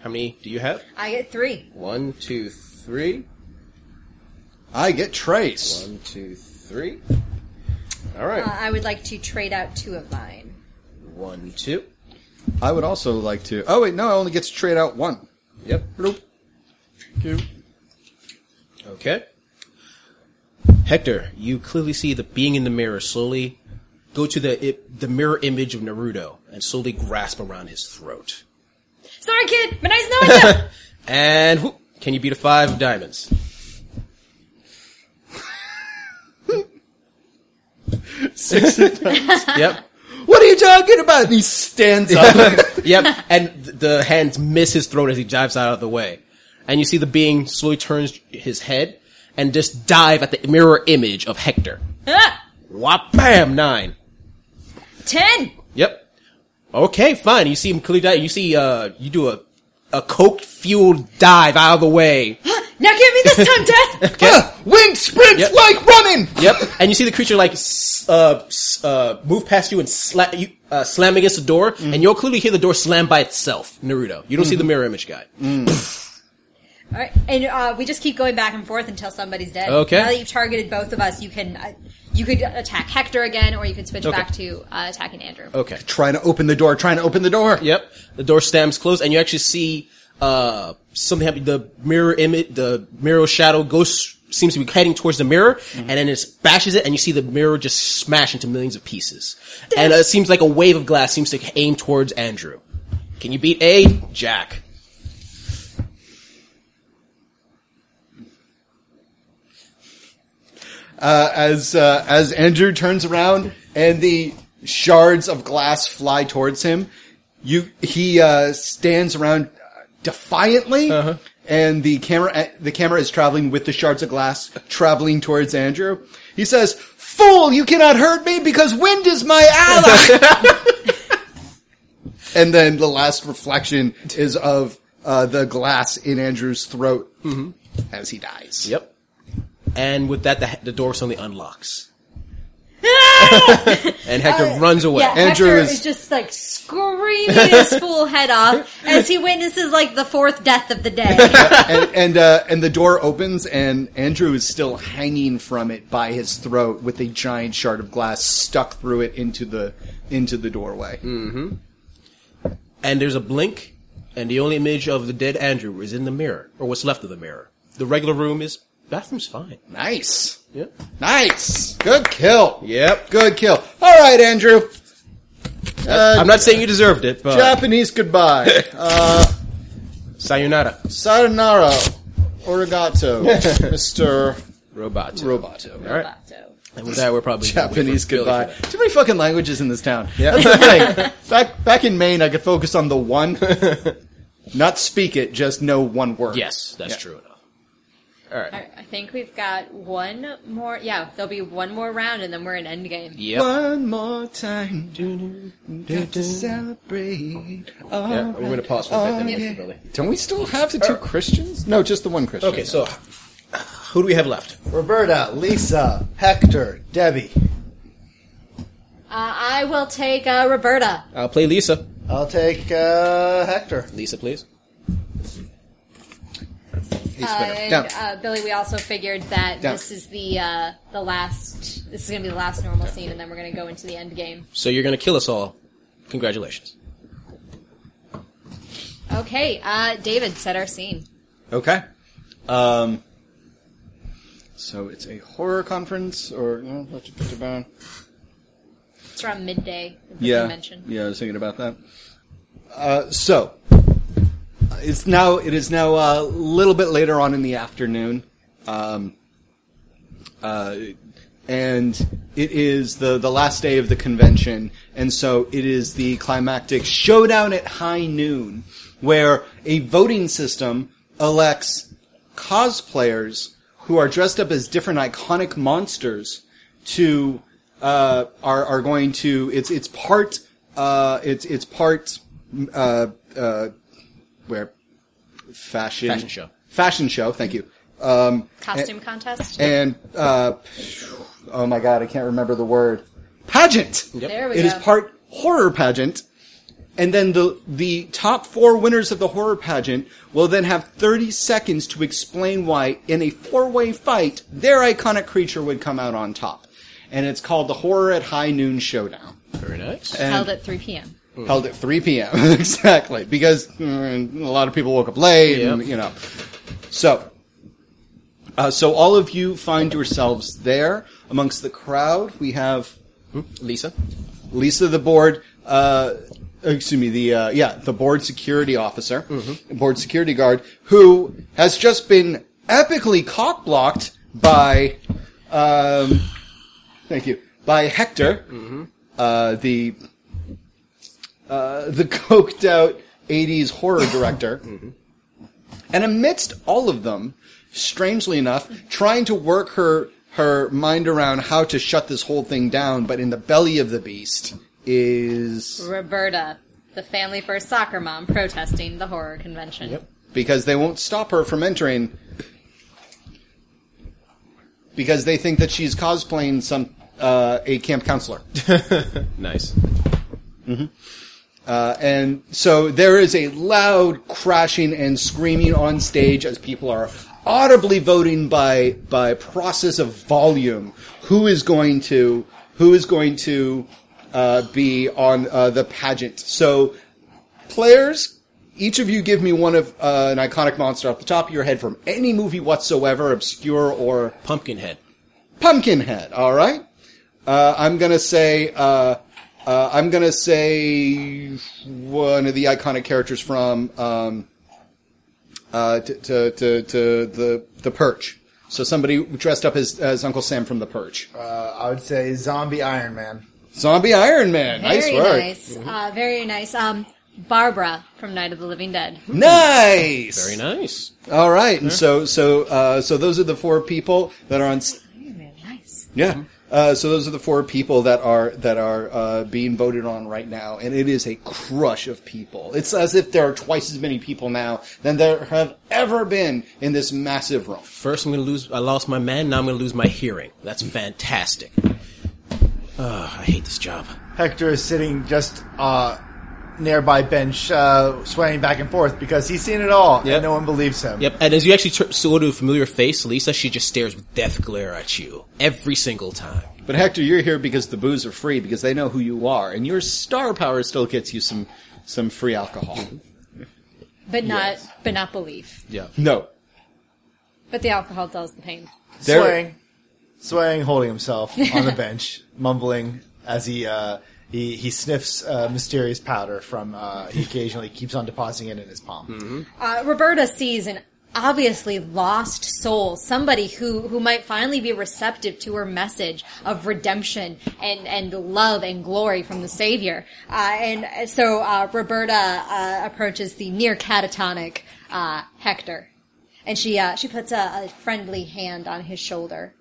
Speaker 3: how many do you have?
Speaker 2: I get three.
Speaker 3: One, two, three.
Speaker 1: I get trace.
Speaker 3: One, two, three. All right.
Speaker 2: Uh, I would like to trade out two of mine.
Speaker 3: One, two.
Speaker 1: I would also like to Oh wait, no, I only get to trade out one.
Speaker 3: Yep.
Speaker 1: Bloop.
Speaker 3: Okay. Hector, you clearly see the being in the mirror slowly go to the it, the mirror image of Naruto and slowly grasp around his
Speaker 15: *laughs*
Speaker 3: throat.
Speaker 2: Sorry, kid, but I know it.
Speaker 3: *laughs*
Speaker 2: now.
Speaker 3: And whoop, can you beat a five of diamonds?
Speaker 15: Six of diamonds.
Speaker 3: *laughs* Yep.
Speaker 15: what are you talking about? And he stands up.
Speaker 3: *laughs* yep. And th- the hands miss his throat as he dives out of the way. And you see the being slowly turns his head and just dive at the mirror image of Hector.
Speaker 2: Ah,
Speaker 3: Whop, bam, nine.
Speaker 2: Ten.
Speaker 3: Yep. Okay, fine. You see him clearly dive. You see, uh, you do a, a coke fueled dive out of the way.
Speaker 2: Now get me this time, Dad.
Speaker 3: *laughs* Okay.
Speaker 15: Wing sprints
Speaker 3: Yep.
Speaker 15: like running.
Speaker 3: yep. And you see the creature like, s- uh, s- uh, move past you and sla- you, uh, slam against the door, and you'll clearly hear the door slam by itself, Naruto. You don't see the mirror image guy.
Speaker 2: All right, and uh, we just keep going back and forth until somebody's dead.
Speaker 3: Okay.
Speaker 2: Now that you've targeted both of us, you can uh, you could attack Hector again, or you can switch
Speaker 3: Okay.
Speaker 2: back to uh, attacking Andrew. *laughs*
Speaker 3: Okay.
Speaker 1: Trying to open the door, trying to open the door.
Speaker 3: Yep. The door slams closed, and you actually see uh something happen. The mirror image, the mirror shadow goes seems to be heading towards the mirror, and then it bashes it, and you see the mirror just smash into millions of pieces. And uh, it seems like a wave of glass seems to aim towards Andrew. Can you beat a Jack?
Speaker 1: Uh, as uh, as Andrew turns around and the shards of glass fly towards him, you he uh, stands around defiantly, and the camera uh, the camera is traveling with the shards of glass traveling towards Andrew. He says, "Fool, you cannot hurt me because wind is my ally." and then the last reflection is of uh, the glass in Andrew's throat as he dies.
Speaker 3: Yep. And with that, the, the door suddenly unlocks, and Hector runs away.
Speaker 2: Yeah,
Speaker 1: Andrew
Speaker 2: Hector
Speaker 1: is-
Speaker 2: is just like screaming
Speaker 3: *laughs*
Speaker 2: his fool head off as he witnesses like the fourth death of the
Speaker 3: *laughs*
Speaker 2: day.
Speaker 1: and and, uh, and the door opens, and Andrew is still hanging from it by his throat, with a giant shard of glass stuck through it into the into the doorway.
Speaker 3: and there's a blink, and the only image of the dead Andrew is in the mirror, or what's left of the mirror. The regular room is bathroom's fine.
Speaker 1: Nice,
Speaker 3: Yeah.
Speaker 1: nice, good kill.
Speaker 3: Yep.
Speaker 1: good kill. All right, Andrew. Uh,
Speaker 3: I'm not saying you deserved it, but
Speaker 1: Japanese goodbye. uh,
Speaker 3: sayonara,
Speaker 1: sayonara,
Speaker 3: *laughs*
Speaker 1: origato, Mister
Speaker 3: robot.
Speaker 1: Roboto.
Speaker 3: All right. And with that, we're probably gonna wait
Speaker 1: Japanese
Speaker 3: for Billy for
Speaker 1: goodbye.
Speaker 3: that.
Speaker 1: Too many fucking languages in this town. That's the *laughs* thing. Back back in Maine, I could focus on the *laughs* one, not speak it, just know one word.
Speaker 3: Yes, that's true enough. All right.
Speaker 2: Alright, I think we've got one more. Yeah, there'll be one more round, and then we're in endgame.
Speaker 3: Yep.
Speaker 1: One more time, got to celebrate.
Speaker 3: Yeah,
Speaker 1: uh,
Speaker 3: we're going to pause for a bit. then, Mr. Billy.
Speaker 1: Don't we still have the two Christians? No, just the one Christian.
Speaker 3: Okay, so who do we have left?
Speaker 6: Roberta, Lisa, Hector, Debbie.
Speaker 2: Uh, I will take uh, Roberta.
Speaker 3: I'll play Lisa.
Speaker 6: I'll take uh, Hector.
Speaker 3: Lisa, please.
Speaker 2: And,
Speaker 1: Down.
Speaker 2: uh, Billy, we also figured that
Speaker 1: Down.
Speaker 2: this is the uh, the last. This is going to be the last normal scene, and then we're going to go into the end game.
Speaker 3: So you're going to kill us all. Congratulations.
Speaker 2: Okay, uh, David, set our scene.
Speaker 1: Okay. Um. So it's a horror conference, or no, let's put it down.
Speaker 2: It's around midday. as we
Speaker 1: yeah.
Speaker 2: mentioned.
Speaker 1: Yeah, I was thinking about that. Uh, so it's now it is now uh, a little bit later on in the afternoon, um, uh, and it is the the last day of the convention, and so it is the climactic showdown at high noon, where a voting system elects cosplayers who are dressed up as different iconic monsters to uh, are are going to it's it's part uh, it's it's part uh, uh, where fashion
Speaker 3: Fashion show.
Speaker 1: fashion show thank you um,
Speaker 2: Costume contest.
Speaker 1: and uh, oh my god I can't remember the word pageant
Speaker 2: There we
Speaker 1: it
Speaker 2: go.
Speaker 1: is part horror pageant and then the the top four winners of the horror pageant will then have 30 seconds to explain why in a four-way fight their iconic creature would come out on top and it's called the horror at high noon showdown
Speaker 3: Very nice.
Speaker 2: held at 3 p.m.
Speaker 1: Mm. held at 3 p.m. *laughs* exactly, because mm, a lot of people woke up late, and,
Speaker 3: Yep.
Speaker 1: you know. So, uh, so all of you find yourselves there amongst the crowd. We have
Speaker 3: Lisa?
Speaker 1: Lisa, the board, uh, excuse me, the uh, yeah, the board security officer, board security guard, who has just been epically cock blocked by, um, thank you, by Hector, uh, the uh, the *laughs* coked out '80s horror director, and amidst all of them, strangely enough, trying to work her her mind around how to shut this whole thing down, but in the belly of the beast is
Speaker 2: Roberta, the family first soccer mom, protesting the horror convention.
Speaker 1: because they won't stop her from entering because they think that she's cosplaying some uh, a camp counselor.
Speaker 3: *laughs* Nice.
Speaker 1: Uh, and so there is a loud crashing and screaming on stage as people are audibly voting by by process of volume who is going to who is going to uh, be on uh, the pageant. So players, each of you give me one of uh, an iconic monster off the top of your head from any movie whatsoever, obscure or
Speaker 3: Pumpkinhead.
Speaker 1: Pumpkinhead. All right. Uh, I'm gonna say. Uh, uh, I'm gonna say one of the iconic characters from um, uh, to, to, to, to the the Perch. So somebody dressed up as, as Uncle Sam from the Perch.
Speaker 4: Uh, I would say zombie Iron Man.
Speaker 1: Zombie Iron Man.
Speaker 2: Very
Speaker 1: nice work. Mm-hmm.
Speaker 2: nice. Uh, very nice. Um, Barbara from Night of the Living Dead.
Speaker 1: Hmm. Nice.
Speaker 3: Very nice.
Speaker 1: All right. And so so uh, so those are the four people that are on. s-
Speaker 2: Nice.
Speaker 1: Yeah. Uh, so those are the four people that are that are uh, being voted on right now, and it is a crush of people. It's as if there are twice as many people now than there have ever been in this massive room.
Speaker 3: First, I'm gonna lose. I lost my man. Now I'm gonna lose my hearing. That's fantastic. Ah, I hate this job.
Speaker 4: Hector is sitting just uh, nearby bench, uh, swaying back and forth because he's seen it all
Speaker 3: Yep.
Speaker 4: and no one believes him.
Speaker 3: Yep. And as you actually tur- sort of familiar face, Lisa, she just stares with death glare at you every single time.
Speaker 1: But Hector, you're here because the booze are free because they know who you are, and your star power still gets you some some free alcohol.
Speaker 2: But not, but not belief.
Speaker 3: Yeah.
Speaker 1: No,
Speaker 2: But the alcohol dulls the pain.
Speaker 1: There-
Speaker 4: Swaying, swaying, holding himself on the bench, mumbling as he uh, he he sniffs uh, mysterious powder from. Uh, he occasionally keeps on depositing it in his palm.
Speaker 2: Uh, Roberta sees an obviously lost soul, somebody who, who might finally be receptive to her message of redemption and, and love and glory from the Savior. Uh, and so uh, Roberta uh, approaches the near catatonic uh, Hector, and she uh, she puts a, a friendly hand on his shoulder.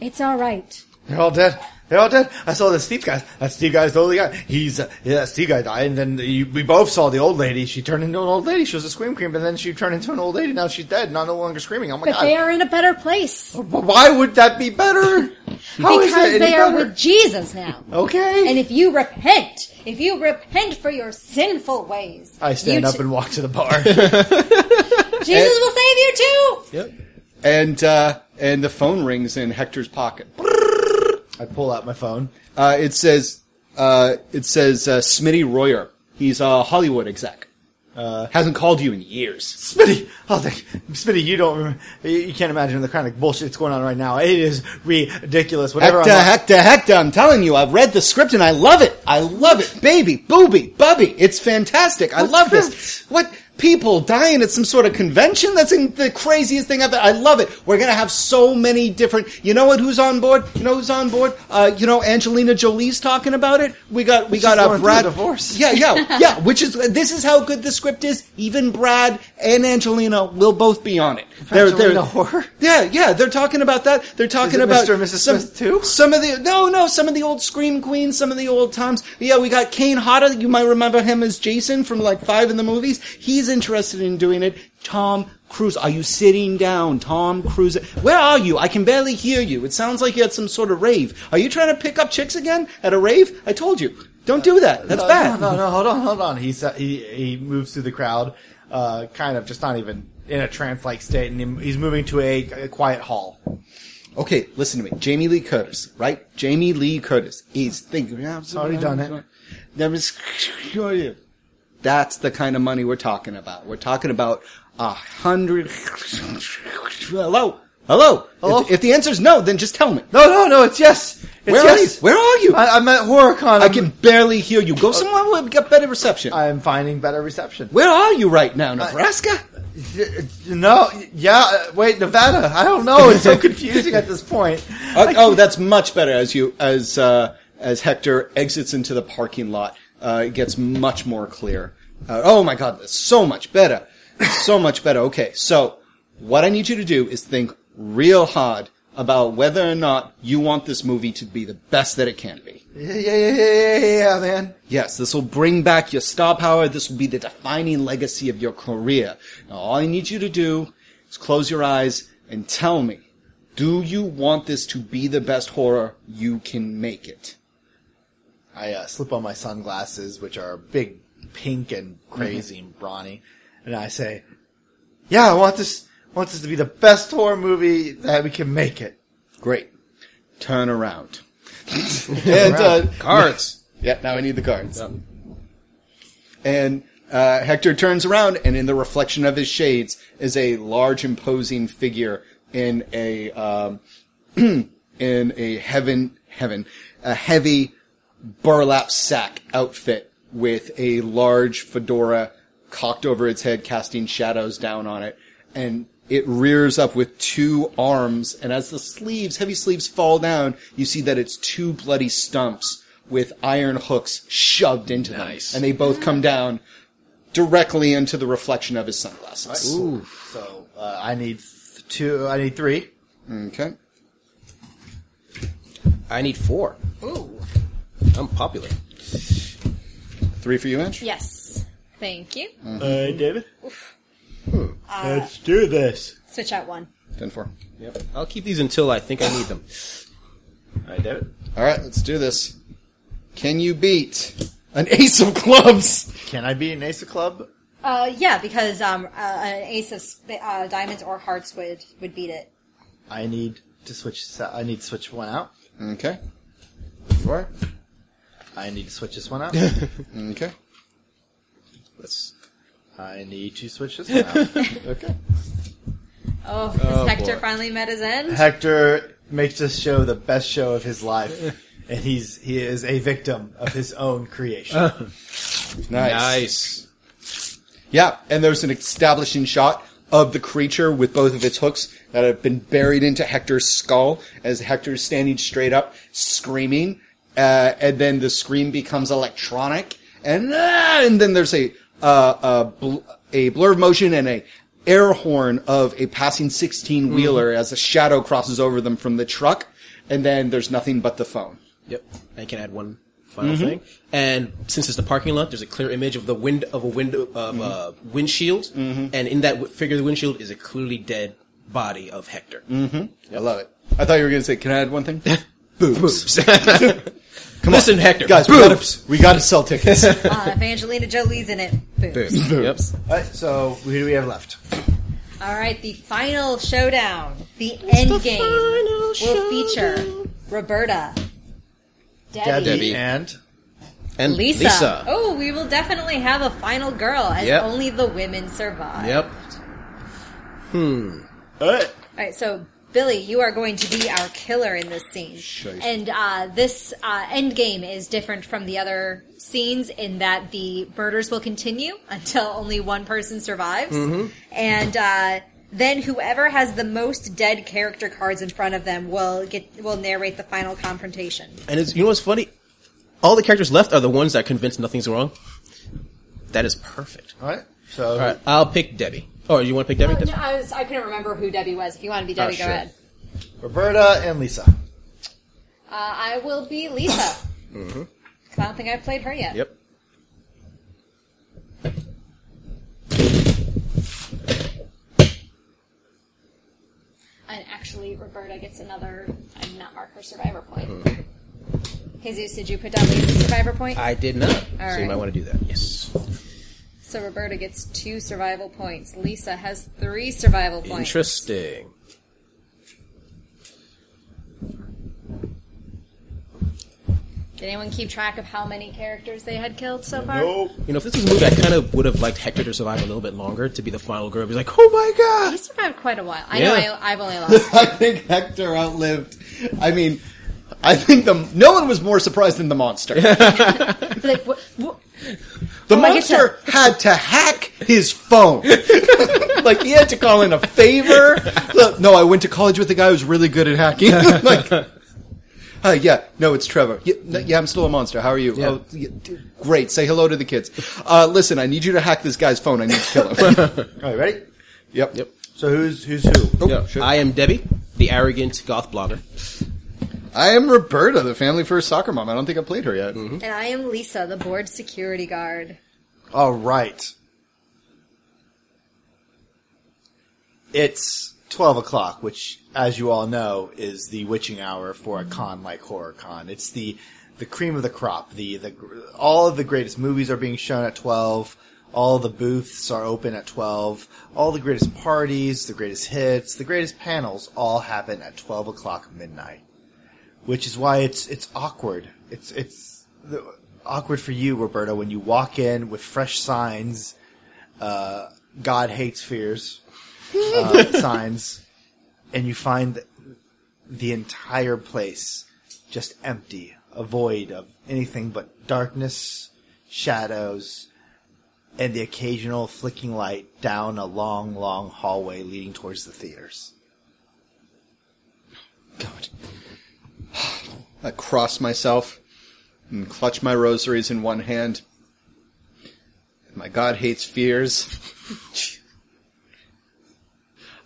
Speaker 2: It's all right.
Speaker 4: They're all dead. They're all dead. I saw the Steve guy. That Steve guy's the only guy. He's uh, yeah, that Steve guy died, and then you, we both saw the old lady. She turned into an old lady. She was a scream queen, but then she turned into an old lady. Now she's dead, not no longer screaming. Oh my
Speaker 2: But
Speaker 4: god!
Speaker 2: they are in a better place
Speaker 4: But Why would that be better? How is
Speaker 2: *laughs* because
Speaker 4: that any
Speaker 2: they are
Speaker 4: better? Oh,
Speaker 2: with Jesus now.
Speaker 4: Okay.
Speaker 2: And if you repent, if you repent for your sinful ways,
Speaker 4: I stand
Speaker 2: you
Speaker 4: up
Speaker 2: t-
Speaker 4: and walk to the bar. *laughs*
Speaker 2: Jesus will save you too.
Speaker 1: and uh, and the phone rings in Hector's pocket.
Speaker 4: I pull out my phone.
Speaker 1: Uh, it says uh, it says uh, Smitty Royer. He's a Hollywood exec. Uh, Hasn't called you in years.
Speaker 4: Smitty, oh, thank, Smitty, you don't remember, you you can't imagine the kind of bullshit that's going on right now. It is ridiculous. Whatever.
Speaker 1: Hector,
Speaker 4: I'm-
Speaker 1: Hector, Hector, I'm telling you, I've read the script and I love it. I love it. Baby, booby, bubby. It's fantastic. I love this. What? People dying at some sort of convention? That's in the craziest thing ever. I love it. We're gonna have so many different, you know what, who's on board? You know who's on board? Uh, you know, Angelina Jolie's talking about it. We got, we got,
Speaker 4: she's
Speaker 1: uh,
Speaker 4: going through
Speaker 1: Brad.
Speaker 4: a divorce.
Speaker 1: Yeah,
Speaker 4: *laughs*
Speaker 1: yeah, yeah. Which is, this is how good the script is. Even Brad and Angelina will both be on it. They're, they're,
Speaker 4: Angelina Horror?
Speaker 1: yeah, yeah, they're talking about that. They're talking
Speaker 4: it
Speaker 1: about
Speaker 4: Mr. and Mrs.
Speaker 1: Some,
Speaker 4: Smith too?
Speaker 1: Some of the no, no, some of the old scream queens, some of the old times. Yeah, we got Kane Hodder. You might remember him as Jason from like five in the movies. He's interested in doing it. Tom Cruise, are you sitting down? Tom Cruise, where are you? I can barely hear you. It sounds like you're at some sort of rave. Are you trying to pick up chicks again at a rave? I told you, don't do that. That's
Speaker 4: no,
Speaker 1: bad.
Speaker 4: No, no, no, hold on, hold on. He's, uh, he he moves through the crowd, uh, kind of just not even in a trance-like state, and he- he's moving to a, a quiet hall.
Speaker 1: Okay, listen to me. Jamie Lee Curtis, right? Jamie Lee Curtis is thinking.
Speaker 4: Already done it.
Speaker 1: That was- That's the kind of money we're talking about. We're talking about a hundred. Hello,
Speaker 3: Hello.
Speaker 1: If, if the answer's no, then just tell me.
Speaker 6: No, no, no. It's yes. It's
Speaker 1: Where
Speaker 6: yes.
Speaker 1: are you? Where are you?
Speaker 6: I, I'm at HorrorCon.
Speaker 1: I can barely hear you. Go somewhere where we got better reception.
Speaker 6: I'm finding better reception. Uh,
Speaker 1: Where are you right now, Nebraska?
Speaker 6: No, yeah. uh, Wait, Nevada. I don't know. *laughs* It's so confusing at this point.
Speaker 1: Uh, oh, that's much better. As you as uh, as Hector exits into the parking lot, uh, it gets much more clear. Uh, oh my God, that's so much better, so much better. Okay, so what I need you to do is think real hard about whether or not you want this movie to be the best that it can be.
Speaker 6: Yeah, yeah, yeah, yeah, yeah, yeah, man.
Speaker 1: Yes, this will bring back your star power. This will be the defining legacy of your career. Now, all I need you to do is close your eyes and tell me, do you want this to be the best horror you can make it?
Speaker 6: I uh, slip on my sunglasses, which are big, pink, and crazy and brawny, and I say, "Yeah, I want this. Want this to be the best horror movie that we can make it."
Speaker 1: Great. Turn around. *laughs* and, uh,
Speaker 3: Cards.
Speaker 1: *laughs* yeah, now I need the cards. And uh, Hector turns around, and in the reflection of his shades is a large, imposing figure in a um, *clears throat* in a heaven heaven a heavy burlap sack outfit with a large fedora cocked over its head, casting shadows down on it, and it rears up with two arms, and as the sleeves, heavy sleeves fall down, you see that it's two bloody stumps with iron hooks shoved into
Speaker 3: Nice.
Speaker 1: them. And they both come down directly into the reflection of his sunglasses.
Speaker 6: So uh, I need th- two. I need three.
Speaker 1: Okay.
Speaker 3: I need four. Ooh. I'm popular.
Speaker 1: Three for you, Inch?
Speaker 2: Yes. Thank you.
Speaker 4: Hey, David. Let's do this.
Speaker 2: Switch out one.
Speaker 1: Ten four.
Speaker 3: Yep. I'll keep these until I think I need them.
Speaker 4: All right, David.
Speaker 1: All right, let's do this. Can you beat an ace of clubs?
Speaker 6: Can I be an Ace of Club?
Speaker 2: Uh, yeah, because um, uh, an ace of sp- uh, diamonds or hearts would would beat it.
Speaker 6: I need to switch. this out. I need to switch one out.
Speaker 1: Okay. Four.
Speaker 6: I need to switch this one out.
Speaker 1: Okay.
Speaker 3: Let's.
Speaker 6: I need to switch this one out. okay.
Speaker 2: Oh, has Hector finally met his end?
Speaker 6: Hector makes this show the best show of his life, and he's he is a victim of his own creation.
Speaker 1: Nice.
Speaker 3: Nice.
Speaker 1: Yeah, and there's an establishing shot of the creature with both of its hooks that have been buried into Hector's skull as Hector's standing straight up, screaming, uh, and then the scream becomes electronic, and ah, and then there's a uh, a, bl- a blur of motion and a air horn of a passing 16 wheeler as a shadow crosses over them from the truck, and then there's nothing but the phone.
Speaker 3: Yep. I can add one final thing. And since it's the parking lot, there's a clear image of the wind of a window of a windshield, and in that w- figure of the windshield is a clearly dead body of Hector.
Speaker 1: I love it. I thought you were going to say, "Can I add one thing?"
Speaker 3: Boobs. *laughs* Come Listen, Hector.
Speaker 1: *laughs* Guys, we
Speaker 3: boobs.
Speaker 1: gotta, we gotta sell tickets.
Speaker 2: Uh, Evangelina Jolie's in it. Boom.
Speaker 3: Boobs. Boobs. Yep.
Speaker 6: All right, so who do we have left?
Speaker 2: All right, the final showdown, the end game, will feature Roberta,
Speaker 16: Debbie.
Speaker 3: Debbie.
Speaker 6: And
Speaker 3: And
Speaker 2: Lisa.
Speaker 3: Lisa.
Speaker 2: Oh, we will definitely have a final girl, as
Speaker 3: Yep.
Speaker 2: only the women survive.
Speaker 3: Yep.
Speaker 2: All right, so Billy, you are going to be our killer in this scene, and uh, this uh, end game is different from the other scenes in that the murders will continue *laughs* until only one person survives,
Speaker 3: Mm-hmm.
Speaker 2: and uh, then whoever has the most dead character cards in front of them will get will narrate the final confrontation.
Speaker 3: And it's, you know what's funny? All the characters left are the ones that are convinced nothing's wrong. That is perfect.
Speaker 6: all right, so
Speaker 3: All right, I'll pick Debbie. Oh, you want to pick Debbie? That's-
Speaker 2: I, was, I couldn't remember who Debbie was. If you want to be Debbie,
Speaker 3: go sure. ahead.
Speaker 6: Roberta and Lisa.
Speaker 2: Uh, I will be Lisa.
Speaker 4: Mm-hmm.
Speaker 2: I don't think I've played her yet.
Speaker 3: Yep.
Speaker 16: And actually, Roberta gets another. I did not mark her survivor point.
Speaker 4: Mm-hmm.
Speaker 2: Jesus, did you put down Lisa's survivor point?
Speaker 3: I did not. so you
Speaker 2: right.
Speaker 3: might want to do that. Yes.
Speaker 2: So Roberta gets two survival points. Lisa has three survival points.
Speaker 3: Interesting.
Speaker 2: Did anyone keep track of how many characters they had killed so far?
Speaker 3: You know, if this was a movie, I kind of would have liked Hector to survive a little bit longer to be the final girl. He's like, oh my god!
Speaker 2: He survived quite a while. I
Speaker 3: Yeah.
Speaker 2: know I, I've only
Speaker 4: *laughs*
Speaker 1: *laughs*
Speaker 2: lost.
Speaker 1: I think Hector outlived. I mean, I think the no one was more surprised than the monster. *laughs*
Speaker 2: like, what, what,
Speaker 1: The
Speaker 2: Oh, I get
Speaker 1: monster had to hack his phone. *laughs* like he had to call in a favor. Look, no, I went to college with a guy who was really good at hacking. *laughs* like, "Hi, yeah, no, it's Trevor. Yeah, no, yeah, I'm still a monster. How are you?
Speaker 3: Yeah.
Speaker 1: Oh, yeah, d- great. Say hello to the kids. Uh, listen, I need you to hack this guy's phone. I need to kill him.
Speaker 4: All right, ready?
Speaker 1: yep. Oh,
Speaker 3: Yep.
Speaker 4: So who's who's who?
Speaker 3: Yeah. I am Debbie, the arrogant goth blogger.
Speaker 1: I am Roberta, the family first soccer mom. I don't think I played her yet.
Speaker 2: and I am Lisa, the board security guard.
Speaker 4: All right. It's 12 o'clock, which, as you all know, is the witching hour for a con like Horror Con. It's the, the cream of the crop. The, the, gr- all of the greatest movies are being shown at 12. All the booths are open at 12. All the greatest parties, the greatest hits, the greatest panels all happen at 12 o'clock midnight which is why it's it's awkward. It's it's the, awkward for you, Roberto, when you walk in with fresh signs, uh, "God hates fears" uh, signs, and you find th- the entire place just empty, a void of anything but darkness, shadows, and the occasional flicking light down a long, long hallway leading towards the theaters.
Speaker 1: God. I cross myself and clutch my rosaries in one hand. My God hates fears.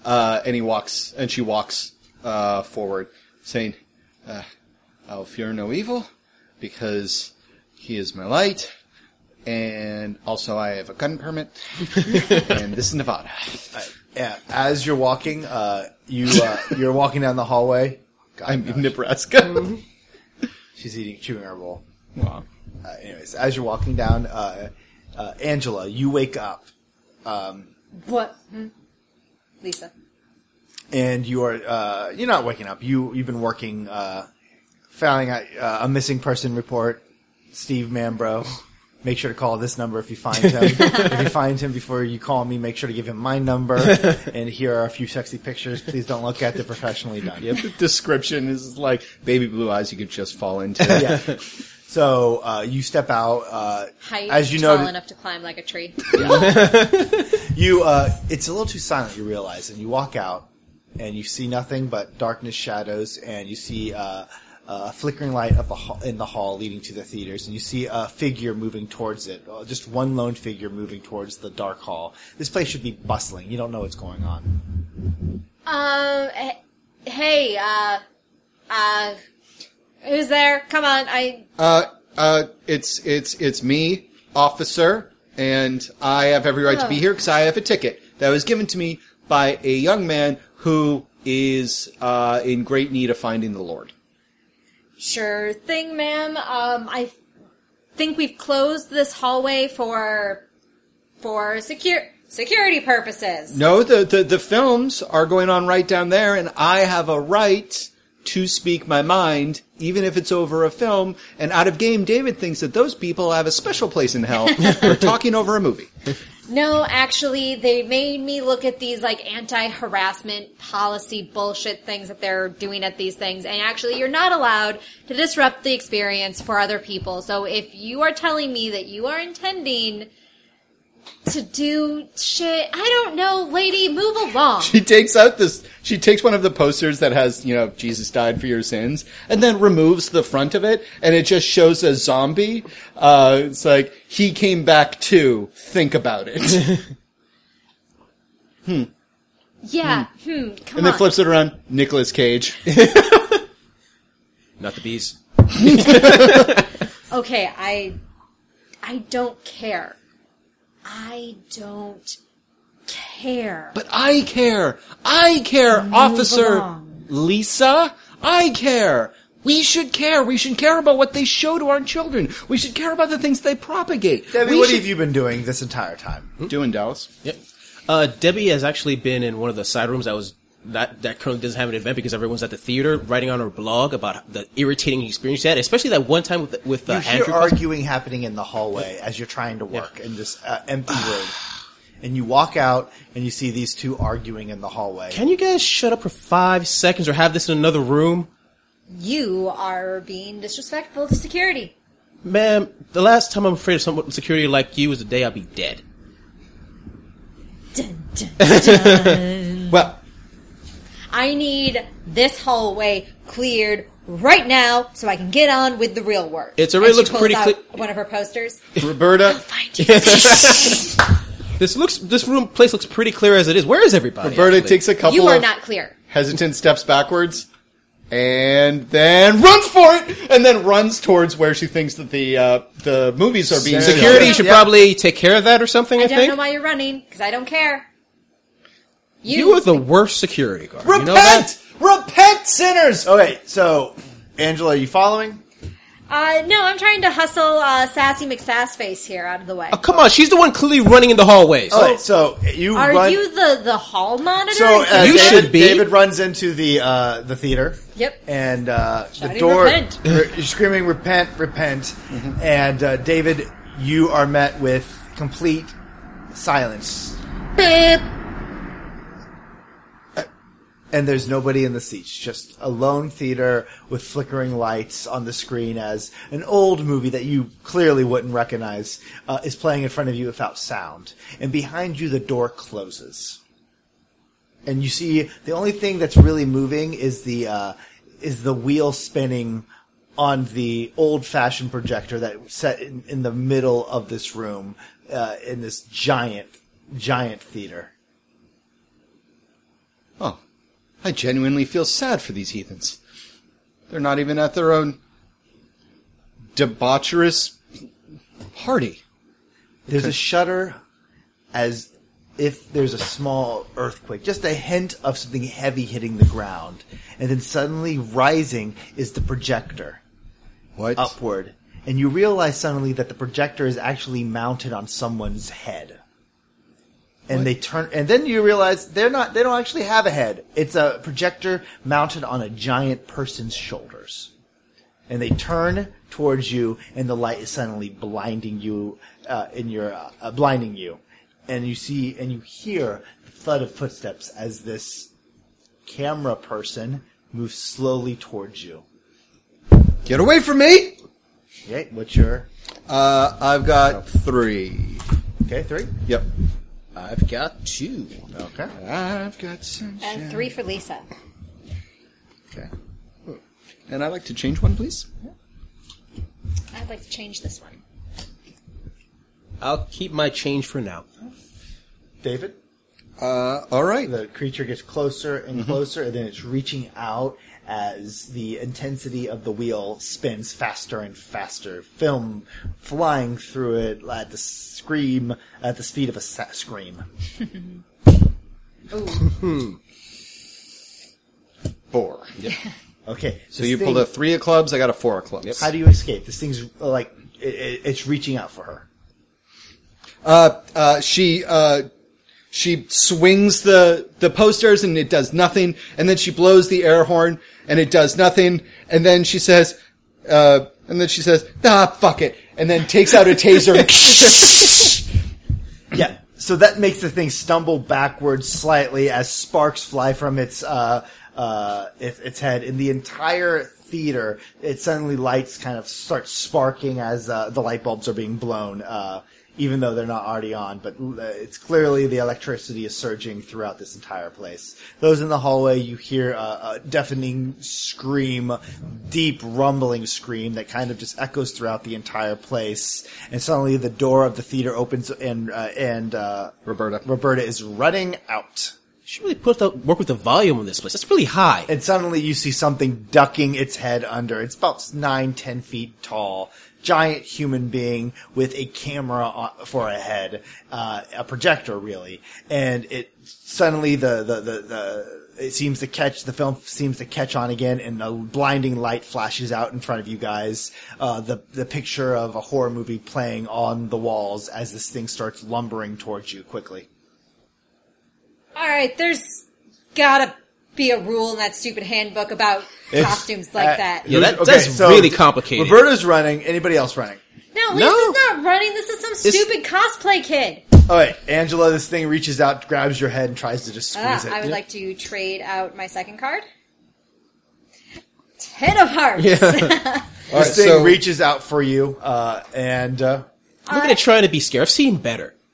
Speaker 1: uh, and he walks, and she walks uh, forward, saying, uh, "I'll fear no evil, because he is my light." And also, I have a gun permit, *laughs* and this is Nevada.
Speaker 4: Yeah, as you're walking, uh, you uh, you're walking down the hallway. God,
Speaker 1: I'm
Speaker 4: no,
Speaker 1: in Nebraska.
Speaker 4: she's eating chewing her roll.
Speaker 1: wow.
Speaker 4: Uh, anyways, as you're walking down, uh, uh, Angela, you wake up um,
Speaker 2: What? Hmm? Lisa.
Speaker 4: and you are uh, you're not waking up. You you've been working, uh, filing out uh, a missing person report. Steve Mambro, make sure to call this number if you find him. if you find him before you call me, make sure to give him my number. and here are a few sexy pictures. Please don't look at; they're professionally done.
Speaker 1: Yeah, the description is like baby blue eyes you could just fall into.
Speaker 4: yeah. So uh, you step out. Uh,
Speaker 2: Height
Speaker 4: as you
Speaker 2: tall
Speaker 4: know,
Speaker 2: enough to climb like a tree.
Speaker 4: you uh, it's a little too silent. You realize, and you walk out, and you see nothing but darkness, shadows, and you see uh, a flickering light up a hall, in the hall leading to the theaters, and you see a figure moving towards it. uh, Just one lone figure moving towards the dark hall. This place should be bustling. You don't know what's going on.
Speaker 2: Um. he- Hey. Uh. Uh. Who's there? Come on. I.
Speaker 1: Uh, uh, it's it's it's me, officer, and I have every right to be here because I have a ticket that was given to me by a young man who is uh, in great need of finding the Lord.
Speaker 2: Sure thing, ma'am. Um. I think we've closed this hallway for for secure security purposes.
Speaker 1: No, the, the the films are going on right down there, and I have a right to speak my mind, even if it's over a film. And out of game, David thinks that those people have a special place in hell for talking over a movie.
Speaker 2: No, actually, they made me look at these like anti-harassment policy bullshit things that they're doing at these things. And actually, you're not allowed to disrupt the experience for other people. So if you are telling me that you are intending to do shit, I don't know, lady, move
Speaker 1: *laughs*
Speaker 2: along.
Speaker 1: she takes out this she takes one of the posters that has you know jesus died for your sins and then removes the front of it and it just shows a zombie uh, it's like he came back to think about it
Speaker 2: *laughs* Yeah, hmm,
Speaker 1: and
Speaker 2: come on.
Speaker 1: then flips it around Nicolas cage *laughs*
Speaker 3: Not the bees.
Speaker 2: okay, I, I don't care. I don't care.
Speaker 1: but i care i care officer
Speaker 2: along.
Speaker 1: lisa i care we should care. We should care about what they show to our children. We should care about the things they propagate.
Speaker 4: Debbie,
Speaker 1: we
Speaker 4: what
Speaker 1: should-
Speaker 4: have you been doing this entire time?
Speaker 1: doing, Dallas?
Speaker 3: Yep. Uh, Debbie has actually been in one of the side rooms. I was that that currently doesn't have an event because everyone's at the theater writing on her blog about the irritating experience she had, especially that one time with with uh,
Speaker 4: You hear
Speaker 3: Andrew.
Speaker 4: arguing happening in the hallway as you're trying to work in this uh, empty room. And you walk out and you see these two arguing in the hallway.
Speaker 3: Can you guys shut up for five seconds or have this in another room?
Speaker 2: You are being disrespectful to security.
Speaker 3: Ma'am, the last time I'm afraid of someone with security like you was the day I'd be dead.
Speaker 2: Dun, dun.
Speaker 6: Well,
Speaker 2: I need this hallway cleared right now so I can get on with the real work.
Speaker 3: It's already
Speaker 2: And she
Speaker 3: looks
Speaker 2: pulls
Speaker 3: pretty
Speaker 2: out
Speaker 3: cle-
Speaker 2: One of her posters.
Speaker 6: Roberta,
Speaker 2: Find it.
Speaker 3: This looks this room place looks pretty clear as it is. Where is everybody?
Speaker 6: Roberta
Speaker 3: actually?
Speaker 6: takes a couple
Speaker 2: You are
Speaker 6: of
Speaker 2: not clear.
Speaker 6: hesitant steps backwards and then runs for it and then runs towards where she thinks that the uh, the movies are being
Speaker 3: security
Speaker 6: shot.
Speaker 3: should probably take care of that or something. I,
Speaker 2: I don't
Speaker 3: think
Speaker 2: know why you're running because I don't care. You,
Speaker 3: you are the worst security guard. You know that?
Speaker 6: Repent! Repent, sinners!
Speaker 4: Okay, so Angela, are you following?
Speaker 2: Uh, no, I'm trying to hustle uh, Sassy McSassface here out of the way.
Speaker 3: Oh, come on, she's the one clearly running in the hallways.
Speaker 6: Oh.
Speaker 4: Okay, so you
Speaker 2: Are
Speaker 4: run.
Speaker 2: you the the hall monitor?
Speaker 4: so uh,
Speaker 3: You
Speaker 4: David,
Speaker 3: should be.
Speaker 4: David runs into the uh, the theater.
Speaker 2: Yep.
Speaker 4: And uh, the
Speaker 2: Shouting,
Speaker 4: door *laughs*
Speaker 2: "Repent."
Speaker 4: re- screaming, "Repent! Repent!"
Speaker 6: Mm-hmm.
Speaker 4: And uh, David, you are met with complete silence, and there's nobody in the seats. Just a lone theater with flickering lights on the screen as an old movie that you clearly wouldn't recognize uh, is playing in front of you without sound. And behind you, the door closes. and you see the only thing that's really moving is the uh, is the wheel spinning on the old fashioned projector that set in, in the middle of this room uh, in this giant giant theater.
Speaker 1: Oh, I genuinely feel sad for these heathens. They're not even at their own debaucherous party.
Speaker 4: There's a shudder as if there's a small earthquake, just a hint of something heavy hitting the ground, and then suddenly rising is the projector.
Speaker 1: What?
Speaker 4: upward, and you realize suddenly that the projector is actually mounted on someone's head. And they turn, and then you realize they're not, they don't actually have a head. It's a projector mounted on a giant person's shoulders. And they turn towards you, and the light is suddenly blinding you, uh, in your, uh, uh, blinding you. And you see, and you hear the thud of footsteps as this camera person moves slowly towards you.
Speaker 1: Get away from me!
Speaker 4: Okay, what's your,
Speaker 1: Uh, I've got three.
Speaker 4: okay, three?
Speaker 1: Yep.
Speaker 3: I've got two.
Speaker 4: Okay.
Speaker 1: I've got some.
Speaker 2: and three for Lisa.
Speaker 1: Okay. And I'd like to change one, please.
Speaker 2: I'd like to change this one.
Speaker 3: I'll keep my change for now.
Speaker 4: David?
Speaker 1: Uh, all right.
Speaker 4: The creature gets closer and closer, and then it's reaching out as the intensity of the wheel spins faster and faster. Film flying through it at the scream, at the speed of a sa- scream.
Speaker 1: Four.
Speaker 4: Okay.
Speaker 1: So you pulled a three of clubs. I got a four of clubs.
Speaker 4: How do you escape? This thing's uh, like it, it, it's reaching out for her.
Speaker 1: Uh, uh, she uh, she swings the the posters and it does nothing, and then she blows the air horn and it does nothing, and then she says, uh, and then she says, ah, fuck it, and then takes out a taser. *laughs*
Speaker 4: Yeah. So that makes the thing stumble backwards slightly as sparks fly from its uh, uh, its, its head. In the entire theater, it suddenly lights kind of start sparking as uh, the light bulbs are being blown, uh, even though they're not already on. But uh, it's clearly the electricity is surging throughout this entire place. Those in the hallway, you hear a, a deafening scream, deep rumbling scream that kind of just echoes throughout the entire place. And suddenly, the door of the theater opens, and uh, and uh,
Speaker 1: Roberta.
Speaker 4: Roberta is running out.
Speaker 3: You should really put the work with the volume on this place. That's really high.
Speaker 4: And suddenly, you see something ducking its head under. It's about nine, ten feet tall. Giant human being with a camera on, for a head, uh, a projector really, and it suddenly the the the, the it seems to catch the film seems to catch on again and the blinding light flashes out in front of you guys uh, the the picture of a horror movie playing on the walls as this thing starts lumbering towards you quickly
Speaker 2: All right, there's gotta be a rule in that stupid handbook about
Speaker 4: It's-
Speaker 2: costumes like
Speaker 4: uh,
Speaker 2: that.
Speaker 3: Yeah, that- that's really complicated.
Speaker 4: Roberta's running. Anybody else running?
Speaker 2: No,
Speaker 3: No.
Speaker 2: Lisa's not running. This is some stupid cosplay kid.
Speaker 4: All right, Angela. This thing reaches out, grabs your head, and tries to just
Speaker 2: Ah,
Speaker 4: squeeze it.
Speaker 2: I would like to trade out my second card. Ten of hearts.
Speaker 4: This thing
Speaker 17: so-
Speaker 4: reaches out for you, uh, and uh,
Speaker 3: Look at it trying to be scared. I've seen better.
Speaker 2: *laughs*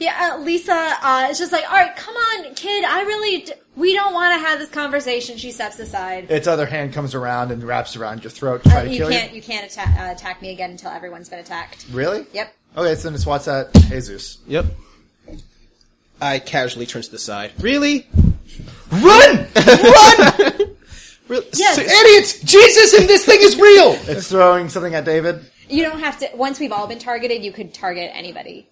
Speaker 2: Yeah, uh, Lisa uh, is just like, all right, come on, kid. I really, d- we don't want to have this conversation. She steps aside.
Speaker 4: its other hand comes around and wraps around your throat to try
Speaker 2: Uh,
Speaker 4: to
Speaker 2: you
Speaker 4: kill
Speaker 2: can't, you can't atta- uh, attack me again until everyone's been attacked.
Speaker 4: you. Really?
Speaker 2: Yep.
Speaker 4: Okay, so then it swats at Jesus.
Speaker 3: Yep. I casually turn to the side. Really?
Speaker 1: Run!
Speaker 3: Really?
Speaker 2: Yes.
Speaker 3: Se-
Speaker 1: Idiots! Jesus and this thing is real!
Speaker 3: *laughs*
Speaker 4: It's throwing something at David.
Speaker 2: You don't have to. Once we've all been targeted, you could target anybody.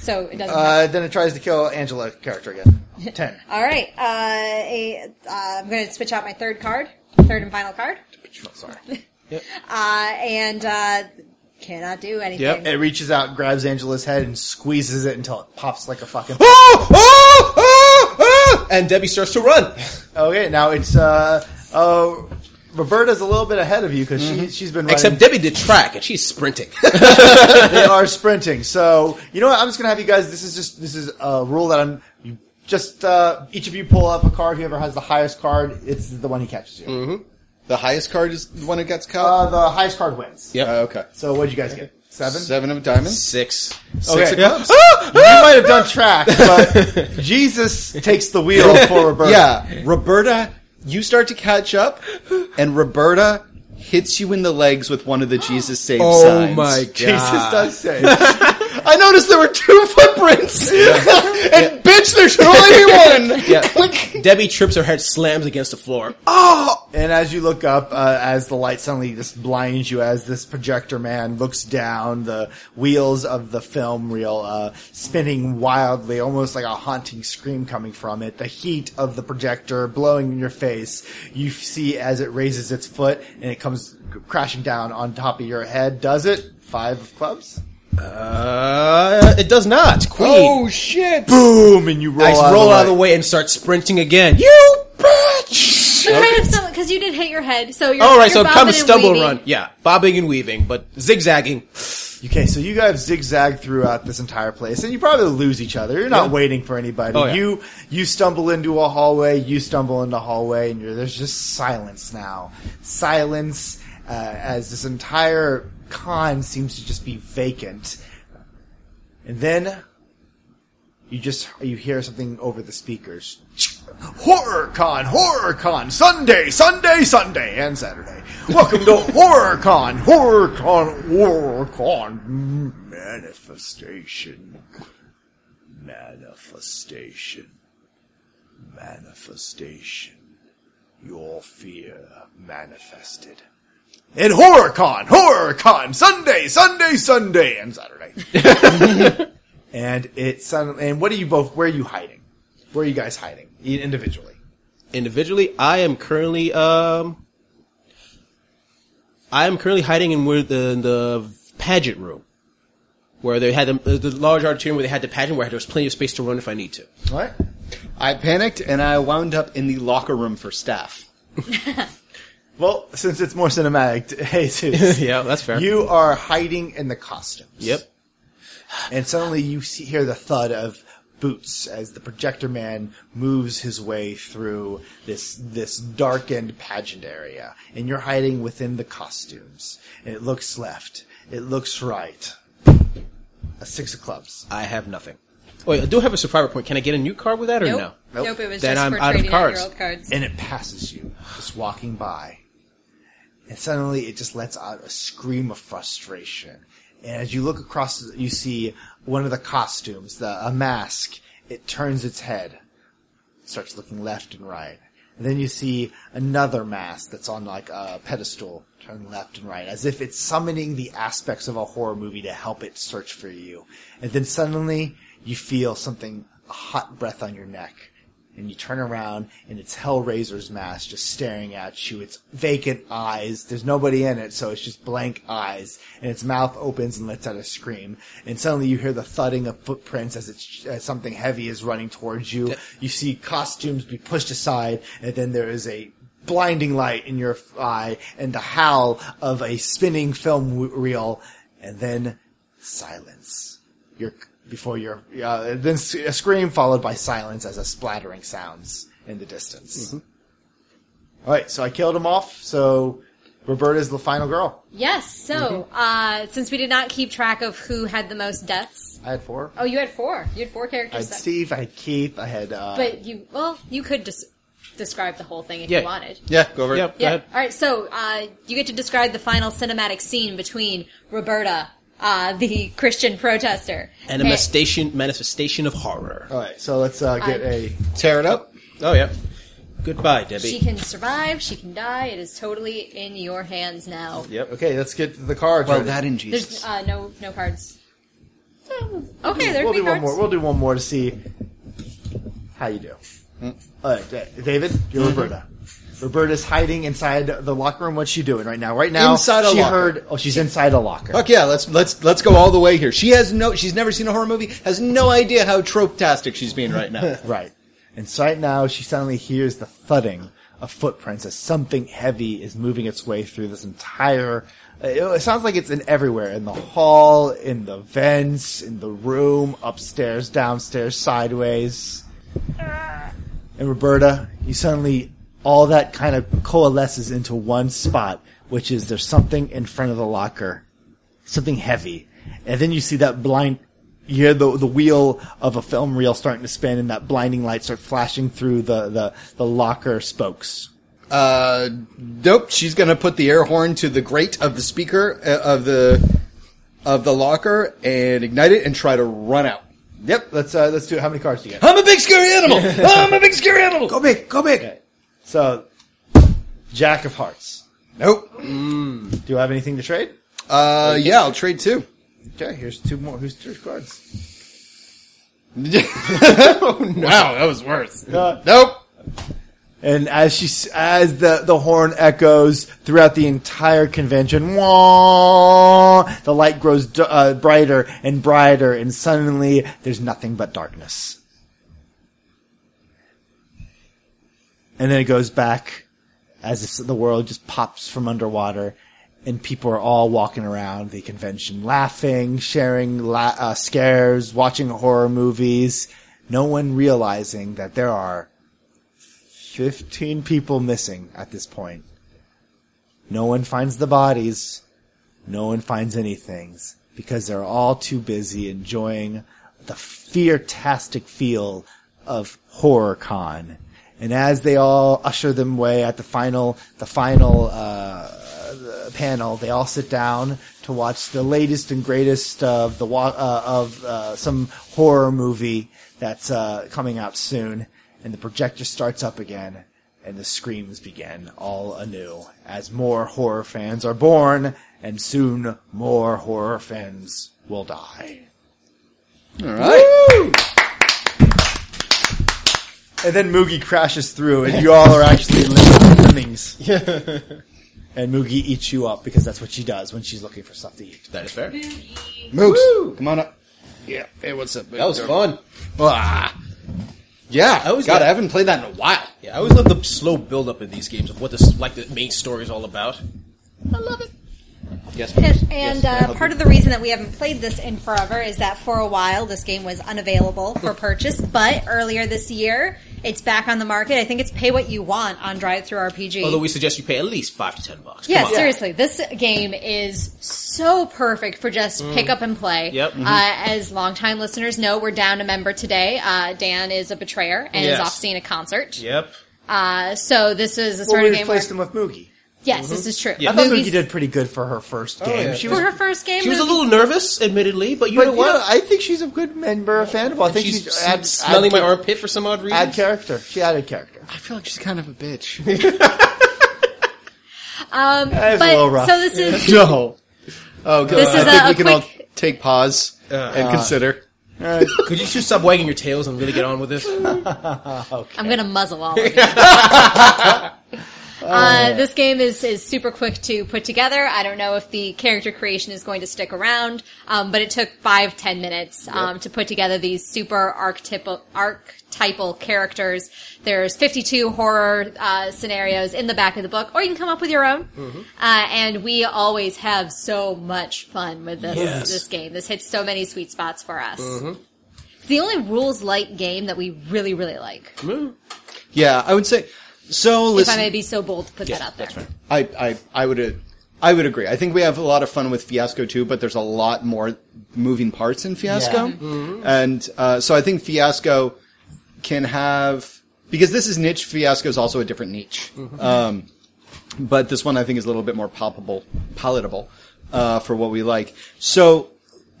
Speaker 2: So it doesn't.
Speaker 4: Uh, then it tries to kill Angela
Speaker 2: *laughs*
Speaker 4: character again. Ten.
Speaker 2: all right. Uh, a, uh, I'm going to switch out my third card, third and final
Speaker 3: *laughs*
Speaker 2: card,
Speaker 4: Sorry.
Speaker 2: *laughs* uh, and uh, cannot do anything.
Speaker 4: It reaches out, grabs Angela's head, and squeezes it until it pops like a fucking.
Speaker 3: Oh! Oh! Oh! Oh! And Debbie starts to run.
Speaker 4: okay, now it's uh oh. Roberta's a little bit ahead of you because she she's been running.
Speaker 3: Except Debbie did track, and she's sprinting.
Speaker 4: they are sprinting. So you know what? I'm just gonna have you guys. This is just this is a rule that I'm. You just uh, each of you pull up a card. Whoever has the highest card, it's the one who catches you.
Speaker 1: Mm-hmm. The highest card is the one that gets caught?
Speaker 4: Uh, the highest card
Speaker 3: *laughs*
Speaker 4: wins.
Speaker 3: yep.
Speaker 1: Uh, okay.
Speaker 4: So what would you guys get? Seven.
Speaker 1: Seven of diamonds?
Speaker 3: Six.
Speaker 4: Okay.
Speaker 1: of clubs?
Speaker 4: *laughs* You might
Speaker 1: *laughs*
Speaker 4: have done track, but Jesus takes the wheel for Roberta.
Speaker 1: Yeah, Roberta, you start to catch up, and Roberta hits you in the legs with one of the Jesus save
Speaker 4: Oh
Speaker 1: signs.
Speaker 4: Jesus does say.
Speaker 1: *laughs* I noticed there were two footprints, *laughs* and bitch, there should
Speaker 4: *laughs*
Speaker 1: only be one. *laughs*
Speaker 3: Yeah. Debbie trips her head, slams against the floor.
Speaker 4: And as you look up, uh, as the light suddenly just blinds you, as this projector man looks down, the wheels of the film reel uh, spinning wildly, almost like a haunting scream coming from it. The heat of the projector blowing in your face. You f- see as it raises its foot and it comes g- crashing down on top of your head. Does it? Five of clubs.
Speaker 3: Uh, it does not. Queen.
Speaker 1: shit!
Speaker 4: Boom! And you roll,
Speaker 3: I
Speaker 4: out,
Speaker 3: roll out of the
Speaker 4: way.
Speaker 3: way and start sprinting again. You bitch!
Speaker 2: Because you did hit your head, so you're
Speaker 3: All Oh, right,
Speaker 2: you're
Speaker 3: so I'm kind
Speaker 2: bobbing
Speaker 3: of
Speaker 2: and
Speaker 3: stumble
Speaker 2: weaving.
Speaker 3: run. Yeah, bobbing and weaving, but zigzagging.
Speaker 4: Okay, so you guys zigzag throughout this entire place, and you probably lose each other. You're not waiting for anybody.
Speaker 3: Oh, yeah.
Speaker 4: You you stumble into a hallway, you stumble into a hallway, and you're, there's just silence now. Silence uh, as this entire con seems to just be vacant. And then you just you hear something over the speakers. Horror Con, Horror Con, Sunday, Sunday, Sunday, and Saturday. Welcome to Horror Con, Horror Con, Horror Con manifestation, manifestation, manifestation. Your fear manifested. In Horror Con, Horror Con, Sunday, Sunday, Sunday, and Saturday. and it suddenly, and what are you both? Where are you hiding? Where are you guys hiding I- individually?
Speaker 3: Individually, I am currently um, I am currently hiding in where the in the pageant room, where they had the, the large auditorium where they had the pageant, where there was plenty of space to run if I need to.
Speaker 4: All right.
Speaker 1: I panicked, and I wound up in the locker room for staff.
Speaker 4: Well, since it's more cinematic, t- hey, Zeus,
Speaker 3: Yeah, that's fair.
Speaker 4: *laughs* you are hiding in the costumes.
Speaker 3: Yep.
Speaker 4: And suddenly you see, hear the thud of boots as the projector man moves his way through this this darkened pageant area, and you're hiding within the costumes. And it looks left, it looks right. A six of clubs.
Speaker 3: I have nothing. Wait, I do have a survivor point. Can I get a new card with that or
Speaker 2: Nope.
Speaker 3: no?
Speaker 2: Nope. It was
Speaker 3: Then
Speaker 2: just
Speaker 3: I'm
Speaker 2: for
Speaker 3: out of
Speaker 2: trading
Speaker 3: cards.
Speaker 2: your old cards.
Speaker 4: and it passes you, just walking by. And suddenly it just lets out a scream of frustration. And as you look across, you see one of the costumes, the, a mask. It turns its head, starts looking left and right. And then you see another mask that's on like a pedestal, turn left and right, as if it's summoning the aspects of a horror movie to help it search for you. And then suddenly you feel something, a hot breath on your neck and you turn around and it's Hellraiser's mask just staring at you. It's vacant eyes. There's nobody in it, so it's just blank eyes. And its mouth opens and lets out a scream. And suddenly you hear the thudding of footprints as it's as something heavy is running towards you. You see costumes be pushed aside, and then there is a blinding light in your eye and the howl of a spinning film w- reel, and then silence. Your before your uh, then s- a scream followed by silence as a splattering sounds in the distance. All right, so I killed him off. So Roberta's the final girl.
Speaker 2: Yes. So,
Speaker 3: Mm-hmm.
Speaker 2: uh, since we did not keep track of who had the most deaths,
Speaker 4: I had four.
Speaker 2: oh, you had four. You had four
Speaker 4: I had
Speaker 2: characters. that-
Speaker 4: Steve. I had Keith. I had. Uh,
Speaker 2: but you, well, you could just describe the whole thing if
Speaker 3: Yeah.
Speaker 2: you wanted.
Speaker 7: Yeah, go over.
Speaker 3: Yeah,
Speaker 7: it.
Speaker 3: go ahead.
Speaker 2: All right. So uh, you get to describe the final cinematic scene between Roberta, uh, the Christian protester,
Speaker 3: And a manifestation, manifestation of horror.
Speaker 4: all right, so let's uh, get a.
Speaker 7: Tear it up.
Speaker 3: Oh, yeah. Goodbye, Debbie.
Speaker 2: She can survive. She can die. It is totally in your hands now.
Speaker 4: Okay, let's get the cards.
Speaker 1: Well,
Speaker 4: ready.
Speaker 1: that in
Speaker 2: There's
Speaker 1: Jesus.
Speaker 2: uh, no no cards. Okay, there
Speaker 4: we'll
Speaker 2: could be
Speaker 4: do one
Speaker 2: cards.
Speaker 4: more. We'll do one more to see how you do.
Speaker 7: Hmm.
Speaker 4: All right, Da- David, you're
Speaker 7: Mm-hmm.
Speaker 4: Roberta. Roberta's hiding inside the locker room. What's she doing right now? Right now,
Speaker 7: Inside a
Speaker 4: she
Speaker 7: locker.
Speaker 4: heard. Oh, she's inside a locker.
Speaker 7: Fuck yeah, let's let's let's go all the way here. She has no she's never seen a horror movie, has no idea how trope tastic she's being right
Speaker 4: *laughs*
Speaker 7: now.
Speaker 4: Right. And so right now, she suddenly hears the thudding of footprints as something heavy is moving its way through this entire. It it sounds like it's in everywhere in the hall, in the vents, in the room, upstairs, downstairs, sideways. And Roberta, you suddenly all that kind of coalesces into one spot, which is there's something in front of the locker, something heavy, and then you see that blind. You hear the the wheel of a film reel starting to spin, and that blinding light start flashing through the the, the locker spokes.
Speaker 7: Uh nope, she's going to put the air horn to the grate of the speaker uh, of the of the locker and ignite it and try to run out.
Speaker 4: Yep, let's uh, let's do it. How many cards do you get?
Speaker 7: I'm a big scary
Speaker 4: *laughs*
Speaker 7: animal. I'm a big scary animal. Go big, go big.
Speaker 4: So, Jack of Hearts.
Speaker 7: Nope.
Speaker 4: Do you have anything to trade?
Speaker 7: Uh yeah, I'll trade two.
Speaker 4: Okay, here's two more. Who's two cards?
Speaker 7: Wow, that was worse. nope.
Speaker 4: And as she s- as the the horn echoes throughout the entire convention, wah, the light grows d- uh, brighter and brighter, and suddenly there's nothing but darkness. And then it goes back as if the world just pops from underwater, and people are all walking around the convention, laughing, sharing la- uh, scares, watching horror movies. No one realizing that there are 15 people missing at this point. No one finds the bodies. No one finds anything because they're all too busy enjoying the fear-tastic feel of HorrorCon. And as they all usher them away at the final, the final, uh, the panel, they all sit down to watch the latest and greatest of the, wa- uh, of, uh, some horror movie that's, uh, coming out soon. And the projector starts up again and the screams begin all anew as more horror fans are born and soon more horror fans will die.
Speaker 7: All right.
Speaker 4: And then Moogie crashes through and you all are actually living *laughs* lemmings. and Moogie eats you up because that's what she does when she's looking for stuff to eat.
Speaker 7: That is fair.
Speaker 1: Moogs, come on up. Yeah. Hey, what's up?
Speaker 3: that was fun.
Speaker 1: Yeah.
Speaker 3: I was
Speaker 1: God,
Speaker 3: there.
Speaker 1: I haven't played that in a while.
Speaker 3: Yeah, I always love the slow build up in these games of what this like the main story is all about.
Speaker 2: I love it.
Speaker 7: Yes.
Speaker 2: And, and uh, part of the reason that we haven't played this in forever is that for a while this game was unavailable
Speaker 3: *laughs*
Speaker 2: for purchase, but earlier this year it's back on the market. I think it's pay what you want on Drive Through RPG.
Speaker 3: Although we suggest you pay at least five to ten bucks. Come
Speaker 2: yeah,
Speaker 3: on.
Speaker 2: seriously, this game is so perfect for just pick up and play.
Speaker 3: Mm. Yep. Mhm.
Speaker 2: Uh, as longtime listeners know, we're down a member today. Uh, Dan is a betrayer and
Speaker 3: Yes.
Speaker 2: is off seeing a concert.
Speaker 3: Yep.
Speaker 2: Uh, so this is a sort
Speaker 4: we
Speaker 2: of game where
Speaker 4: replaced him with Moogie.
Speaker 2: yes, this is true.
Speaker 3: Mm-hmm. Yeah.
Speaker 4: I thought
Speaker 2: Movies-
Speaker 4: Moogie did pretty good for her first game. She
Speaker 2: for
Speaker 4: was
Speaker 2: her first game.
Speaker 3: She was a
Speaker 2: movie-
Speaker 3: little nervous, admittedly, but you
Speaker 4: But
Speaker 3: know
Speaker 4: you know,
Speaker 3: what?
Speaker 4: I think she's a good member, a fan of. I think
Speaker 3: She's
Speaker 4: she's,
Speaker 3: s-
Speaker 4: add,
Speaker 3: smelling
Speaker 4: add,
Speaker 3: my armpit for some odd reason.
Speaker 4: Add character. She added character.
Speaker 1: I feel like she's kind of a bitch.
Speaker 2: Um,
Speaker 4: That's a
Speaker 2: but-
Speaker 4: little rough.
Speaker 2: so this *laughs* is
Speaker 7: No. Oh god.
Speaker 2: This
Speaker 7: I
Speaker 2: is
Speaker 7: think
Speaker 2: a-
Speaker 7: we
Speaker 2: a
Speaker 7: can
Speaker 2: quick-
Speaker 7: Uh, all take pause and consider.
Speaker 3: Could you just stop wagging your tails and really get on with this?
Speaker 2: I'm gonna muzzle all of you. uh, this game is, is super quick to put together. I don't know if the character creation is going to stick around, um, but it took five ten minutes um, to put together these super archetypal archetypal characters. There's 52 horror uh, scenarios in the back of the book, or you can come up with your own. Uh, and we always have so much fun with this
Speaker 3: Yes.
Speaker 2: this game. This hits so many sweet spots for us. It's the only rules light game that we really really like.
Speaker 1: Yeah, I would say. So
Speaker 2: if I
Speaker 1: listen,
Speaker 2: may be so bold to put that out there.
Speaker 1: I, I, I would, uh, I would agree. I think we have a lot of fun with Fiasco too, but there's a lot more moving parts in Fiasco, and uh, so I think Fiasco can have because this is niche. Fiasco is also a different niche, um, but this one I think is a little bit more palpable, palatable uh, for what we like. So.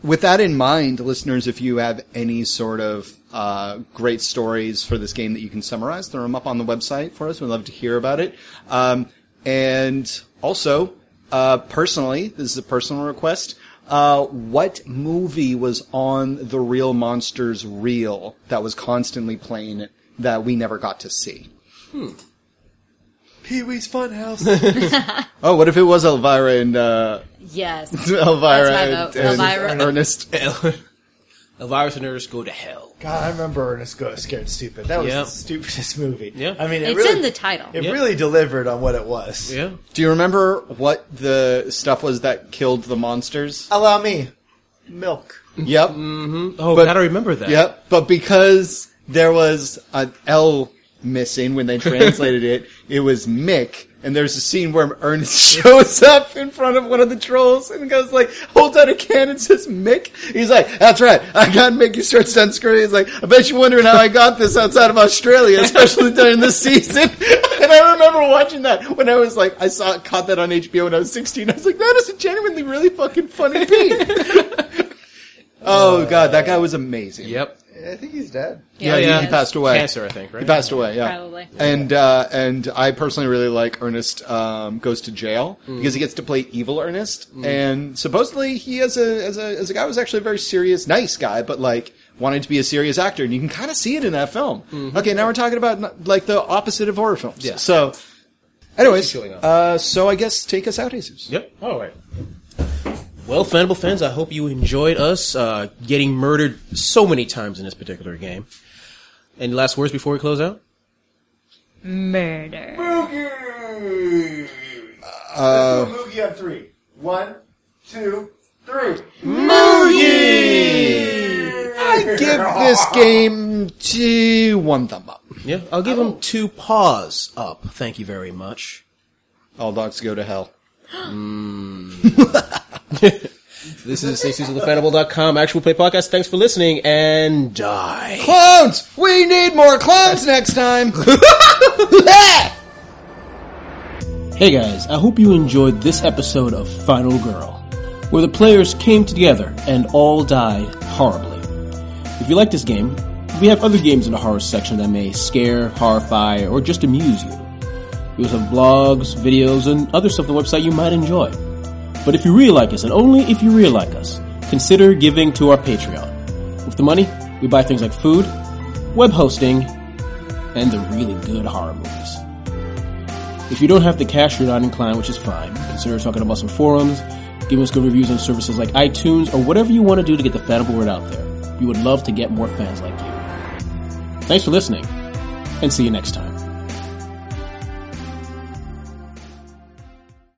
Speaker 1: With that in mind, listeners, if you have any sort of uh, great stories for this game that you can summarize, throw them up on the website for us. We'd love to hear about it. Um, and also, uh, personally, this is a personal request. Uh, what movie was on the Real Monsters reel that was constantly playing that we never got to see?
Speaker 4: Pee Wee's Funhouse.
Speaker 1: Oh, what if it was Elvira and uh,
Speaker 2: Yes.
Speaker 1: *laughs*
Speaker 4: *laughs*
Speaker 1: Elvira
Speaker 2: That's
Speaker 1: and,
Speaker 2: my vote. Elvira.
Speaker 1: and Ernest?
Speaker 3: *laughs* Elvira's and Ernest go to hell.
Speaker 4: God, I remember Ernest Goes Scared Stupid. That was
Speaker 3: Yeah.
Speaker 4: the stupidest *laughs* movie.
Speaker 3: Yeah.
Speaker 4: I mean, it
Speaker 2: it's
Speaker 4: really,
Speaker 2: in the title.
Speaker 4: it really delivered on what it was.
Speaker 3: Yeah.
Speaker 1: Do you remember what the stuff was that killed the monsters?
Speaker 4: Allow me, milk.
Speaker 1: Yep.
Speaker 3: Oh,
Speaker 1: But-
Speaker 3: gotta remember that.
Speaker 1: Yep, but because there was an L missing
Speaker 3: *laughs*
Speaker 1: when they translated it, it was Mick. And there's a scene where Ernest *laughs* shows up in front of one of the trolls and goes like, holds out a can and says, Mick? He's like, that's right, I got Mickey stretched on screen. He's like, I bet you're wondering how I got this outside of Australia,
Speaker 3: *laughs*
Speaker 1: especially during this season. *laughs* And I remember watching that when I was like, I saw, caught that on HBO when I was 16. I was like, that is a genuinely really fucking funny
Speaker 3: *laughs*
Speaker 1: beat. oh god, that guy was amazing.
Speaker 3: Uh, Yep.
Speaker 4: I think he's dead.
Speaker 1: Yeah,
Speaker 3: Oh, yeah.
Speaker 1: He, he passed away.
Speaker 3: Cancer, I think, right?
Speaker 1: He passed away. Yeah,
Speaker 2: Probably.
Speaker 1: And uh, and I personally really like Ernest um, goes to jail
Speaker 3: Mm.
Speaker 1: because he gets to play evil Ernest, and supposedly he as a as a as a guy was actually a very serious, nice guy, but like wanted to be a serious actor, and you can kind of see it in that film. Okay, now we're talking about like the opposite of horror films.
Speaker 3: Mm-hmm. Yeah.
Speaker 1: So, anyways,
Speaker 3: Chilling out.
Speaker 1: uh, so I guess take us out,
Speaker 3: *laughs*
Speaker 1: Jesus.
Speaker 3: Yep. All right. Well, Fanable fans, I hope you enjoyed us uh, getting murdered so many times in this particular game. Any last words before we close out?
Speaker 5: Murder.
Speaker 18: Let's do a Moogie on three. One, two, three.
Speaker 1: Give this game to one thumb up.
Speaker 3: Yeah, I'll give them two paws up. Thank you very much.
Speaker 1: All dogs go to hell.
Speaker 3: This is Stay Season with Fanable.com, Actual Play Podcast. Thanks for listening and die.
Speaker 1: Clowns! We need more clowns next time!
Speaker 3: Hey guys, I hope you enjoyed this episode of Final Girl, where the players came together and all died horribly. If you like this game, we have other games in the horror section that may scare, horrify, or just amuse you. We also have blogs, videos, and other stuff on the website you might enjoy. But if you really like us, and only if you really like us, consider giving to our Patreon. With the money, we buy things like food, web hosting, and the really good horror movies. If you don't have the cash, you're not inclined, which is fine. Consider talking about some forums, giving us good reviews on services like iTunes, or whatever you want to do to get the Fanable word out there. We would love to get more fans like you. Thanks for listening, and see you next time.